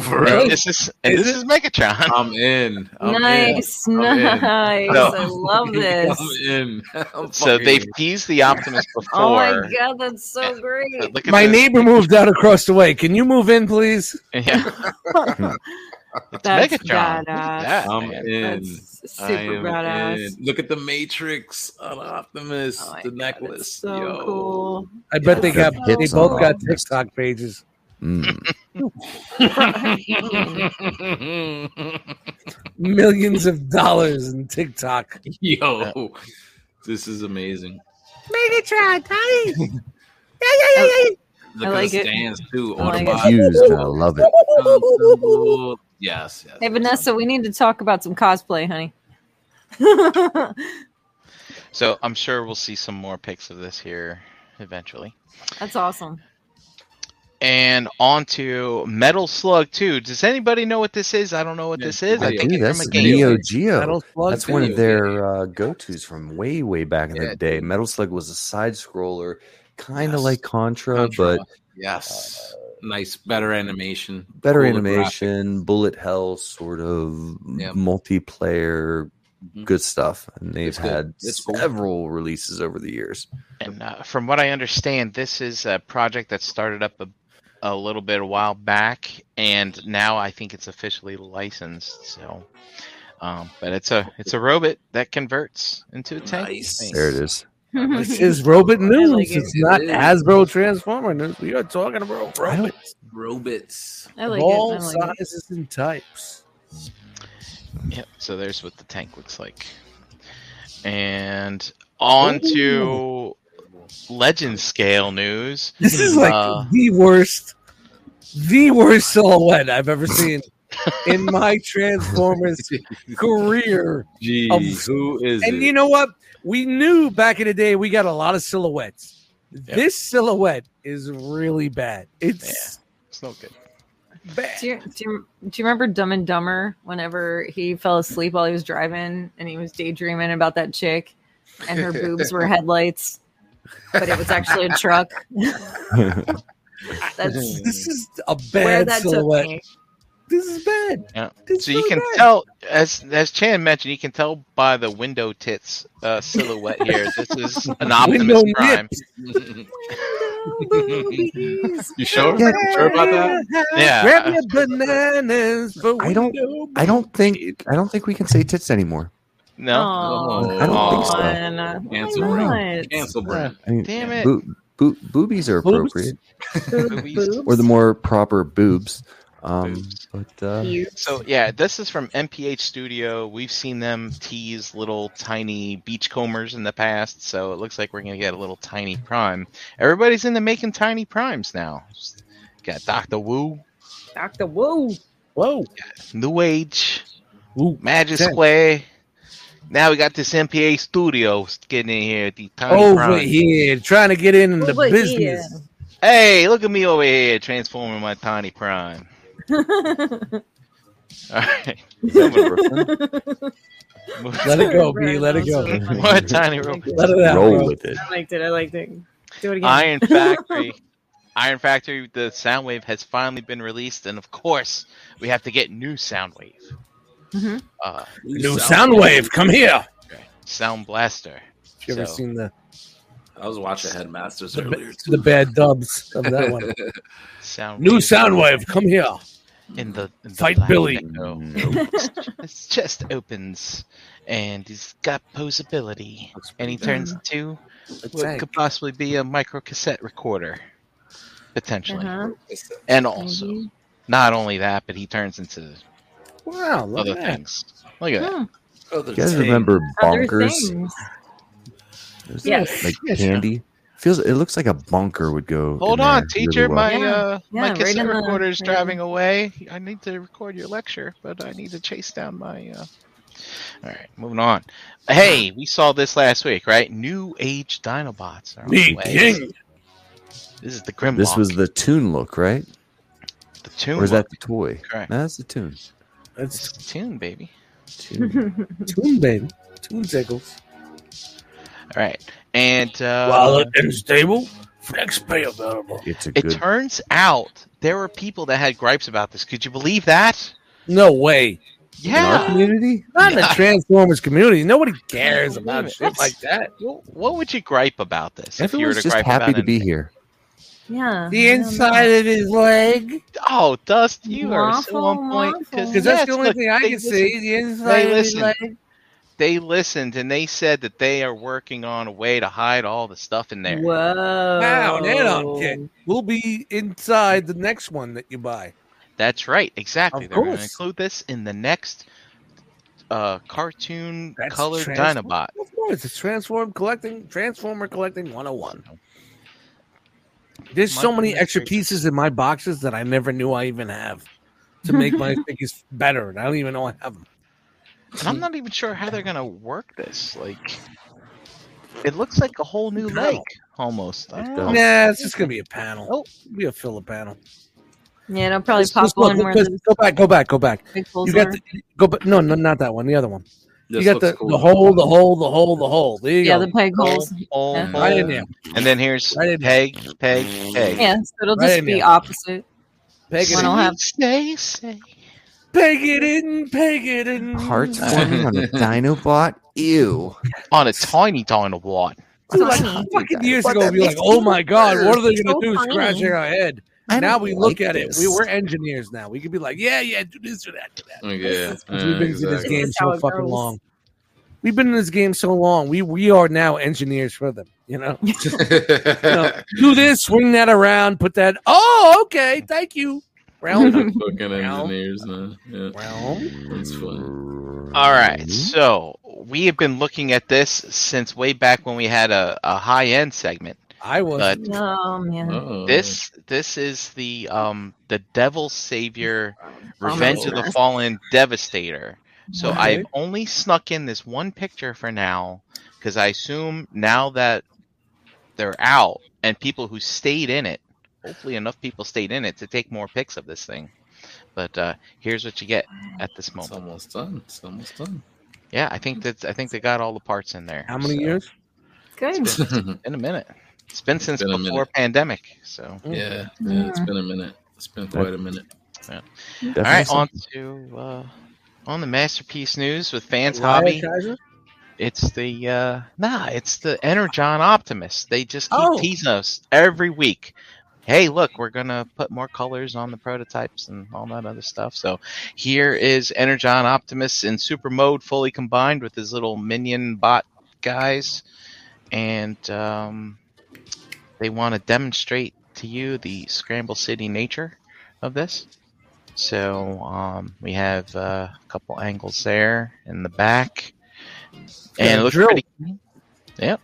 For And real? this is and this is Megatron. I'm in. I'm Nice, in. I'm in. nice. No. I love this. (laughs) I'm in. (laughs) I'm so fucking they've in. teased the Optimus before. (laughs) Oh my god, that's so but great. Look at My this. neighbor moved out across the way. Can you move in, please? Yeah. it's (laughs) That's Megatron. Look at badass. that, I'm man. in. That's I super am badass. in. Look at the Matrix on Optimus. Oh my the God, necklace. that's so Yo. (laughs) cool. I bet they got. Good They hits both on got all this. TikTok pages. (laughs) Mm. Millions of dollars in TikTok. Yo, this is (laughs) amazing. Look I at like the it. stands too. I like it. Autobot. Used, and I love (laughs) it. symbol. Yes, yes. Hey Vanessa, we need to talk about some cosplay, honey. (laughs) So I'm sure we'll see some more pics of this here eventually. that's awesome. And on to Metal Slug 2. Does anybody know what this is? I don't know what Yeah, this is. I video. think Hey, it's from that's a game. Neo Metal Geo. Slug That's one of video their uh, go-tos from way, way back in Yeah, the day. Metal Slug was a side scroller, kind of Yes. like Contra, Contra. but uh, Yes. nice, better animation. better cooler animation, bullet hell sort of Yep. multiplayer, Mhm. good stuff. And they've It's good. had It's cool. several releases over the years. And uh, from what I understand, this is a project that started up a, a little bit a while back, and now I think it's officially licensed. So, um, but it's a it's a robot that converts into a tank. Nice. thing. There it is. (laughs) (laughs) This is Robot News. like it. it's not It is. Hasbro Transformer News. We are talking about I don't- robots Robots. I of like all it. I like it. sizes and types. Yep. So there's what the tank looks like. And on to legend scale news. (laughs) This is like Uh, the worst, the worst silhouette I've ever seen (laughs) in my Transformers career. Gee, Of- who is And it? you know what? We knew back in the day we got a lot of silhouettes. This silhouette is really bad. It's It's no good. bad. Do you, do, you, do you remember Dumb and Dumber whenever he fell asleep while he was driving and he was daydreaming about that chick and her boobs were headlights, but it was actually a truck? (laughs) That's This is a where bad that took silhouette. me. This is bad. Yeah. This is So you really can bad. tell, as as Chan mentioned, you can tell by the window tits uh, silhouette here. This is an Optimus Window Prime. nips. (laughs) Boobies. (laughs) you sure? (laughs) Yeah. You sure about that? Yeah. Grab your bananas, but I don't- I don't think I don't think we can say tits anymore. No. Aw, I don't think so. come Cancel on. Brent. Cancel Brent. I mean, Oh, Damn it. Boob, boob, boobies are Boobs. appropriate, Boobies. or the more proper boobs. Um, but uh, So yeah, this is from MPH Studio. We've seen them tease little tiny beachcombers in the past, so it looks like we're gonna get a little tiny prime. Everybody's into making tiny primes now. Got Doctor Wu, Doctor (laughs) Woo. Whoa. New Age, Ooh, Magic ten. Square. Now we got this MPA Studio getting in here. The tiny Over primes. here, trying to get in the Over here. business. Hey, look at me over here transforming my tiny prime. (laughs) All right, (laughs) Let it go, Very B. Let it go. awesome. what tiny room? Let it out. roll bro. with it. I liked it. I liked it. Do it again. (laughs) Iron Factory. Iron Factory, the Soundwave has finally been released, and of course, we have to get new Soundwave. Mhm. Uh, New Soundwave, come here. Sound Blaster. If you ever So- seen the I was watching Headmasters the, earlier. ba- the bad dubs of that one? Soundwave. New Soundwave, come here. In the, in the Fight black Billy. echo. Nope. His chest opens, and he's got posability, Looks and he pretty turns Mm-hmm. into what tank. could possibly be a micro cassette recorder, potentially. Uh-huh. And also, Mhm. not only that, but he turns into Wow, look other at that. things. Look at that. Hmm. Other You guys thing. remember Other bonkers? things. There's Yes. Like candy. Feels it looks like a bunker would go. Hold in on, there really teacher. well. My Yeah. uh, Yeah, my right cassette in the- recorder is right in- driving away. I need to record your lecture, but I need to chase down my. Uh... All right, moving on. Hey, we saw this last week, right? New Age Dinobots are on the way. This is the Grimlock. This was the tune look, right? the tune. Or is that the toy? correct? No, that's the tune. That's It's the tune, baby. Tune. (laughs) Toon Baby. Toon Tickles. All right, and uh, and stable, flex pay available. It's a it good. turns out there were people that had gripes about this. Could you believe that? No way. In our Yeah. community? Not in the Yeah. Transformers community. Nobody cares Wait a about minute. shit like that. What what would you gripe about this? if you were Everyone's to just gripe happy about to be anything? here. Yeah. The I don't inside know. of his leg. Oh, Dust, you are so Waffle, on point waffle. Because yes, that's the only look, thing I they can listened- see. The inside of his listen. leg. They listened and they said that they are working on a way to hide all the stuff in there. Whoa. Wow, now I'm kidding. We'll be inside the next one that you buy. That's right, exactly. Of They're going to course. include this in the next uh, cartoon That's colored Transform- Dinobot. Of course, it's transform collecting, transformer collecting 101. There's so Michael many Myers. extra pieces in my boxes that I never knew I even have to make (laughs) my figures better, and I don't even know I have them. And Hmm. I'm not even sure how they're going to work this. Like, it looks like a whole new Panel. lake almost. I don't does. know. Nah, it's just gonna be a panel. Oh. It'll be a filler panel. Yeah, and I'll probably Just- pop just one look, where just the go back, go back, go back. big holes You got are. the, go back. No, no, not that one. The other one. you This got looks the, cool. the hole, the hole, the hole, the hole. There you yeah, go. the peg Hole, holes. hole, Yeah. hole. right in there. And then here's Right in there. peg, peg, peg. Yeah, so it'll Right just in be there. opposite. Peg it, One in. hole. have- Stay, stay. peg it in. Peg it in. Hearts forming (laughs) on a Dinobot. Ew. On a tiny Dinobot. Dude, like Tiny. fucking years But ago, that we were like, makes "Oh it my god, what are they worse. gonna do? So Scratching tiny. our head." I Now don't we look like at this. it. We, we're engineers now. We could be like, "Yeah, yeah, do this or that." Do that. Oh, Yeah, This is- We've yeah, been in this exactly. game This is how so it fucking goes. long. We've been in this game so long. We we are now engineers for them. You know, Just, (laughs) you know, do this, swing that around, put that. Oh, okay, thank you. Realm, (laughs) Fucking Well. engineers, man. Yeah. realm. That's fun. All Mm-hmm. right, so we have been looking at this since way back when we had a, a high end segment. I was. But Oh man. Oh. this this is the um the Devil Savior, Revenge of the Ominous. Fallen Devastator. So Okay. I've only snuck in this one picture for now because I assume now that they're out and people who stayed in it, hopefully enough people stayed in it to take more pics of this thing. But uh, here's what you get at this It's moment. almost done. (laughs) It's almost Yeah, I think that's I think they got all the parts in there. How many so- years? Good. (laughs) done. In a minute. It's been since been a before minute. pandemic. So Mm. yeah, yeah. It's been a minute. It's been quite a minute. all right, on to uh, on the masterpiece news with fans hobby. Riot Kaiser? It's the uh, nah, it's the Energon Optimist. They just keep Oh. teasing us every week. Hey, look, we're gonna put more colors on the prototypes and all that other stuff. So here is Energon Optimus in super mode, fully combined with his little minion bot guys, and um, they want to demonstrate to you the Scramble City nature of this. So um, we have uh, a couple angles there in the back, and it looks drill. pretty. Yep,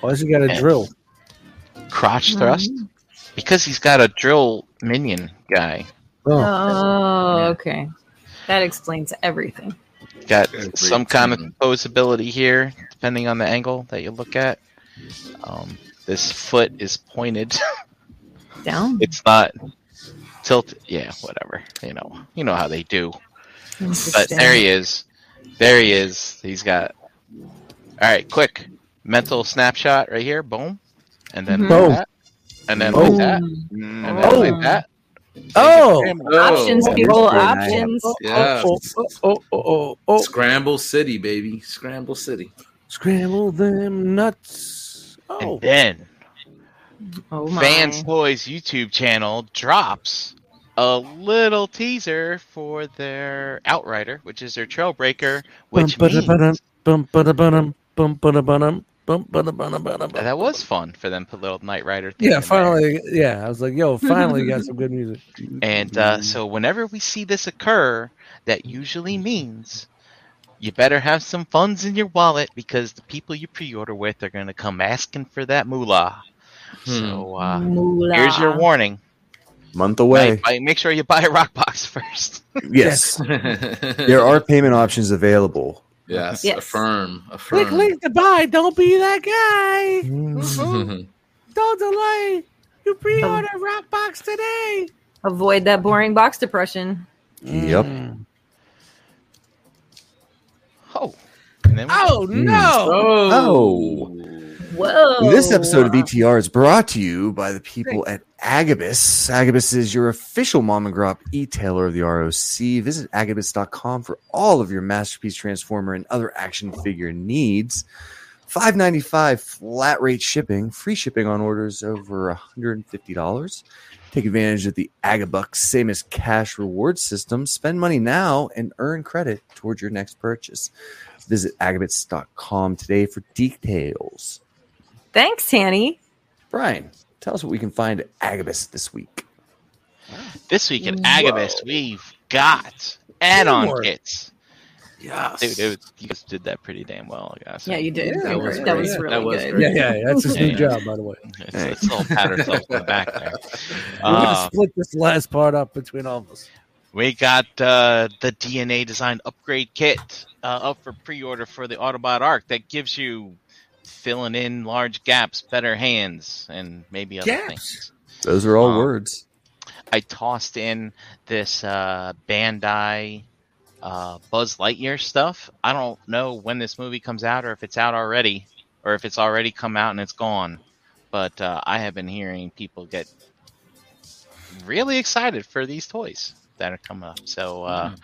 Why does he Oh, got a Yeah. drill? crotch thrust Mm-hmm. because he's got a drill minion guy. Oh, Oh, Yeah. okay. That explains everything. Got great some kind of team. posability here, depending on the angle that you look at. Um, this foot is pointed. (laughs) Down. it's not tilt. Yeah, whatever. You know, you know how they do. But Interesting. there he is. There he is. He's got. All right, quick mental snapshot right here. Boom, and then Mhm. like Mm-hmm. Boom. that, and then Boom. like that, and then like Oh. that. oh, Options, Oh, people. very nice. Options. Yeah. oh, oh, oh, oh, oh, oh. Scramble City, baby. (laughs) Scramble City. Scramble them nuts. Oh, And then Oh my. Fans Toys YouTube channel drops a little teaser for their Outrider, which is their Trailbreaker, which means bum ba-da-ba-dum, bum ba-da-ba-dum, bum ba-da-ba-dum, that was fun for them. Put a little Knight Rider. thing in Yeah, there. finally. Yeah, I was like, yo, finally you (laughs) got some good music. And uh, so, whenever we see this occur, that usually means you better have some funds in your wallet because the people you pre order with are going to come asking for that moolah. So, uh, Moolah. here's your warning. Month away. Buy- buy- make sure you buy a rock box (laughs) first. Yes. there There are payment options available. Yes, Yes. affirm. Affirm. Click (laughs) link to buy. Don't be that guy. Mm. Don't delay. You pre-order Um. Rock Box today. Avoid that boring box depression. Yep. Mm. Oh. And then we- Oh no. Oh. Whoa. Uh-huh. This episode of ETR is brought to you by the people at Agabus. Agabus is your official mom and grop e-tailer of the ROC. Visit agabus.com for all of your masterpiece transformer and other action figure needs. 595 flat rate shipping, free shipping on orders over $150. Take advantage of the Agabucks same as cash reward system. Spend money now and earn credit towards your next purchase. Visit agabus.com today for details. Thanks, Hanny. Brian, tell us what we can find at Agabus this week. This week at Agabus, we've got add on Teamwork. kits. Yes. Dude, it was- you guys did that pretty damn well, I guess. Yeah, you did. Yeah, that, was, that great. was That really was good. Yeah, yeah, that's his (laughs) new Yeah. job, by the way. It's, it's all pat ourselves on the back there. We're gonna Uh, split this last part up between all of us. We got uh, the DNA design upgrade kit uh, up for pre-order for the Autobot Arc that gives you filling in large gaps, better hands, and maybe other Gaps? things. Those are all Um, words. I tossed in this uh, Bandai uh, Buzz Lightyear stuff. I don't know when this movie comes out, or if it's out already, or if it's already come out and it's gone. But uh, I have been hearing people get really excited for these toys that are coming up. So. Uh,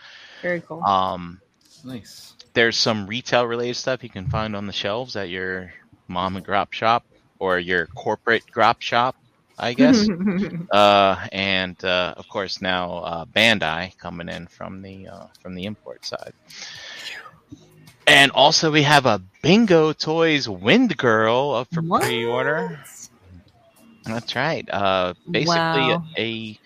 Very cool. Um, Nice. there's some retail related stuff you can find on the shelves at your mom and grop shop or your corporate grop shop, (laughs) I guess. uh, and uh, of course now uh, Bandai coming in from the uh, from the import side. And also we have a Bingo Toys Wind Girl up for What? pre-order. That's right. Uh, basically Wow. a,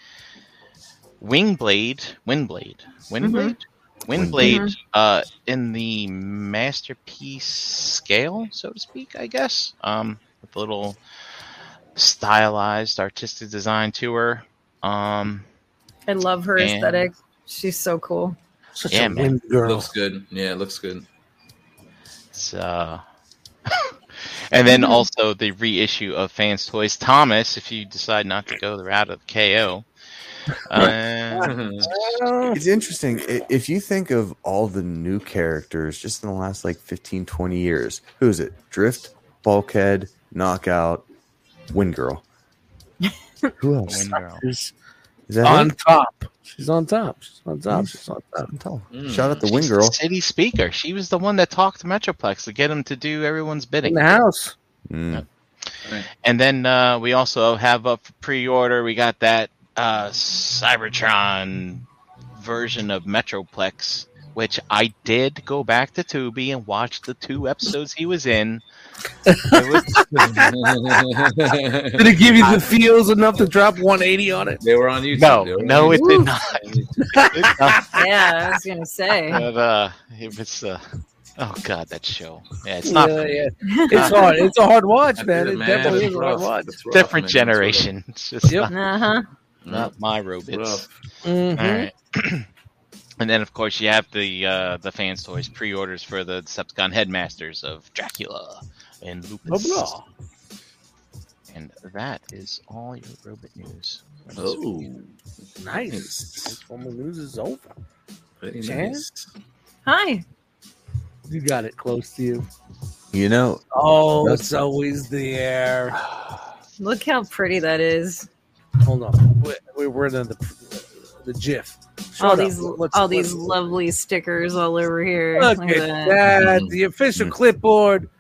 wing blade, wind blade, wind Mhm. blade, wind Wind blade. blade. Uh, in the masterpiece scale, so to speak, I guess. Um, with a little stylized artistic design to her. Um, I love her And- aesthetic. She's so cool. Such Yeah, a man. wind girl. Looks good. Yeah, it looks good. (laughs) it's, uh, (laughs) and then also the reissue of Fans Toys Thomas. If you decide not to go the route of KO. Uh, (laughs) Oh, It's interesting. I- If you think of all the new characters just in the last like 15, 20 years, who is it? Drift, Bulkhead, Knockout, Wind (laughs) Girl. who else? Wind Girl. She's Is that on it? top. She's on top. She's on top. She's on top. I'm telling- Mm. Shout out to Wind She's (laughs) the Girl. city speaker. She was the one that talked to Metroplex to get him to do everyone's In bidding. the house. Mm. And then uh, we also have up for pre-order. We got that uh, Cybertron version of Metroplex, which I did go back to Tubi and watch the two episodes he was in. (laughs) Did it give you the feels enough to drop 180 on it? They were on YouTube. No, They were no, on it did not. (laughs) yeah, I was gonna say. But, uh, if it's uh, oh god, that show. Yeah, it's not Yeah, yeah. It's hard. It's a hard watch, YouTube. man. That's It it, man. definitely That's is a hard rough. watch. That's rough, man. different That's generation. It's just Yep. not, Uh huh. rough. not my robots. Rough. Mhm. All right. (clears throat) And then, of course, you have the uh, the fans' toys pre-orders for the Decepticon headmasters of Dracula and Lupus, Oh, and that is all your robot news. for this week. Oh, no. Nice. Formal news is over. very Jan? nice. Hi. You got it close to you. You know, Oh, That's- it's always the air. Look how pretty that is. Hold on. We- We were in the the GIF. Shut all up. these Let's- all let's- these lovely stickers all over here. Look Look at at that. that. Mm-hmm. The official clipboard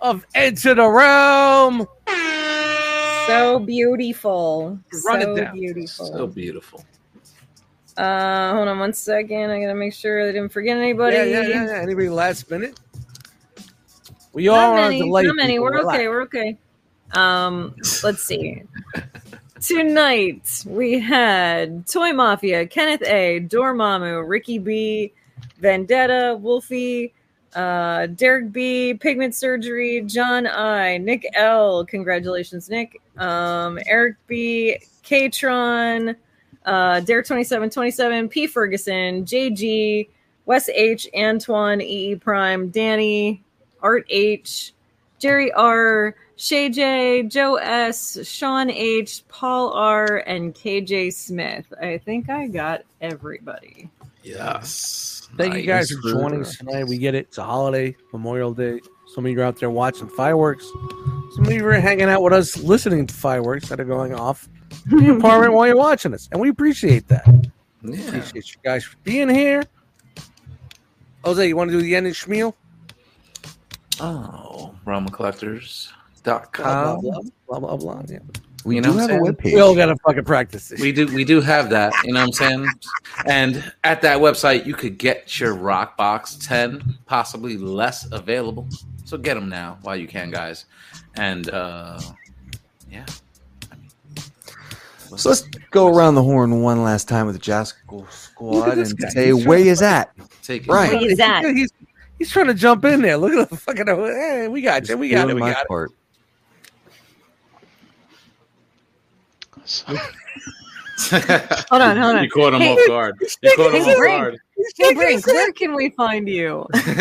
of Enter the Realm. So beautiful. Run it so down. beautiful. So beautiful. Uh, hold on one second. I gotta make sure I didn't forget anybody. Yeah, yeah, yeah, yeah. Anybody last minute? We Not are on many. delay. Not many. people. We're Relax. okay. We're okay. Um, let's see. Tonight we had Toy Mafia, Kenneth A, Dormammu, Ricky B, Vendetta, Wolfie, uh, Derek B, Pigment Surgery, John I, Nick L. Congratulations, Nick. Um, Eric B, Katron, uh, Dare twenty seven twenty seven, P Ferguson, JG, Wes H, Antoine, EE Prime, Danny, Art H, Jerry R, Shay J, Joe S, Sean H, Paul R, and KJ Smith. I think I got everybody. Yes. Thank you guys Nice for joining us tonight. We get it. It's a holiday, Memorial Day. Some of you are out there watching fireworks. Some of you are hanging out with us, listening to fireworks that are going off in your apartment while you're watching us, and we appreciate that. Yeah. Appreciate you guys for being here. Jose, you want to do the ending schmeal? Oh, RomaCollectors.com. Blah blah blah blah blah. blah, yeah. we You know do what have a I'm saying? webpage. Um, We all got to fucking practice this. We do we do have that, you know what I'm saying? And at that website, you could get your Rockbox 10, possibly less available. So get them now while you can, guys. And uh yeah. so let's go around the horn one last time with the Jaskell Squad this and guy. say, He's where trying to is that? Take it. Right. Look at that. He's, he's trying to jump in there. Look at the fucking. uh, Hey, we got you. We got it. Doing We my got it. part. (laughs) So- (laughs) Hold on, hold on. You caught him Hey, off guard. You caught him hey, Brink. (laughs) off Hey, Brink, where can we find you? guard. He's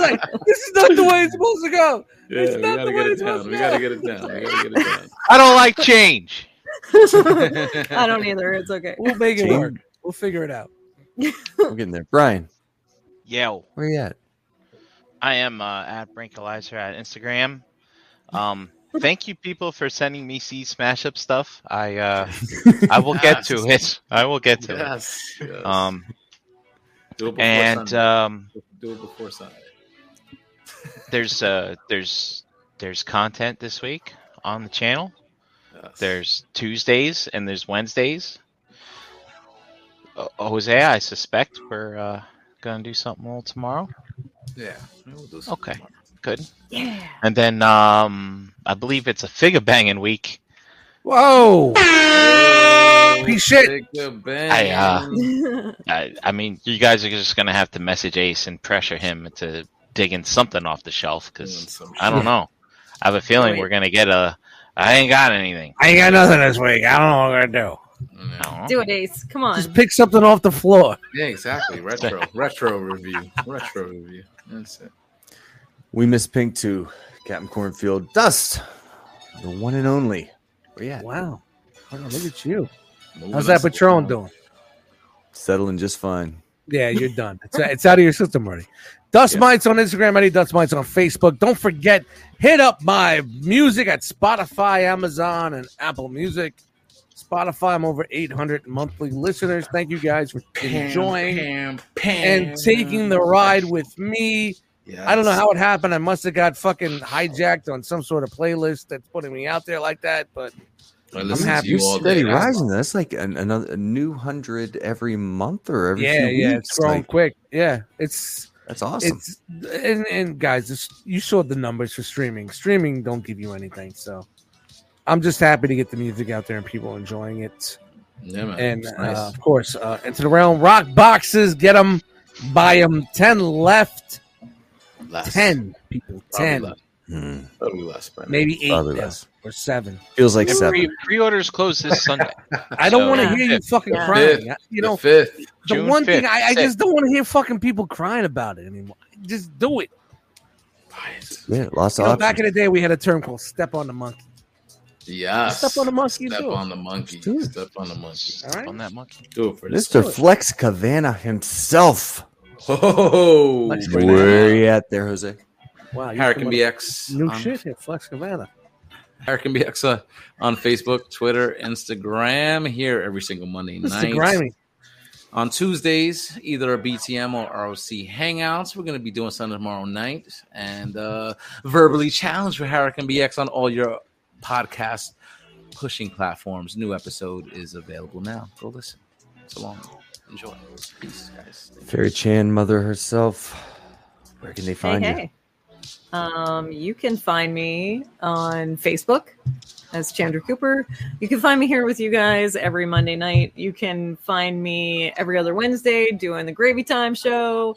like, this is not the way it's supposed to go. (laughs) Yeah, It's we not gotta the get way it it's down. We supposed gotta to get it down. We gotta get it down. I don't like change. (laughs) (laughs) I don't either. It's okay. We'll make it Change. work. We'll figure it out. We're getting there. Brian, Yo, where you at? I am uh, at Brankalizer at Instagram. Um, thank you, people, for sending me C smash up stuff. I uh, I will get to it. I will get to Yes. yes. it. Um, Do it before and Sunday. um, do it before Sunday. there's uh, there's there's content this week on the channel. Yes. There's Tuesdays and there's Wednesdays. O- Jose, I suspect we're uh, gonna do something a little tomorrow. Yeah. We'll do something Okay, tomorrow. good. Yeah. And then um, I believe it's a figure banging week. Whoa. Piece of shit. Take the bang. I, uh, I, I mean, you guys are just gonna have to message Ace and pressure him into digging something off the shelf because I don't know. I have a feeling we're gonna get a. I ain't got anything. I ain't got nothing this week. I don't know what I'm gonna do. I don't know. (laughs) Do it, Ace. Come on. Just pick something off the floor. Yeah, (laughs) exactly. Retro, retro review, retro review. That's it. We miss Pink too. Captain Cornfield Dust, the one and only. Where you at? Wow. Hold on, look at you. Moving How's that us Patron along. doing? Settling just fine. Yeah, you're done. It's, it's out of your system already. Dust Yeah. Mites on Instagram, Eddie Dust Mites on Facebook. Don't forget, hit up my music at Spotify, Amazon, and Apple Music. Spotify, I'm over 800 monthly listeners. Thank you guys for enjoying Pam, pam, and taking the ride with me. Yes. I don't know how it happened. I must have got fucking hijacked on some sort of playlist that's putting me out there like that. But I listen I'm happy. to you You're all steady day. rising. That's like an, another a new hundred every month or every yeah, few yeah, weeks. it's growing Like, quick. Yeah, it's That's awesome. It's and and guys, this, you saw the numbers for streaming. Streaming don't give you anything, so I'm just happy to get the music out there and people enjoying it. Yeah, man. And it's nice. uh, of course, uh, into the realm rock boxes. Get them, buy them. Ten left. Less. Ten people. Probably Ten. less. Hmm. Probably less, man. Maybe eight Probably now, less. or seven. Feels like And seven. Pre- pre-orders close this Sunday. I don't So- want to hear you Fifth. fucking Yeah. crying. I- You know, the fifth. the June one thing 5th, I, I sixth. just don't want to hear fucking people crying about it anymore. Just do it. Yeah, lots You of know, options. back in the day, we had a term called "step on the monkey." Yeah. Step on the monkey. Uh, Step do it. on the monkey. Do it. Step on the monkey. All right. on that monkey. Do it for this. Mr. Flex Cavana himself. Oh, Where you at there, Jose? Wow, you Harry come can up be X. with new Um, on- shit here, Flex Cavana. Harry can be X uh, on Facebook, Twitter, Instagram. Here every single Monday This night. is grimy. On Tuesdays, either a BTM or ROC Hangouts. We're going to be doing something tomorrow night. And uh, verbally challenge with Hurricane BX on all your podcast pushing platforms. New episode is available now. Go listen. So long. Enjoy. Peace, guys. Fairy Chan mother herself. Where can they find hey, Hey. Um, you can find me on Facebook as Chandra Cooper. You can find me here with you guys every Monday night. You can find me every other Wednesday doing the Gravy Time show.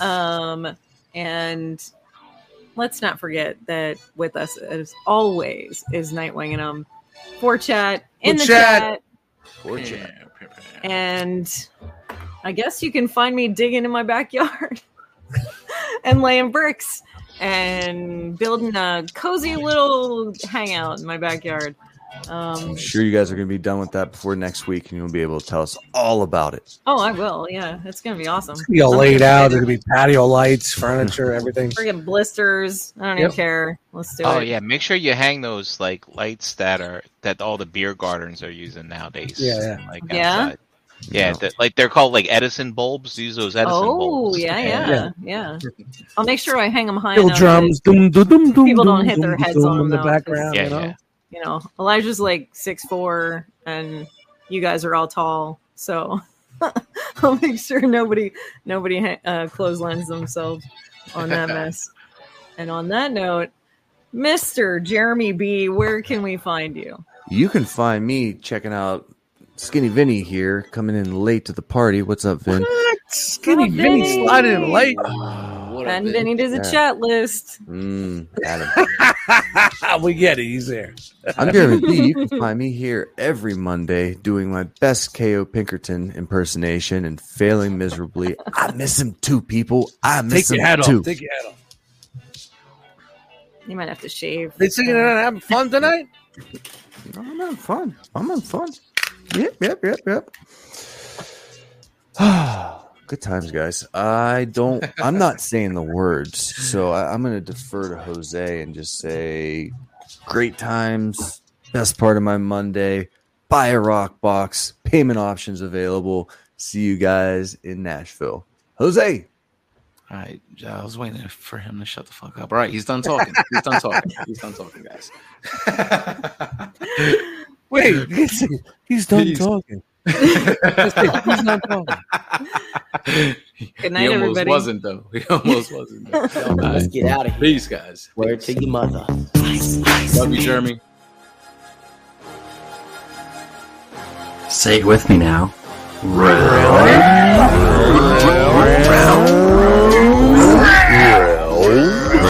Um, and let's not forget that with us, as always, is Nightwing and um, for chat in For the chat. chat. And I guess you can find me digging in my backyard (laughs) and laying bricks and building a cozy little hangout in my backyard. you? Um, I'm sure you guys are going to be done with that before next week, and you'll be able to tell us all about it. oh, I will. Yeah, it's gonna be awesome. It's gonna be all I'm laid out. There's excited. gonna be patio lights, furniture, everything. Friggin' blisters. I don't Yep. even care. Let's do Oh it. yeah, make sure you hang those like lights that are that all the beer gardens are using nowadays. Yeah, yeah. Like Yeah? outside. Yeah, No. th- like they're called like Edison bulbs. Use those Edison Oh bulbs. yeah, yeah, yeah, Yeah. I'll make sure I hang them high Little enough. that, drums. Dum, dum, dum, dum, People don't dum, hit their dum, heads dum on in the them, though, 'cause- background. yeah, you know? yeah. you know, Elijah's like six four, and you guys are all tall, so (laughs) I'll make sure nobody nobody ha- uh, clotheslines themselves on (laughs) that mess. and on that note, Mister Jeremy B, where can we find you? You can find me checking out Skinny Vinny here, coming in late to the party. What's up, Vin? Skinny Oh, Vinny Vinny. slided in late. And then he does a Yeah. chat list. Mm, (laughs) (laughs) Adam. we get it. He's there. I'm Jeremy B. You can find me here every Monday doing my best KO Pinkerton impersonation and failing miserably. I miss him too, people. I miss Take your him hat too. off. Take your hat off. You might have to shave. Uh, They singing and having fun tonight. (laughs) I'm having fun. I'm having fun. Yep, yep, yep, (sighs) yep. Good times, guys. I don't. I'm not saying the words, so I, I'm going to defer to Jose and just say, "Great times, best part of my Monday." Buy a rock box. Payment options available. See you guys in Nashville. Jose, All right, I was waiting for him to shut the fuck up. All right, he's done talking. He's done talking. He's done (laughs) talking, guys. Wait, (laughs) he's- he's done He's- talking. Just say, he's not talking. Good he night, almost everybody. wasn't though. He almost (laughs) wasn't. Though. All Let's right, get out of here. peace, guys. Word to your mother. Love you, Jeremy. Say it with me now.